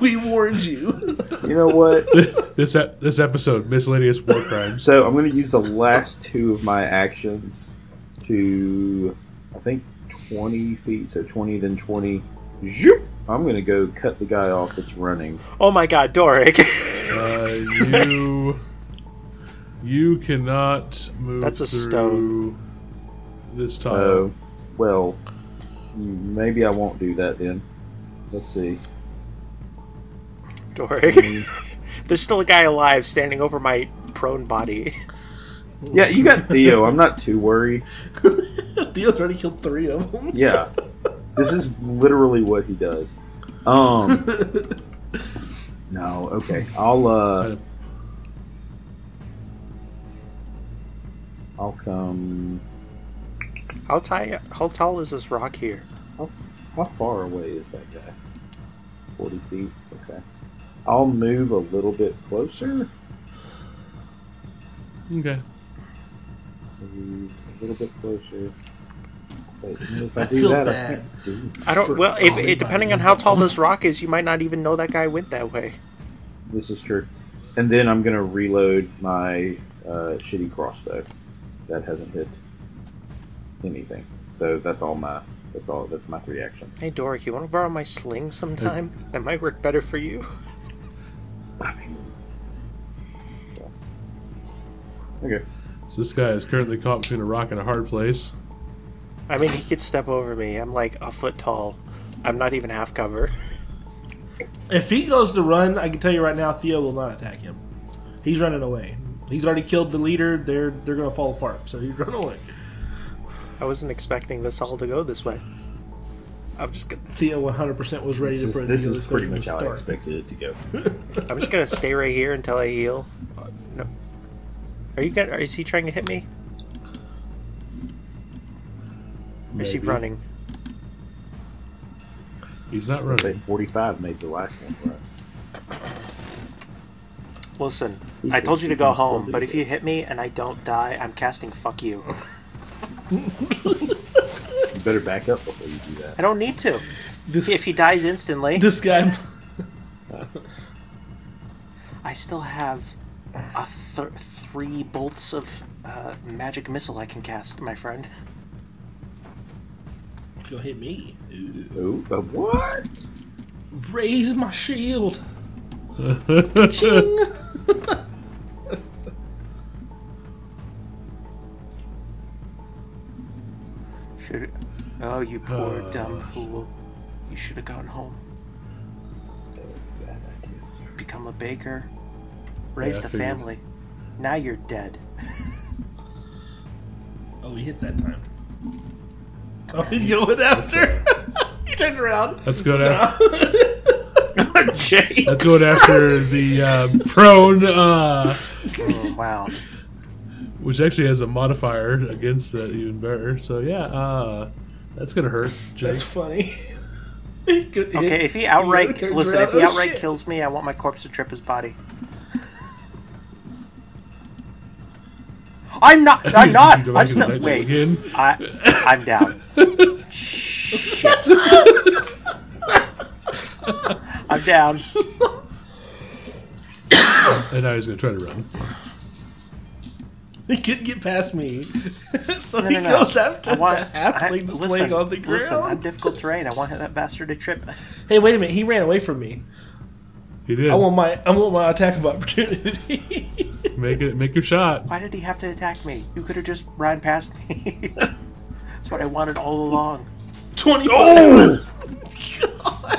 Speaker 3: We warned you.
Speaker 5: You know what?
Speaker 2: this ep- this episode, miscellaneous war crimes.
Speaker 5: So I'm going to use the last two of my actions to, I think, 20 feet. So 20, then 20. Zoop! I'm going to go cut the guy off that's running.
Speaker 1: Oh my God, Doric,
Speaker 2: Uh, you you cannot move.
Speaker 1: That's a
Speaker 2: through This tile.
Speaker 5: Oh, well, maybe I won't do that then. Let's see.
Speaker 1: Doric. There's still a guy alive standing over my prone body.
Speaker 5: Yeah, you got Theo. I'm not too worried.
Speaker 3: Theo's already killed three of them.
Speaker 5: Yeah, this is literally what he does. Um. No. Okay. I'll uh. I'll come.
Speaker 1: How tall? How tall is this rock here?
Speaker 5: How far away is that guy? 40 feet? Okay. I'll move a little bit closer.
Speaker 2: Okay.
Speaker 3: Hmm.
Speaker 5: Move a little bit closer. Wait, if I
Speaker 3: I
Speaker 5: do
Speaker 3: feel
Speaker 5: that, I
Speaker 3: bad.
Speaker 5: can't do
Speaker 1: I don't. Well, if, it, depending on how tall this rock is, you might not even know that guy went that way.
Speaker 5: This is true. And then I'm going to reload my uh, shitty crossbow. That hasn't hit anything. So that's all my. That's all. That's my three actions.
Speaker 1: Hey, Doric, you want to borrow my sling sometime? That might work better for you.
Speaker 5: I mean, so. Okay.
Speaker 2: So this guy is currently caught between a rock and a hard place.
Speaker 1: I mean, he could step over me. I'm like a foot tall. I'm not even half cover.
Speaker 3: If he goes to run, I can tell you right now, Theo will not attack him. He's running away. He's already killed the leader. They're they're gonna fall apart. So he's running away.
Speaker 1: I wasn't expecting this all to go this way. I'm just gonna,
Speaker 3: Theo 100% was ready
Speaker 5: This
Speaker 3: to
Speaker 5: is,
Speaker 3: break.
Speaker 5: this
Speaker 3: the
Speaker 5: is
Speaker 3: other
Speaker 5: pretty
Speaker 3: thing
Speaker 5: much
Speaker 3: to
Speaker 5: how I
Speaker 3: start.
Speaker 5: expected it to go.
Speaker 1: I'm just gonna stay right here until I heal. Uh, No. Are you gonna? Is he trying to hit me? Or is he
Speaker 2: Maybe.
Speaker 1: running?
Speaker 2: He's not
Speaker 5: I was gonna
Speaker 2: running.
Speaker 5: say 45 made the last one, right?
Speaker 1: Listen,
Speaker 5: He
Speaker 1: I
Speaker 5: can-
Speaker 1: told you
Speaker 5: he
Speaker 1: to go
Speaker 5: can still
Speaker 1: home,
Speaker 5: do
Speaker 1: but if you
Speaker 5: this.
Speaker 1: hit me and I don't die, I'm casting fuck you.
Speaker 5: You better back up before you do that.
Speaker 1: I don't need to.
Speaker 3: This,
Speaker 1: If he dies instantly,
Speaker 3: this guy.
Speaker 1: I still have a th- three bolts of uh, magic missile I can cast, my friend.
Speaker 3: You'll hit me.
Speaker 5: Oh, but what?
Speaker 3: Raise my shield.
Speaker 2: He's
Speaker 3: Ching.
Speaker 1: Should. Oh, you poor Oh,
Speaker 2: Uh, Uh,
Speaker 1: dumb fool. You should have gone home.
Speaker 5: Yes, sir.
Speaker 1: become a baker, raised a
Speaker 2: figured.
Speaker 1: family. Now you're dead.
Speaker 3: Oh, he hit that time.
Speaker 7: Oh, you went after. he turned around.
Speaker 2: That's good. af-
Speaker 7: Jay.
Speaker 2: That's good after the uh, prone, uh,
Speaker 1: Oh, wow.
Speaker 2: which actually has a modifier against that even better. So yeah, uh, that's gonna hurt. Jake.
Speaker 3: That's funny. Good hit.
Speaker 1: Okay, if he
Speaker 3: You
Speaker 1: outright
Speaker 3: turned
Speaker 1: listen,
Speaker 3: around.
Speaker 1: if he
Speaker 3: Oh,
Speaker 1: outright
Speaker 3: shit.
Speaker 1: kills me, I want my corpse to trip his body. I'm not. I'm
Speaker 2: You
Speaker 1: not.
Speaker 2: go back
Speaker 1: I'm
Speaker 2: to
Speaker 1: still.
Speaker 2: that
Speaker 1: Wait.
Speaker 2: again.
Speaker 1: I. I'm down. Shit. I'm down.
Speaker 2: And now he's gonna try to run.
Speaker 3: He couldn't get past me. so
Speaker 1: No,
Speaker 3: he
Speaker 1: no, no.
Speaker 3: goes after
Speaker 1: I want.
Speaker 3: the
Speaker 1: I,
Speaker 3: halfling that's
Speaker 1: listen.
Speaker 3: laying on the ground.
Speaker 1: Listen. I'm difficult terrain. I want that bastard to trip.
Speaker 3: Hey, wait a minute. He ran away from me.
Speaker 2: He did.
Speaker 3: I want my I want my attack of opportunity.
Speaker 2: Make it. Make your shot.
Speaker 1: Why did he have to attack me? You could have just ran past me. That's what I wanted all along.
Speaker 3: Twenty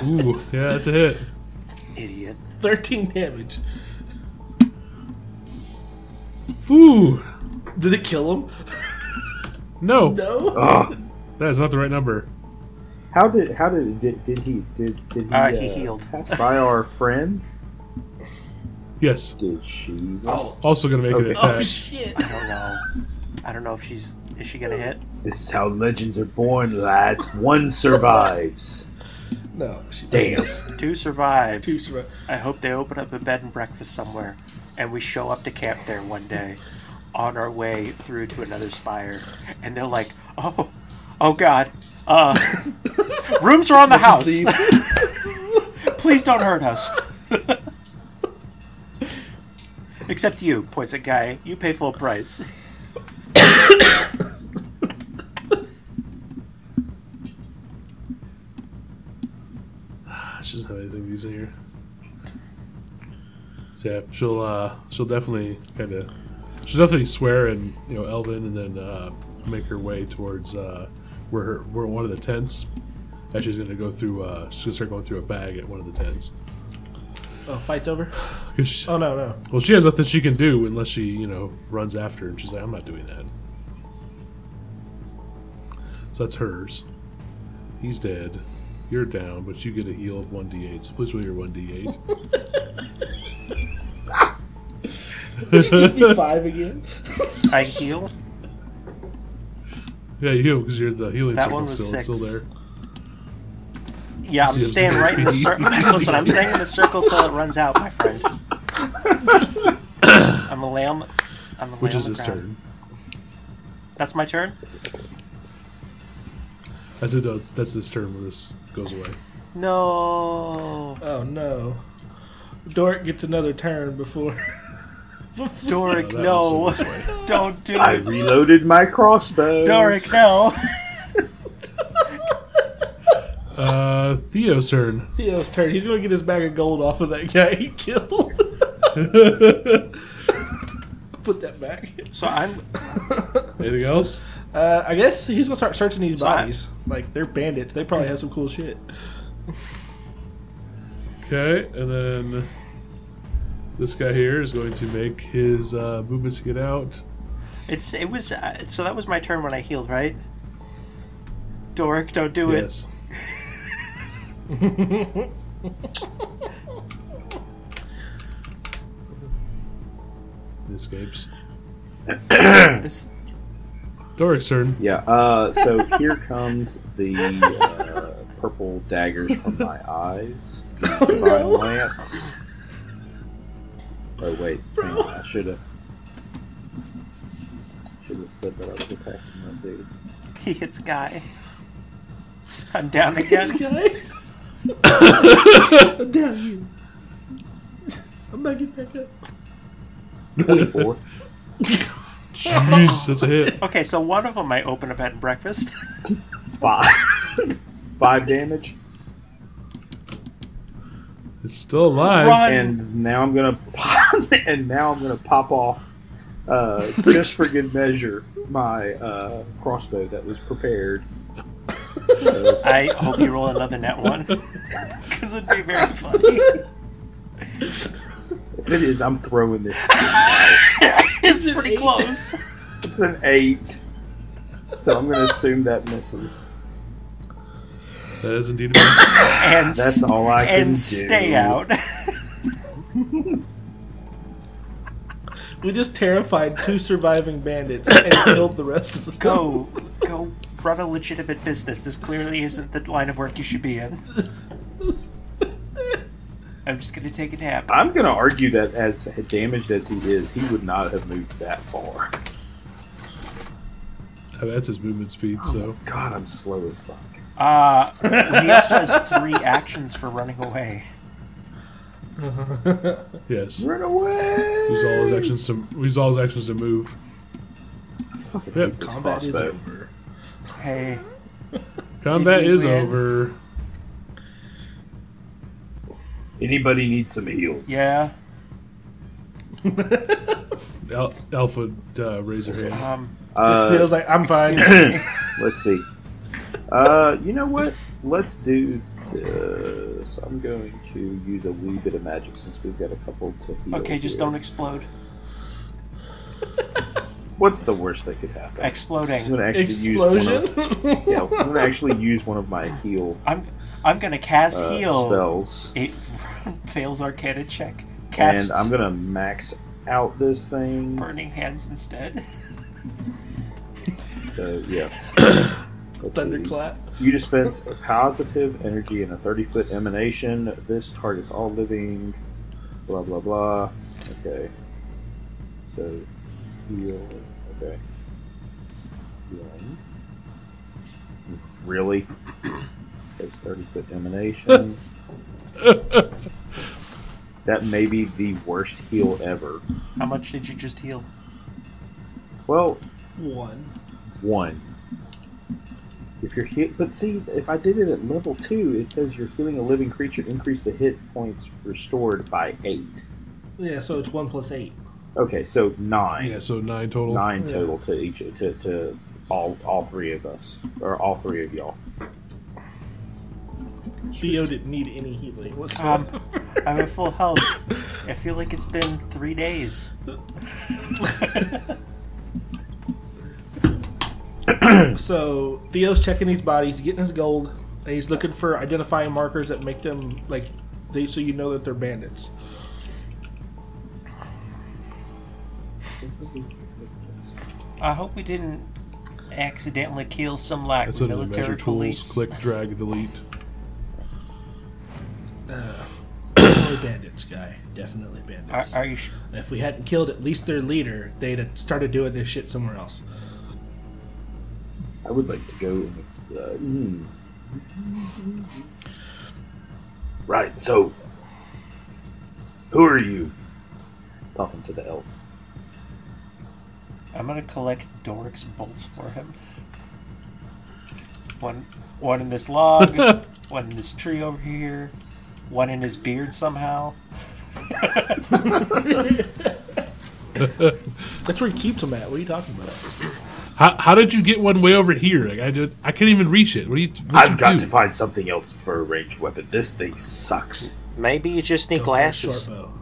Speaker 2: Ooh, yeah, that's a hit.
Speaker 1: Idiot.
Speaker 3: 13 damage.
Speaker 2: Ooh,
Speaker 3: Did it kill him?
Speaker 2: no,
Speaker 3: No.
Speaker 5: Ah,
Speaker 2: that is not the right number.
Speaker 5: how did how did did, did he did did he,
Speaker 1: Uh, he healed.
Speaker 5: pass by our friend?
Speaker 2: Yes,
Speaker 5: Did
Speaker 1: Oh.
Speaker 5: she?
Speaker 2: also gonna make an
Speaker 5: Okay.
Speaker 2: attack.
Speaker 3: Oh, shit.
Speaker 1: I don't know. I don't know if she's. Is she gonna hit?
Speaker 5: This is how legends are born, lads. One survives.
Speaker 3: No. She
Speaker 5: Damn.
Speaker 1: Two survive.
Speaker 3: Two survived.
Speaker 1: I hope they open up a bed and breakfast somewhere, and we show up to camp there one day, on our way through to another spire, and they're like, "Oh, oh God, uh, rooms are on the house. Please don't hurt us." Except you, points at guy. You pay full price.
Speaker 2: She doesn't have anything to use in here. So yeah, she'll uh, she'll definitely kind of she'll definitely swear and you know Elvin and then uh, make her way towards uh, where her, where one of the tents. Actually, she's gonna go through. Uh, she's gonna start going through a bag at one of the tents.
Speaker 3: Oh, fight's over?
Speaker 2: 'Cause she-
Speaker 3: Oh, no, no.
Speaker 2: well, she has nothing she can do unless she you know runs after, and she's like, I'm not doing that. So that's hers. He's dead. You're down, but you get a heal of 1d8. So please roll your 1d8.
Speaker 3: Should just be five again?
Speaker 1: I heal.
Speaker 2: Yeah, you because you're the healing
Speaker 1: That
Speaker 2: circle
Speaker 1: one was
Speaker 2: still. It's
Speaker 1: six.
Speaker 2: still there.
Speaker 1: Yeah, I'm
Speaker 2: See, it's
Speaker 1: staying right in the circle. Listen, I'm staying in the circle till it runs out, my friend. I'm gonna lay on. The, I'm gonna lay
Speaker 2: Which
Speaker 1: on
Speaker 2: is
Speaker 1: the
Speaker 2: his
Speaker 1: ground.
Speaker 2: turn.
Speaker 1: That's my turn.
Speaker 2: As it does, that's this turn where this goes away.
Speaker 1: No,
Speaker 3: Oh, no. Doric gets another turn before.
Speaker 1: Doric,
Speaker 2: that
Speaker 1: no,
Speaker 2: was the worst
Speaker 1: don't do
Speaker 5: I
Speaker 1: it,
Speaker 5: reloaded my crossbow.
Speaker 1: Doric, no.
Speaker 2: Uh, Theo's turn.
Speaker 3: Theo's turn. He's going to get his bag of gold off of that guy he killed. Put that back.
Speaker 1: So I'm.
Speaker 2: Anything else?
Speaker 3: Uh, I guess he's gonna start searching these
Speaker 1: I-
Speaker 3: bodies. Like they're bandits. They probably have some cool shit.
Speaker 2: Okay, and then this guy here is going to make his uh, movements to get out.
Speaker 1: It's it was uh, so that was my turn when I healed, right? Doric, don't do it.
Speaker 2: Yes. He Escapes.
Speaker 1: This,
Speaker 2: Doric's turn.
Speaker 5: Yeah. Uh, so here comes the uh, purple daggers from my eyes. Divine lance. Oh wait, hang on, I should have. Should have said that I was attacking my dude.
Speaker 1: he hits guy. I'm down
Speaker 3: This
Speaker 1: again.
Speaker 3: guy. I'm down you. I'm not getting back up.
Speaker 5: Twenty-four.
Speaker 2: Jeez, that's a hit.
Speaker 1: Okay, so one of them I open a bed and breakfast.
Speaker 5: Five. Five damage.
Speaker 2: It's still alive.
Speaker 1: Run.
Speaker 5: and now I'm gonna pop, and now I'm gonna pop off uh, just for good measure my uh, crossbow that was prepared.
Speaker 1: I hope you roll another net one. Because it'd be very funny.
Speaker 5: If it is, I'm throwing this.
Speaker 1: it's pretty close.
Speaker 5: It's an eight. So I'm going to assume that misses.
Speaker 2: That is indeed a miss.
Speaker 1: And
Speaker 5: That's all I can
Speaker 1: and
Speaker 5: do.
Speaker 1: stay out.
Speaker 3: We just terrified two surviving bandits and killed the rest of them.
Speaker 1: go, go, run a legitimate business. This clearly isn't the line of work you should be in. I'm just gonna take a nap.
Speaker 5: I'm going to argue that as damaged as he is, he would not have moved that far.
Speaker 2: Uh, That's his movement speed, so.
Speaker 5: God, I'm slow as fuck.
Speaker 1: Uh, he also has three actions for running away.
Speaker 2: Yes.
Speaker 5: Run away!
Speaker 2: Use all his actions to use all his actions to move.
Speaker 5: Fucking
Speaker 2: Yeah,
Speaker 5: hate this
Speaker 3: Combat is
Speaker 5: crossbow.
Speaker 3: over.
Speaker 1: Hey,
Speaker 2: Combat
Speaker 1: Did we
Speaker 2: is
Speaker 1: win?
Speaker 2: over.
Speaker 5: Anybody need some heals?
Speaker 1: yeah,
Speaker 2: Al- Alpha uh, raise her hand.
Speaker 1: um,
Speaker 5: Uh,
Speaker 3: it feels like I'm fine.
Speaker 5: Let's see. Uh, you know what? Let's do this. I'm going to use a wee bit of magic since we've got a couple to heal.
Speaker 1: okay, just
Speaker 5: here.
Speaker 1: don't explode.
Speaker 5: What's the worst that could happen? I'm
Speaker 1: Exploding.
Speaker 5: gonna actually
Speaker 7: Explosion?
Speaker 5: use one of, yeah, I'm gonna actually use one of my heal
Speaker 1: I'm, I'm gonna cast
Speaker 5: uh,
Speaker 1: heal.
Speaker 5: spells,
Speaker 1: It fails Arcana check. Casts
Speaker 5: and I'm gonna max out this thing.
Speaker 1: burning hands instead.
Speaker 5: So uh, yeah. Let's see.
Speaker 7: Thunderclap.
Speaker 5: You dispense a positive energy in a 30 foot emanation. This targets all living. Blah, blah, blah. Okay. So, heal. Okay. Healing. Really? There's 30 foot emanation. that may be the worst heal ever.
Speaker 1: How much did you just heal?
Speaker 5: Well,
Speaker 3: One.
Speaker 5: one. If you're hit, but see, if I did it at level two, it says you're healing a living creature, increase the hit points restored by eight.
Speaker 7: Yeah, so it's one plus eight.
Speaker 5: Okay, so nine,
Speaker 2: Yeah, so nine total.
Speaker 5: nine total to each to, to all all three of us or all three of y'all.
Speaker 3: Theo didn't need any healing. What's
Speaker 1: Um, I'm at full health. I feel like it's been three days.
Speaker 3: So Theo's checking these bodies, getting his gold, and he's looking for identifying markers that make them like they so you know that they're bandits.
Speaker 1: I hope we didn't accidentally kill some like
Speaker 2: That's under the measure
Speaker 1: military
Speaker 2: tools.
Speaker 1: police.
Speaker 2: Click, drag, delete.
Speaker 3: Definitely bandits, guy. Definitely
Speaker 1: Are,
Speaker 3: bandits.
Speaker 1: are you? Sh-
Speaker 3: And if we hadn't killed at least their leader, they'd have started doing this shit somewhere else.
Speaker 5: I would like to go. In the, uh, mm. Right. So, who are you? Talking to the elf.
Speaker 1: I'm gonna collect Doric's bolts for him. One, one in this log, one in this tree over here, one in his beard somehow.
Speaker 3: That's where he keeps them at. What are you talking about?
Speaker 2: How, how did you get one way over here? Like I did, I can't even reach it. What do you? What
Speaker 5: I've
Speaker 2: you
Speaker 5: got
Speaker 2: do?
Speaker 5: to find something else for a ranged weapon. This thing sucks.
Speaker 1: Maybe you just need
Speaker 3: Go for a
Speaker 1: glasses.
Speaker 3: short bow.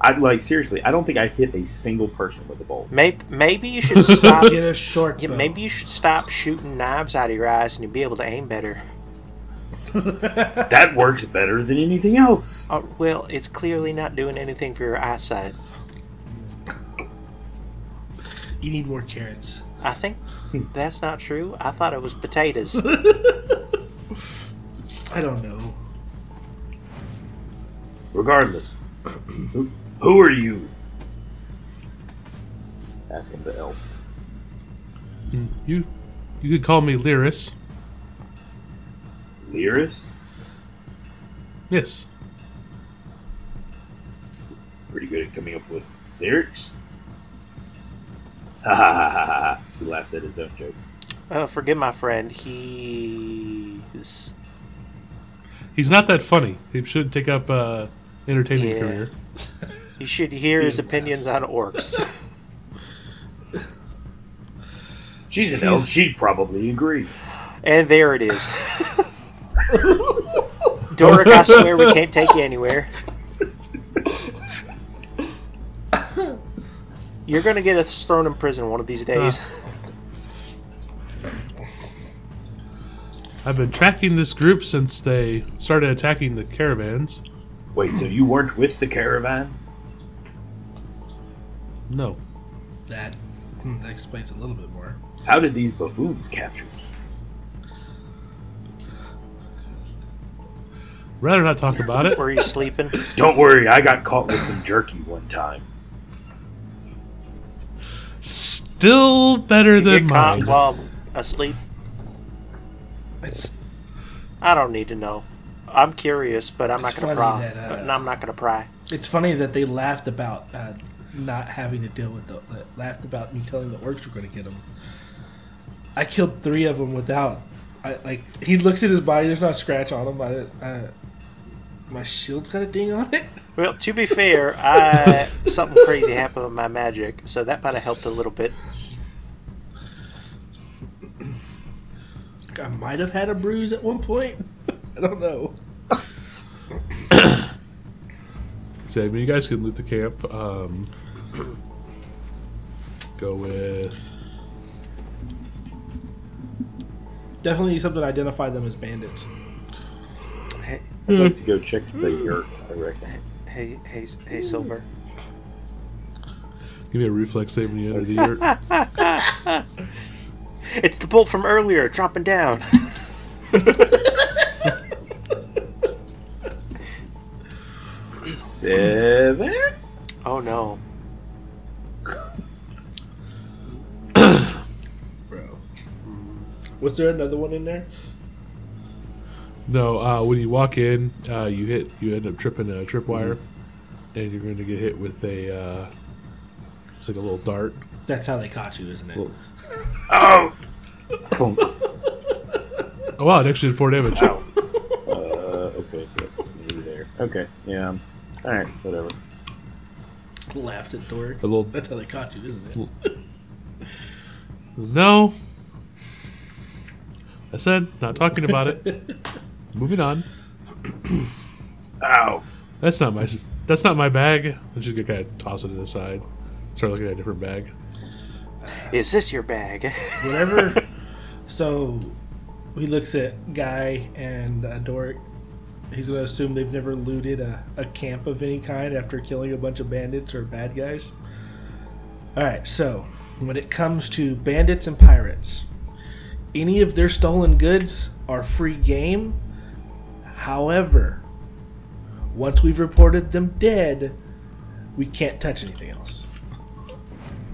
Speaker 5: I like seriously. I don't think I hit a single person with a bolt.
Speaker 1: Maybe, maybe you should stop.
Speaker 3: Get a short
Speaker 1: yeah,
Speaker 3: bow.
Speaker 1: maybe you should stop shooting knives out of your eyes and you'll be able to aim better.
Speaker 5: That works better than anything else.
Speaker 1: Oh, well, it's clearly not doing anything for your eyesight.
Speaker 3: you need more carrots.
Speaker 1: I think that's not true. I thought it was potatoes.
Speaker 3: I don't know.
Speaker 5: Regardless, who, who are you? Asking the elf.
Speaker 2: You, you could call me Lyris.
Speaker 5: Lyris,
Speaker 2: Yes,
Speaker 5: pretty good at coming up with lyrics. Ha ha ha ha ha! He laughs at his own joke.
Speaker 1: oh, forgive my friend. He's
Speaker 2: he's not that funny. He should take up uh, entertaining
Speaker 1: Yeah.
Speaker 2: career.
Speaker 1: you should hear his opinions on orcs.
Speaker 5: She's an elf. She'd probably agree.
Speaker 1: and there it is. Dork, I swear we can't take you anywhere. You're gonna get us thrown in prison one of these days.
Speaker 2: I've been tracking this group since they started attacking the caravans.
Speaker 5: Wait, so you weren't with the caravan?
Speaker 2: No.
Speaker 3: That, hmm, that explains a little bit more.
Speaker 5: How did these buffoons capture us?
Speaker 2: Rather not talk about it.
Speaker 1: Were you sleeping?
Speaker 5: Don't worry, I got caught with some jerky one time.
Speaker 2: Still better
Speaker 1: Did you
Speaker 2: than
Speaker 1: get caught
Speaker 2: mine.
Speaker 1: while asleep?
Speaker 3: It's
Speaker 1: I don't need to know. I'm curious, but I'm
Speaker 3: It's
Speaker 1: not gonna pry.
Speaker 3: funny that, uh,
Speaker 1: and I'm not gonna pry.
Speaker 3: it's funny that they laughed about uh, not having to deal with the uh, laughed about me telling the orcs we're going to get them. I killed three of them without. I, like he looks at his body. There's not a scratch on him. I, didn't- uh, my shield's got a ding on it.
Speaker 1: Well, to be fair, I, something crazy happened with my magic, so that might have helped a little bit.
Speaker 3: I might have had a bruise at one point. I don't know.
Speaker 2: So, I mean, you guys can loot the camp. Um, go with.
Speaker 3: Definitely something to identify them as bandits.
Speaker 1: Hey,
Speaker 5: I'd like to go check the yurt, I reckon.
Speaker 1: hey, hey, hey, Silver.
Speaker 2: Give me a reflex save when you enter the yurt.
Speaker 1: It's the bolt from earlier, dropping down.
Speaker 5: Seven?
Speaker 1: Oh no.
Speaker 3: Bro. Was there another one in there?
Speaker 2: No, uh, when you walk in, uh, you hit. You end up tripping a tripwire, and you're going to get hit with a. Uh, it's like a little dart.
Speaker 3: That's how they caught you, isn't it?
Speaker 2: Well-
Speaker 5: Oh!
Speaker 2: Oh wow! It actually did four damage.
Speaker 5: uh, okay, so that's me there. Okay, yeah. um, Alright, whatever.
Speaker 3: Laughs at Dork.
Speaker 2: A little.
Speaker 3: That's how they caught you, isn't it?
Speaker 2: No. I said not talking about it. Moving on.
Speaker 5: Ow!
Speaker 2: That's not my. That's not my bag. I'm just gonna kind of toss it to the side. Start looking at a different bag.
Speaker 1: Is this your bag?
Speaker 3: Whatever. so he looks at Guy and uh, Dork. He's going to assume they've never looted a, a camp of any kind after killing a bunch of bandits or bad guys. Alright, so when it comes to bandits and pirates, any of their stolen goods are free game. However, once we've reported them dead, we can't touch anything else.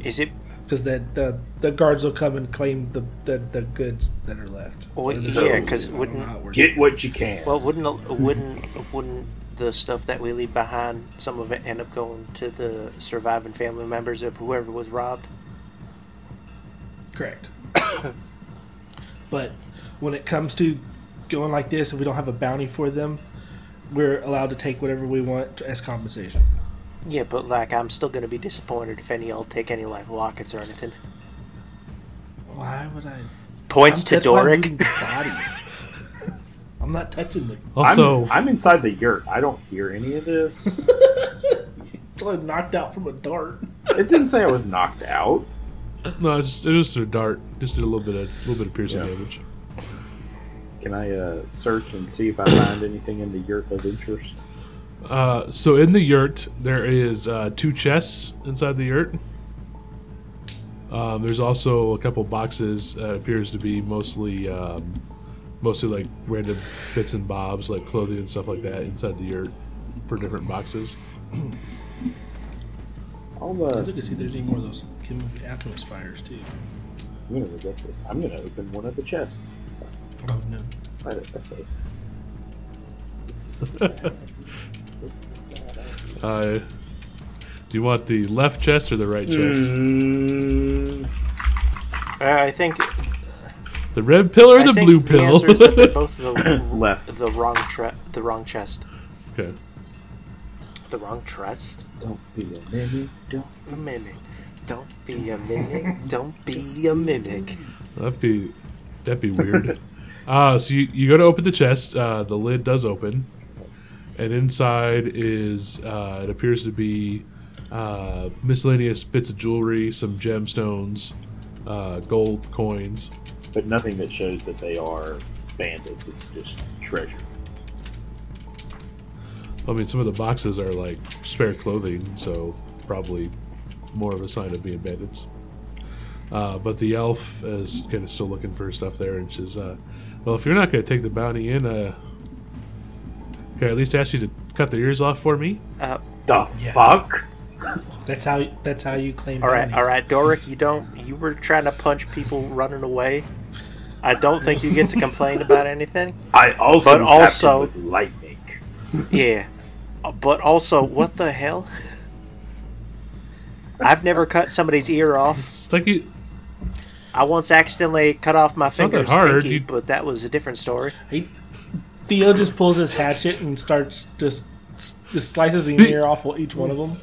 Speaker 1: Is it?
Speaker 3: because the, the the guards will come and claim the the, the goods that are left.
Speaker 1: Well,
Speaker 3: Or the-
Speaker 1: yeah,
Speaker 3: I
Speaker 1: 'cause
Speaker 3: don't know
Speaker 1: wouldn't-
Speaker 3: how it works.
Speaker 5: Get what you can.
Speaker 1: Well, wouldn't a- wouldn't wouldn't the stuff that we leave behind, some of it end up going to the surviving family members of whoever was robbed?
Speaker 3: correct. but when it comes to going like this, and we don't have a bounty for them, we're allowed to take whatever we want as compensation.
Speaker 1: Yeah, but like I'm still gonna be disappointed if any y'all take any like lockets or anything.
Speaker 3: Why would I?
Speaker 1: Points
Speaker 3: I'm-
Speaker 1: to
Speaker 3: that's why I'm
Speaker 1: Doric.
Speaker 3: looting the bodies. I'm not touching them.
Speaker 2: Also,
Speaker 5: I'm, I'm inside the yurt. I don't hear any of this.
Speaker 3: Until I'm knocked out from a dart.
Speaker 5: it didn't say I was knocked out.
Speaker 2: no, it's just, it was just a dart. Just did a little bit of little bit of piercing
Speaker 5: Yeah.
Speaker 2: damage.
Speaker 5: Can I uh, search and see if I find anything in the yurt of interest?
Speaker 2: Uh, so in the yurt, there is uh, two chests inside the yurt. Um, there's also a couple boxes. Uh, appears to be mostly um, mostly like random bits and bobs, like clothing and stuff like that, inside the yurt for different boxes.
Speaker 5: I'll,
Speaker 3: I
Speaker 5: uh,
Speaker 3: look to see if there's any more of those Kim alchemist fires too.
Speaker 5: I'm gonna regret this. I'm gonna open one of the chests.
Speaker 3: Oh no.
Speaker 5: Why did I say? This is a bad idea. This is a bad
Speaker 2: Uh,
Speaker 5: idea.
Speaker 2: do you want the left chest or the right
Speaker 1: Mm.
Speaker 2: chest?
Speaker 1: Uh, I think
Speaker 2: The red pill or
Speaker 1: I
Speaker 2: the
Speaker 1: think
Speaker 2: blue
Speaker 1: the
Speaker 2: pill?
Speaker 1: answer is that they're both the
Speaker 5: Left.
Speaker 1: the wrong tre- the wrong chest,
Speaker 2: okay.
Speaker 1: the wrong trust.
Speaker 5: Don't be a mimic. Don't.
Speaker 1: A mimic. Don't be a mimic. Don't be a mimic.
Speaker 2: That'd be that'd be weird. Uh, so you, you go to open the chest. Uh, the lid does open, and inside is uh, it appears to be uh, miscellaneous bits of jewelry, some gemstones, uh, gold coins.
Speaker 5: But nothing that shows that they are bandits. It's just treasure.
Speaker 2: I mean, some of the boxes are like spare clothing, so probably more of a sign of being bandits. Uh, but the elf is kind of still looking for stuff there, and says, uh, "Well, if you're not going to take the bounty in, uh, can I at least ask you to cut their ears off for me?"
Speaker 1: Uh,
Speaker 5: The
Speaker 3: Yeah.
Speaker 5: fuck?
Speaker 3: That's how that's how you claim.
Speaker 1: All right,
Speaker 3: bounties.
Speaker 1: all right, Doric, you don't. You were trying to punch people running away. I don't think you get to complain about anything.
Speaker 5: I also
Speaker 1: But
Speaker 5: zapped him
Speaker 1: also-
Speaker 5: with lightning.
Speaker 1: Yeah, Uh, but also, what the hell? I've never cut somebody's ear off.
Speaker 2: It's like you,
Speaker 1: I once accidentally cut off my
Speaker 2: not that
Speaker 1: finger's
Speaker 2: hard,
Speaker 1: pinky,
Speaker 2: you-
Speaker 1: but that was a different story.
Speaker 3: He, Theo just pulls his hatchet and starts just just slices the ear off of each one of them.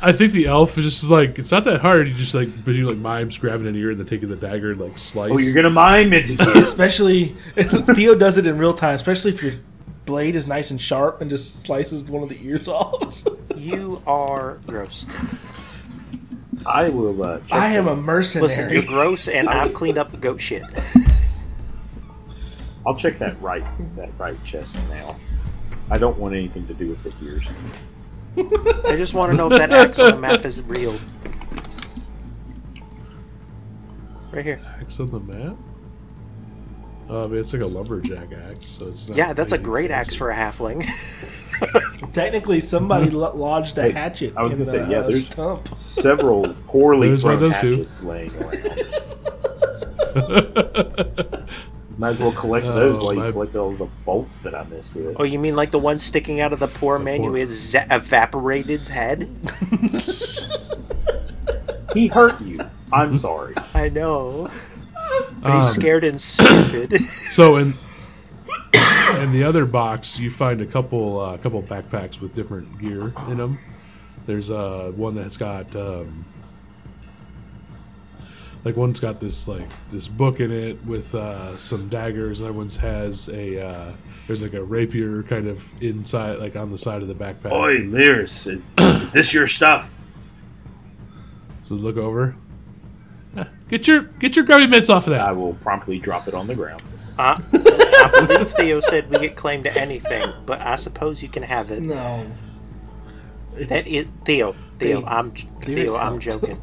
Speaker 2: I think the elf is just like it's not that hard. You just like but you like mimes grabbing an ear and then taking the dagger and like slice.
Speaker 5: Oh, you're gonna mime it again.
Speaker 3: Especially Theo does it in real time. Especially if your blade is nice and sharp and just slices one of the ears off.
Speaker 1: You are gross.
Speaker 5: I will. Uh, check
Speaker 3: I am
Speaker 5: The,
Speaker 3: a mercenary.
Speaker 1: Listen, you're gross, and I've cleaned up goat shit.
Speaker 5: I'll check that right that right chest now. I don't want anything to do with the ears.
Speaker 1: I just want to know if that X on the map is real. Right here.
Speaker 2: axe on the map. Uh, I mean, it's like a lumberjack axe, so it's not
Speaker 1: Yeah, that's a
Speaker 2: really
Speaker 1: great axe
Speaker 2: fancy.
Speaker 1: for a halfling.
Speaker 3: Technically, somebody lo- lodged a
Speaker 5: Mm-hmm. Hey,
Speaker 3: hatchet.
Speaker 5: I was
Speaker 3: in
Speaker 5: gonna
Speaker 3: the,
Speaker 5: say, yeah,
Speaker 3: uh,
Speaker 5: there's-
Speaker 3: stump.
Speaker 5: Several poorly
Speaker 2: There's one of
Speaker 5: thrown
Speaker 2: those two.
Speaker 5: hatchets laying around. Might as well collect
Speaker 2: Oh,
Speaker 5: those while
Speaker 2: my-
Speaker 5: you collect all the bolts that I missed with.
Speaker 1: Oh, you mean like the one sticking out of the poor man who
Speaker 2: poor-
Speaker 1: is za- evaporated's head?
Speaker 5: He hurt you. I'm sorry.
Speaker 1: I know. But
Speaker 2: Um,
Speaker 1: he's scared and stupid.
Speaker 2: So in in the other box, you find a couple uh, couple backpacks with different gear in them. There's uh, one that's got um, like one's got this like this book in it with uh, some daggers. Another one's has a uh, there's like a rapier kind of inside like on the side of the backpack.
Speaker 5: Oi, Lyris, is, is this your stuff?
Speaker 2: So look over. Huh, Get your get your grubby mitts off of
Speaker 5: I
Speaker 2: that.
Speaker 5: will promptly drop it on the ground.
Speaker 1: uh, I believe Theo said we get claim to anything, but I suppose you can have it.
Speaker 3: No.
Speaker 1: That is Theo. Theo,
Speaker 3: Theo.
Speaker 1: I'm j- Theo. I'm
Speaker 3: yourself.
Speaker 1: joking.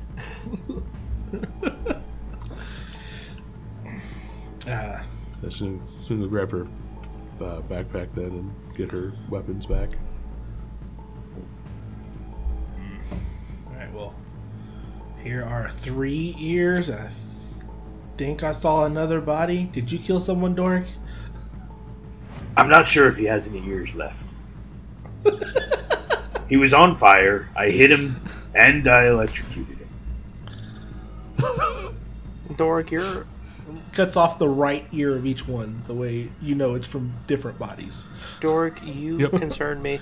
Speaker 3: Uh,
Speaker 2: I soon soon will grab her uh, backpack then and get her weapons back.
Speaker 3: all right. Well, here are three ears. I th- think I saw another body. Did you kill someone, Dork?
Speaker 5: I'm not sure if he has any ears left. he was on fire. I hit him and I electrocuted him.
Speaker 1: Doric, you're
Speaker 3: Cuts off the right ear of each one. The way you know it's from different bodies.
Speaker 1: Doric. You
Speaker 2: Yep.
Speaker 1: concern me.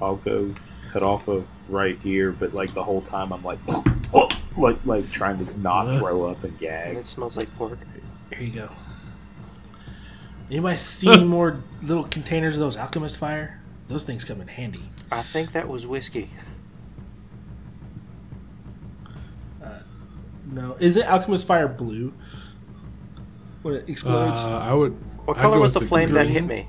Speaker 5: I'll go cut off a right ear, but like the whole time I'm like, "Oh," like like trying to not throw up and
Speaker 1: And
Speaker 5: gag.
Speaker 1: it smells like pork.
Speaker 3: Here you go. Anybody see any more little containers of those alchemist fire? Those things come in handy.
Speaker 1: I think that was whiskey.
Speaker 3: No, is it alchemist fire blue when it explodes?
Speaker 2: Uh, I would.
Speaker 1: What
Speaker 2: I'd
Speaker 1: color
Speaker 2: go
Speaker 1: was the
Speaker 2: with the
Speaker 1: flame that hit me?
Speaker 2: green.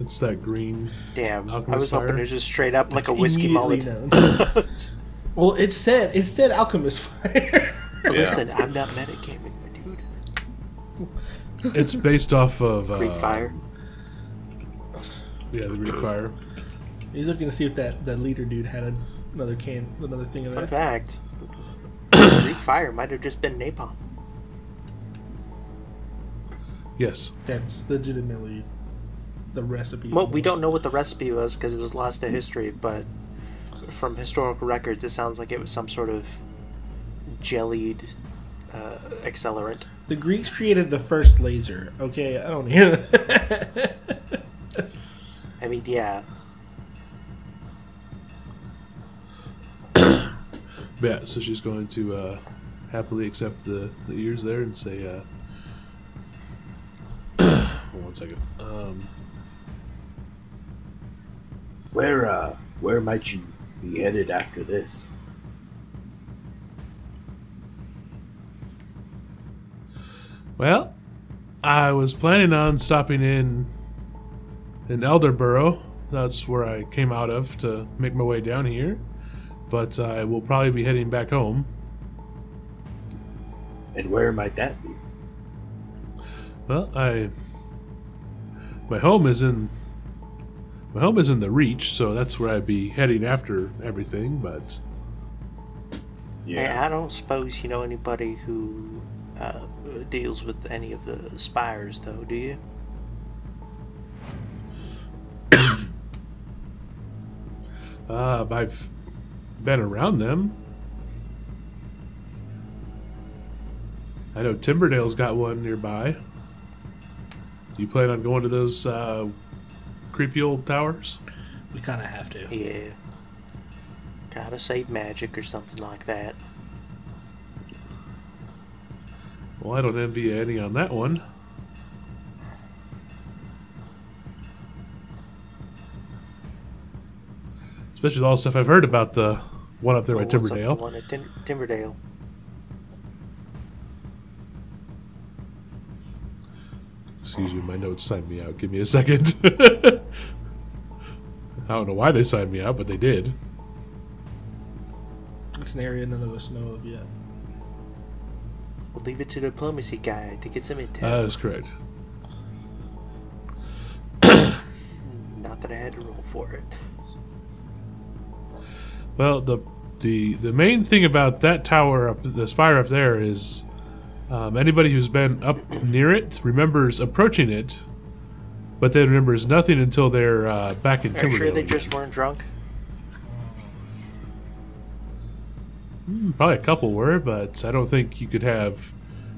Speaker 2: It's that green.
Speaker 1: Damn, I
Speaker 2: Alchemist
Speaker 1: was hoping
Speaker 2: fire?
Speaker 1: it was just straight up like a whiskey
Speaker 3: Immediately
Speaker 1: mullet.
Speaker 3: known. well, it said it said alchemist fire.
Speaker 1: Listen, I'm not metagaming, my dude.
Speaker 2: It's based off of uh,
Speaker 1: Greek fire.
Speaker 2: Yeah, the Greek fire.
Speaker 3: He's looking to see if that, that leader dude had a, another can, another thing of
Speaker 1: Fun
Speaker 3: that.
Speaker 1: fact Greek fire might have just been napalm.
Speaker 2: Yes,
Speaker 3: That's legitimately the recipe.
Speaker 1: Well, we don't know what the recipe was because it was lost to history, but from historical records, it sounds like it was some sort of jellied uh, accelerant.
Speaker 3: The Greeks created the first laser. Okay, I don't hear that.
Speaker 1: I mean, yeah.
Speaker 2: yeah. So she's going to uh, happily accept the, the ears there and say, uh, hold on one second. Um,
Speaker 5: Where, uh, where might you be headed after this?
Speaker 2: Well, I was planning on stopping in in Elderboro. That's where I came out of to make my way down here. But I will probably be heading back home.
Speaker 5: And where might that be?
Speaker 2: Well, I my home is in my home is in the Reach, so that's where I'd be heading after everything. But
Speaker 1: And I don't suppose you know anybody who uh, deals with any of the spires, though, do you?
Speaker 2: uh, I've been around them. I know Timberdale's got one nearby. You plan on going to those uh, creepy old towers?
Speaker 3: We kind of have to.
Speaker 1: Yeah. Gotta save magic or something like that.
Speaker 2: Well, I don't envy you any on that one. Especially with all the stuff I've heard about the one up there
Speaker 1: Oh,
Speaker 2: by
Speaker 1: what's up with the
Speaker 2: Timberdale.
Speaker 1: one at Tim- Timberdale.
Speaker 2: Excuse me, my notes signed me out. Give me a second. I don't know why they signed me out, but they did.
Speaker 3: It's an area none of us know of yet.
Speaker 1: We'll leave it to the diplomacy guy to get some intel.
Speaker 7: Uh,
Speaker 2: That is correct.
Speaker 1: Not that I had to roll for it.
Speaker 2: Well, the the the main thing about that tower up, the spire up there, is um, anybody who's been up near it remembers approaching it, but then remembers nothing until they're uh, back in
Speaker 1: Are you
Speaker 2: Timberdale.
Speaker 1: sure they
Speaker 2: again.
Speaker 1: just weren't drunk?
Speaker 2: Probably a couple were, but I don't think you could have,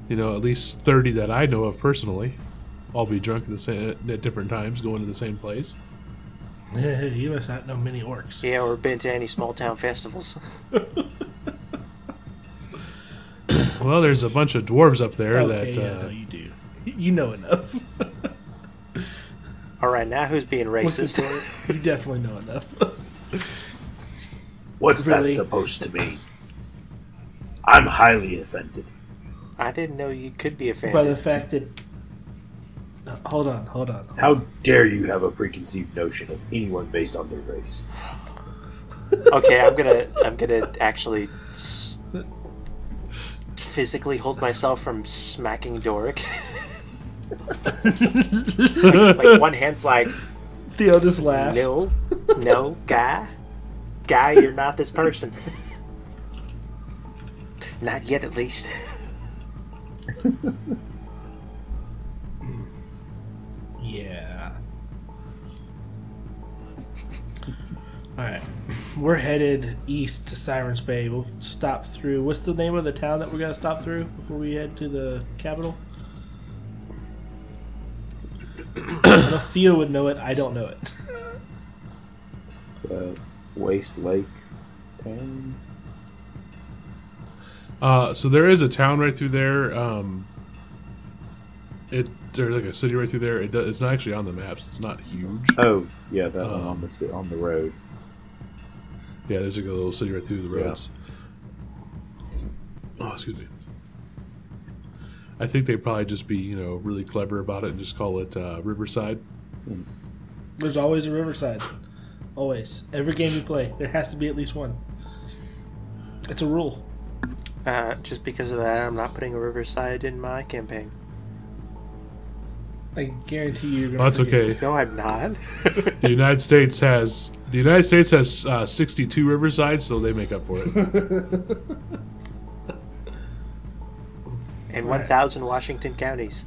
Speaker 2: you know, at least thirty that I know of personally, all be drunk at the same, at different times, going to the same place.
Speaker 3: you must not know many orcs.
Speaker 1: Yeah, or been to any small town festivals.
Speaker 2: Well, there's a bunch of dwarves up there
Speaker 3: Okay,
Speaker 2: that.
Speaker 3: yeah,
Speaker 2: Uh,
Speaker 3: no, you do.
Speaker 7: You know enough.
Speaker 1: All right, now who's being
Speaker 7: What's the
Speaker 1: racist?
Speaker 7: story? you definitely know enough.
Speaker 5: What's
Speaker 7: Really?
Speaker 5: that supposed to mean? I'm highly offended.
Speaker 1: I didn't know you could be
Speaker 7: By the
Speaker 1: offended.
Speaker 7: fact that. Uh, hold on, hold on.
Speaker 5: How dare you have a preconceived notion of anyone based on their race?
Speaker 1: okay, I'm gonna, I'm gonna actually s- physically hold myself from smacking Doric. like one hand's like,
Speaker 7: Theo just laughs.
Speaker 1: no, no, guy, guy, you're not this person. not yet, at least.
Speaker 3: Yeah. Alright. We're headed east to Sirens Bay. We'll stop through. What's the name of the town that we're going to stop through before we head to the capital? I know Theo would know it. I don't know it.
Speaker 5: Uh, Waste Lake Town?
Speaker 2: Uh, so there is a town right through there. Um, it there's like a city right through there. It does, it's not actually on the maps. It's not huge.
Speaker 5: Oh, yeah, that one
Speaker 2: Um,
Speaker 5: on the si- on the road.
Speaker 2: Yeah, there's like a little city right through the
Speaker 5: Yeah.
Speaker 2: roads. Oh, excuse me. I think they'd probably just be you know really clever about it and just call it uh, Riverside.
Speaker 3: There's always a Riverside. Always. Every game you play, there has to be at least one. It's a rule.
Speaker 1: Uh, just because of that, I'm not putting a Riverside in my campaign.
Speaker 3: I guarantee you you're going to.
Speaker 2: That's okay.
Speaker 1: No, I'm not.
Speaker 2: The United States has the United States has uh, 62 Riversides, so they make up for it.
Speaker 1: In 1,000 Washington counties.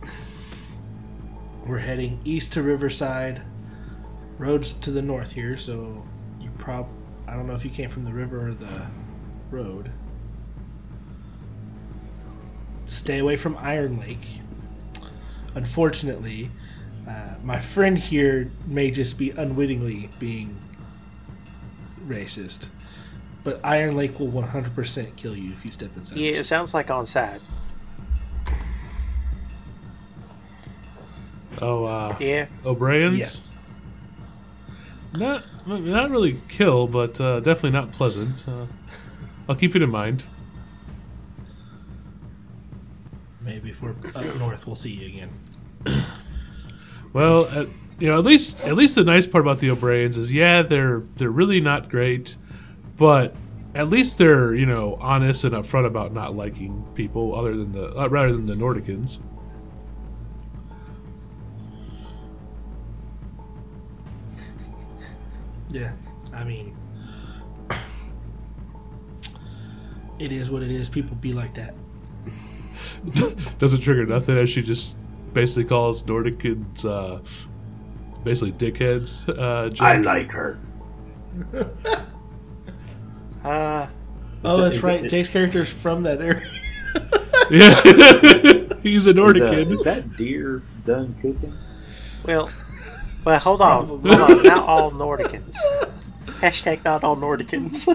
Speaker 3: We're heading east to Riverside. Roads to the north here, so you prob I don't know if you came from the river or the road. Stay away from Iron Lake. Unfortunately, uh, my friend here may just be unwittingly being racist. But Iron Lake will 100% kill you if you step inside.
Speaker 1: Yeah, it sounds like on sad.
Speaker 2: Oh, uh,
Speaker 1: Yeah.
Speaker 2: O'Brien's?
Speaker 3: Yes.
Speaker 2: Not, not really kill, but uh, definitely not pleasant. Uh, I'll keep it in mind.
Speaker 3: Maybe if we're up north, we'll see you again.
Speaker 2: Well, at, you know, at least at least the nice part about the O'Briens is, yeah, they're they're really not great, but at least they're you know honest and upfront about not liking people other than the uh, rather than the Nordicans.
Speaker 3: Yeah. I mean, it is what it is. People be like that.
Speaker 2: Doesn't trigger nothing as she just basically calls Nordicans uh, basically dickheads. Uh,
Speaker 5: I
Speaker 2: joke.
Speaker 5: like her.
Speaker 1: Uh,
Speaker 3: Oh,
Speaker 5: it-
Speaker 3: that's
Speaker 5: is
Speaker 3: right.
Speaker 5: it-
Speaker 3: Jake's character is from that area.
Speaker 2: yeah, he's a
Speaker 5: Is, uh,
Speaker 2: Nordican.
Speaker 5: is that deer done cooking?
Speaker 1: well, well, hold on. Hold on. Not all Nordicans. Hashtag not all Nordicans.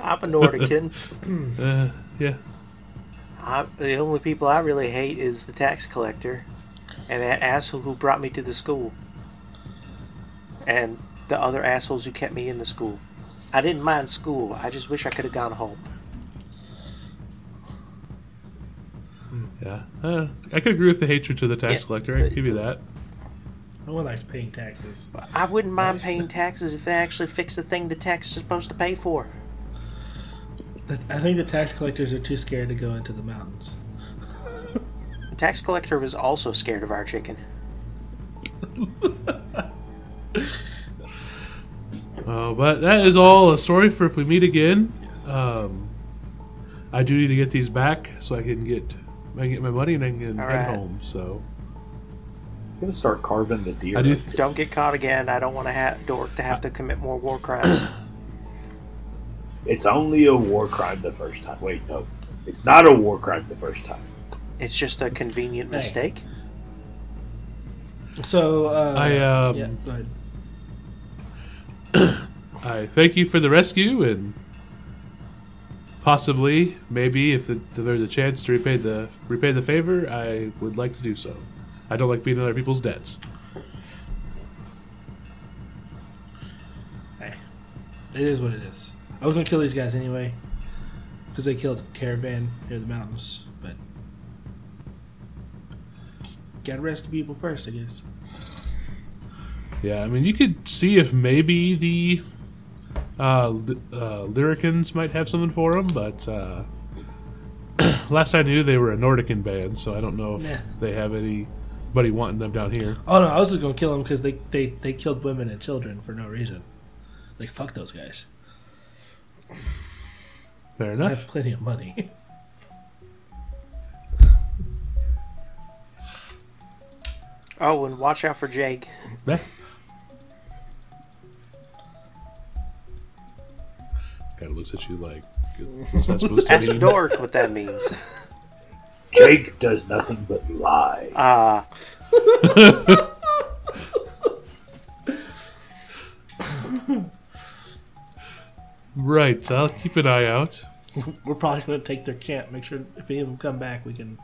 Speaker 1: I'm a Nordican.
Speaker 2: Uh, yeah.
Speaker 1: I, the only people I really hate is the tax collector and that asshole who brought me to the school and the other assholes who kept me in the school. I didn't mind school. I just wish I could have gone home.
Speaker 2: Yeah, uh, I could agree with the hatred to the tax
Speaker 1: Yeah.
Speaker 2: collector. I can give you that.
Speaker 3: No one likes paying taxes.
Speaker 1: I wouldn't mind paying taxes if they actually fixed the thing the tax is supposed to pay for.
Speaker 3: But I think the tax collectors are too scared to go into the mountains.
Speaker 1: The tax collector was also scared of our chicken.
Speaker 2: Uh, but that is all a story for if we meet again. Um, I do need to get these back so I can get I can get my money and I can
Speaker 1: All
Speaker 2: head
Speaker 1: right.
Speaker 2: home. So
Speaker 5: I'm gonna start carving the deer.
Speaker 2: I do.
Speaker 5: up.
Speaker 2: Th-
Speaker 1: Don't get caught again. I don't want to have Dork to have to commit more war crimes.
Speaker 5: It's only a war crime the first time. Wait, no, it's not a war crime the first time.
Speaker 1: It's just a convenient
Speaker 3: Hey.
Speaker 1: mistake.
Speaker 3: So, uh.
Speaker 2: I um,
Speaker 3: yeah, go ahead.
Speaker 2: I thank you for the rescue and possibly maybe if, the, if there's a chance to repay the repay the favor, I would like to do so. I don't like being in other people's debts.
Speaker 3: Hey, it is what it is. I was gonna kill these guys anyway, because they killed caravan near the mountains. But gotta rescue people first, I guess.
Speaker 2: Yeah, I mean, you could see if maybe the uh, Ly- uh, Lyricans might have something for them, but uh, last I knew, they were a Nordican band, so I don't know if
Speaker 3: Yeah.
Speaker 2: they have anybody wanting them down here.
Speaker 3: Oh no, I was just gonna kill them because they, they they killed women and children for no reason. Like fuck those guys.
Speaker 2: Fair
Speaker 3: I have
Speaker 2: enough.
Speaker 3: plenty of money.
Speaker 1: Oh, and watch out for Jake.
Speaker 2: Yeah. Kind of looks at you like, "What's that supposed to
Speaker 1: Ask
Speaker 2: mean?"
Speaker 1: Dork what that means.
Speaker 5: Jake does nothing but lie.
Speaker 1: Uh,
Speaker 2: Right, I'll keep an eye out.
Speaker 3: We're probably gonna take their camp. Make sure if any of them come back, we can.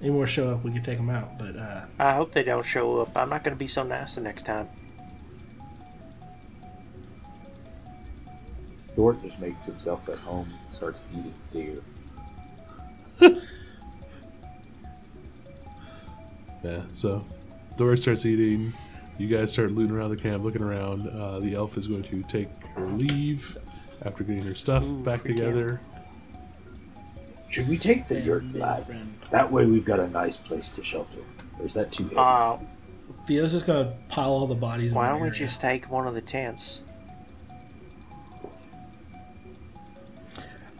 Speaker 3: Any more show up, we can take them out. But uh,
Speaker 1: I hope they don't show up. I'm not going to be so nice the next time.
Speaker 5: Dork just makes himself at home and starts eating deer.
Speaker 2: Yeah, so Doris starts eating. You guys start looting around the camp, looking around. Uh, the elf is going to take her leave after getting her stuff
Speaker 1: Ooh,
Speaker 2: back
Speaker 1: freak
Speaker 2: together.
Speaker 5: Should we take the yurt, lads? That way we've got a nice place to shelter. Or is that too heavy?
Speaker 1: Uh,
Speaker 3: Theo's just gonna pile all the bodies. in
Speaker 1: why
Speaker 3: one
Speaker 1: don't we
Speaker 3: area.
Speaker 1: just take one of the tents?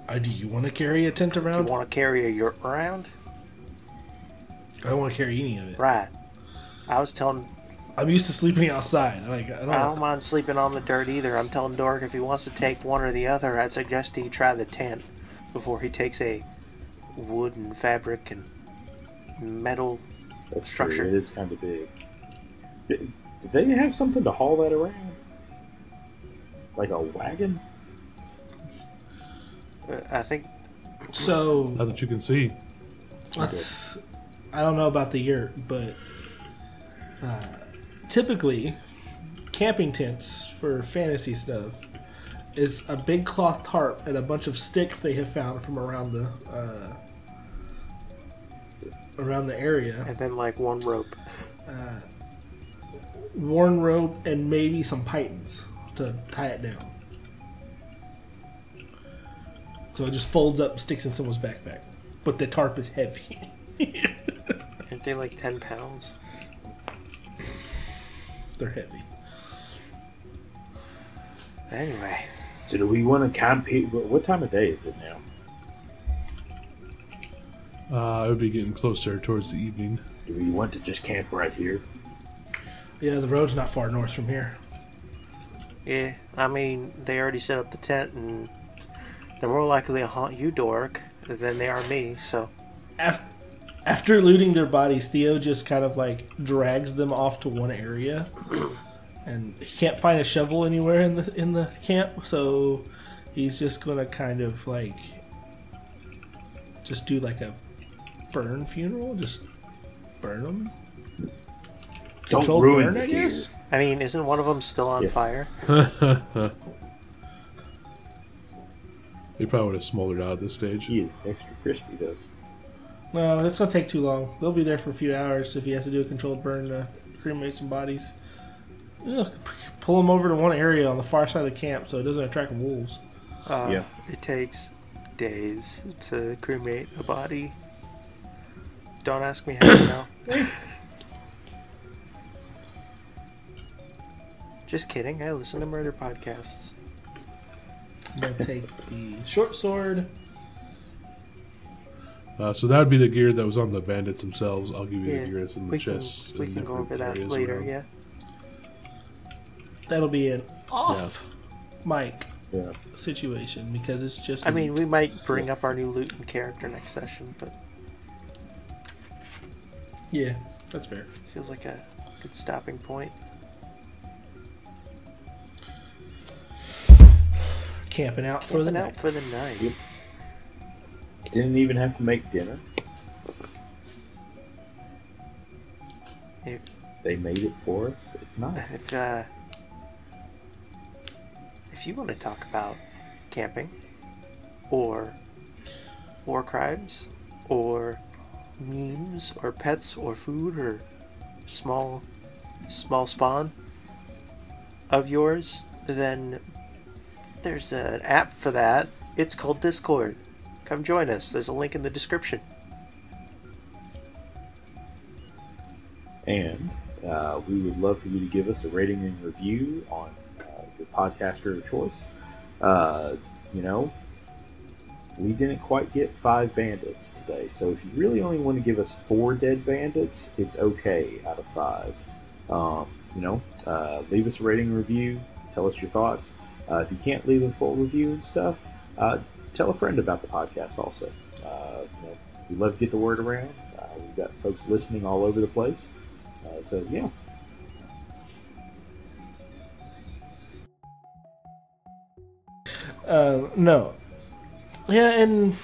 Speaker 3: Uh, do you want to carry a tent
Speaker 1: Do you
Speaker 3: around?
Speaker 1: want to carry a yurt around?
Speaker 3: I don't want to carry any of it.
Speaker 1: Right. I was telling.
Speaker 3: I'm used to sleeping outside. Like I don't.
Speaker 1: I don't mind sleeping on the dirt either. I'm telling Dork if he wants to take one or the other, I'd suggest he try the tent before he takes a wood and fabric and metal.
Speaker 5: That's
Speaker 1: structure.
Speaker 5: true. It is kind of big. Did, did they have something to haul that around? Like a wagon?
Speaker 1: Uh, I think
Speaker 3: So
Speaker 2: Not that you can see.
Speaker 3: Let's- I don't know about the yurt, but uh, typically, camping tents for fantasy stuff is a big cloth tarp and a bunch of sticks they have found from around the uh, around the area,
Speaker 1: and then like one rope.
Speaker 3: worn rope, and maybe some pythons to tie it down. So it just folds up, sticks in someone's backpack, but the tarp is heavy.
Speaker 1: Aren't they like ten pounds?
Speaker 3: They're heavy.
Speaker 1: Anyway,
Speaker 5: So do we want to camp here? What what time of day is it now?
Speaker 2: Uh, it would be getting closer towards the evening.
Speaker 5: Do we want to just camp right here?
Speaker 3: Yeah, the road's not far north from here.
Speaker 1: yeah. I mean, they already set up the tent, and they're more likely to haunt you, Dork, than they are me. So
Speaker 3: After, after looting their bodies, Theo just kind of like drags them off to one area, and he can't find a shovel anywhere in the in the camp. So he's just gonna kind of like just do like a burn funeral, just burn them.
Speaker 5: Don't
Speaker 3: Controlled
Speaker 5: ruin
Speaker 3: burn,
Speaker 5: the
Speaker 3: I
Speaker 5: deer.
Speaker 3: guess.
Speaker 1: I mean, isn't one of them still on
Speaker 5: Yeah.
Speaker 1: fire?
Speaker 2: They probably would have smoldered out at this stage.
Speaker 5: He is extra crispy though.
Speaker 3: No, it's gonna take too long. They'll be there for a few hours if he has to do a controlled burn to cremate some bodies. Ugh, pull them over to one area on the far side of the camp so it doesn't attract wolves.
Speaker 1: Uh,
Speaker 5: Yeah.
Speaker 1: It takes days to cremate a body. Don't ask me how now. Just kidding. I listen to murder podcasts.
Speaker 3: I'm gonna take the short sword.
Speaker 2: Uh, so that would be the gear that was on the bandits themselves. I'll give you
Speaker 1: Yeah,
Speaker 2: the gear that's in the
Speaker 1: we can
Speaker 2: chest.
Speaker 1: we
Speaker 2: in
Speaker 1: can go
Speaker 2: different
Speaker 1: over that
Speaker 2: areas
Speaker 1: later.
Speaker 2: around.
Speaker 1: Yeah.
Speaker 3: That'll be an off mic
Speaker 5: Yeah.
Speaker 3: situation because it's just.
Speaker 1: I mean, we might bring up our new loot and character next session, but
Speaker 3: yeah, that's fair.
Speaker 1: feels like a good stopping point.
Speaker 3: Camping out for the
Speaker 1: Camping
Speaker 3: night.
Speaker 1: out for the night.
Speaker 5: Yep. Didn't even have to make dinner.
Speaker 1: Yep.
Speaker 5: They made it for us. It's nice.
Speaker 1: If uh, if you want to talk about camping, or war crimes, or memes, or pets, or food, or small small spawn of yours, then there's an app for that. It's called Discord. Come join us. There's a link in the description.
Speaker 5: And uh, we would love for you to give us a rating and review on uh, your podcaster of choice. Uh, you know, we didn't quite get five bandits today, so if you really only want to give us four dead bandits, it's okay out of five. Um, you know, uh, leave us a rating and review. Tell us your thoughts. Uh, if you can't leave a full review and stuff, uh, tell a friend about the podcast. Also, uh, you know, we love to get the word around. Uh, we've got folks listening all over the place. Uh, so yeah,
Speaker 3: Uh, no. Yeah, and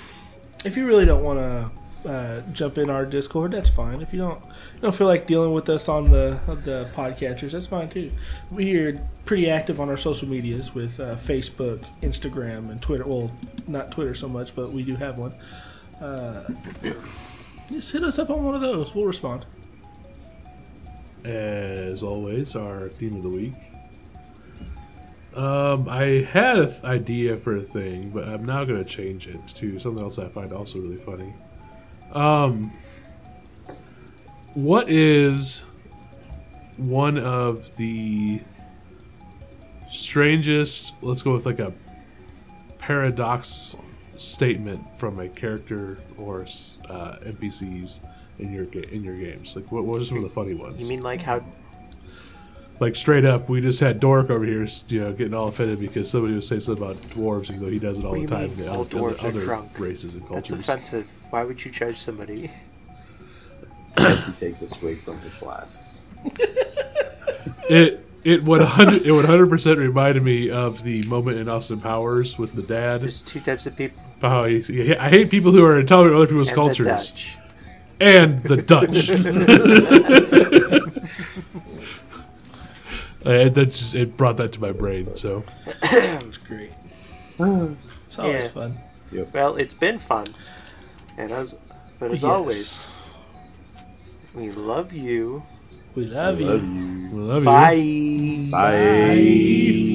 Speaker 3: if you really don't want to uh, jump in our Discord, that's fine. If you don't you don't feel like dealing with us on the on the podcatchers, that's fine too. We're pretty active on our social medias with uh, Facebook, Instagram, and Twitter. Well, not Twitter so much, but we do have one. Uh, just hit us up on one of those. We'll respond.
Speaker 2: As always, our theme of the week. Um, I had an idea for a thing, but I'm now going to change it to something else I find also really funny. Um, what is one of the strangest, let's go with like a paradox statement from a character or uh, NPCs in your ga- in your games? Like, what, what are some of the funny ones?
Speaker 1: You mean like how
Speaker 2: like straight up, we just had Dork over here, you know, getting all offended because somebody would say something about dwarves, even though he does it all
Speaker 1: What
Speaker 2: the
Speaker 1: do you
Speaker 2: time.
Speaker 1: mean
Speaker 2: in
Speaker 1: all
Speaker 2: other-
Speaker 1: dwarves are
Speaker 2: other
Speaker 1: drunk?
Speaker 2: races and
Speaker 1: that's
Speaker 2: cultures.
Speaker 1: offensive? Why would you judge somebody?
Speaker 5: as he takes a swig from his flask.
Speaker 2: It It would 100, it would 100% reminded me of the moment in Austin Powers with the dad.
Speaker 1: There's two types of people
Speaker 2: Oh, he, he- I hate people who are intolerant of other people's
Speaker 1: and
Speaker 2: cultures.
Speaker 1: the Dutch.
Speaker 2: And the Dutch. Uh, that just, it brought that to my brain. So
Speaker 7: It's great. It's always
Speaker 1: Yeah.
Speaker 7: fun.
Speaker 1: Well, it's been fun, and as but as
Speaker 7: Yes.
Speaker 1: always, we love you.
Speaker 7: We love you.
Speaker 5: Love you.
Speaker 2: we love you.
Speaker 1: Bye.
Speaker 5: Bye.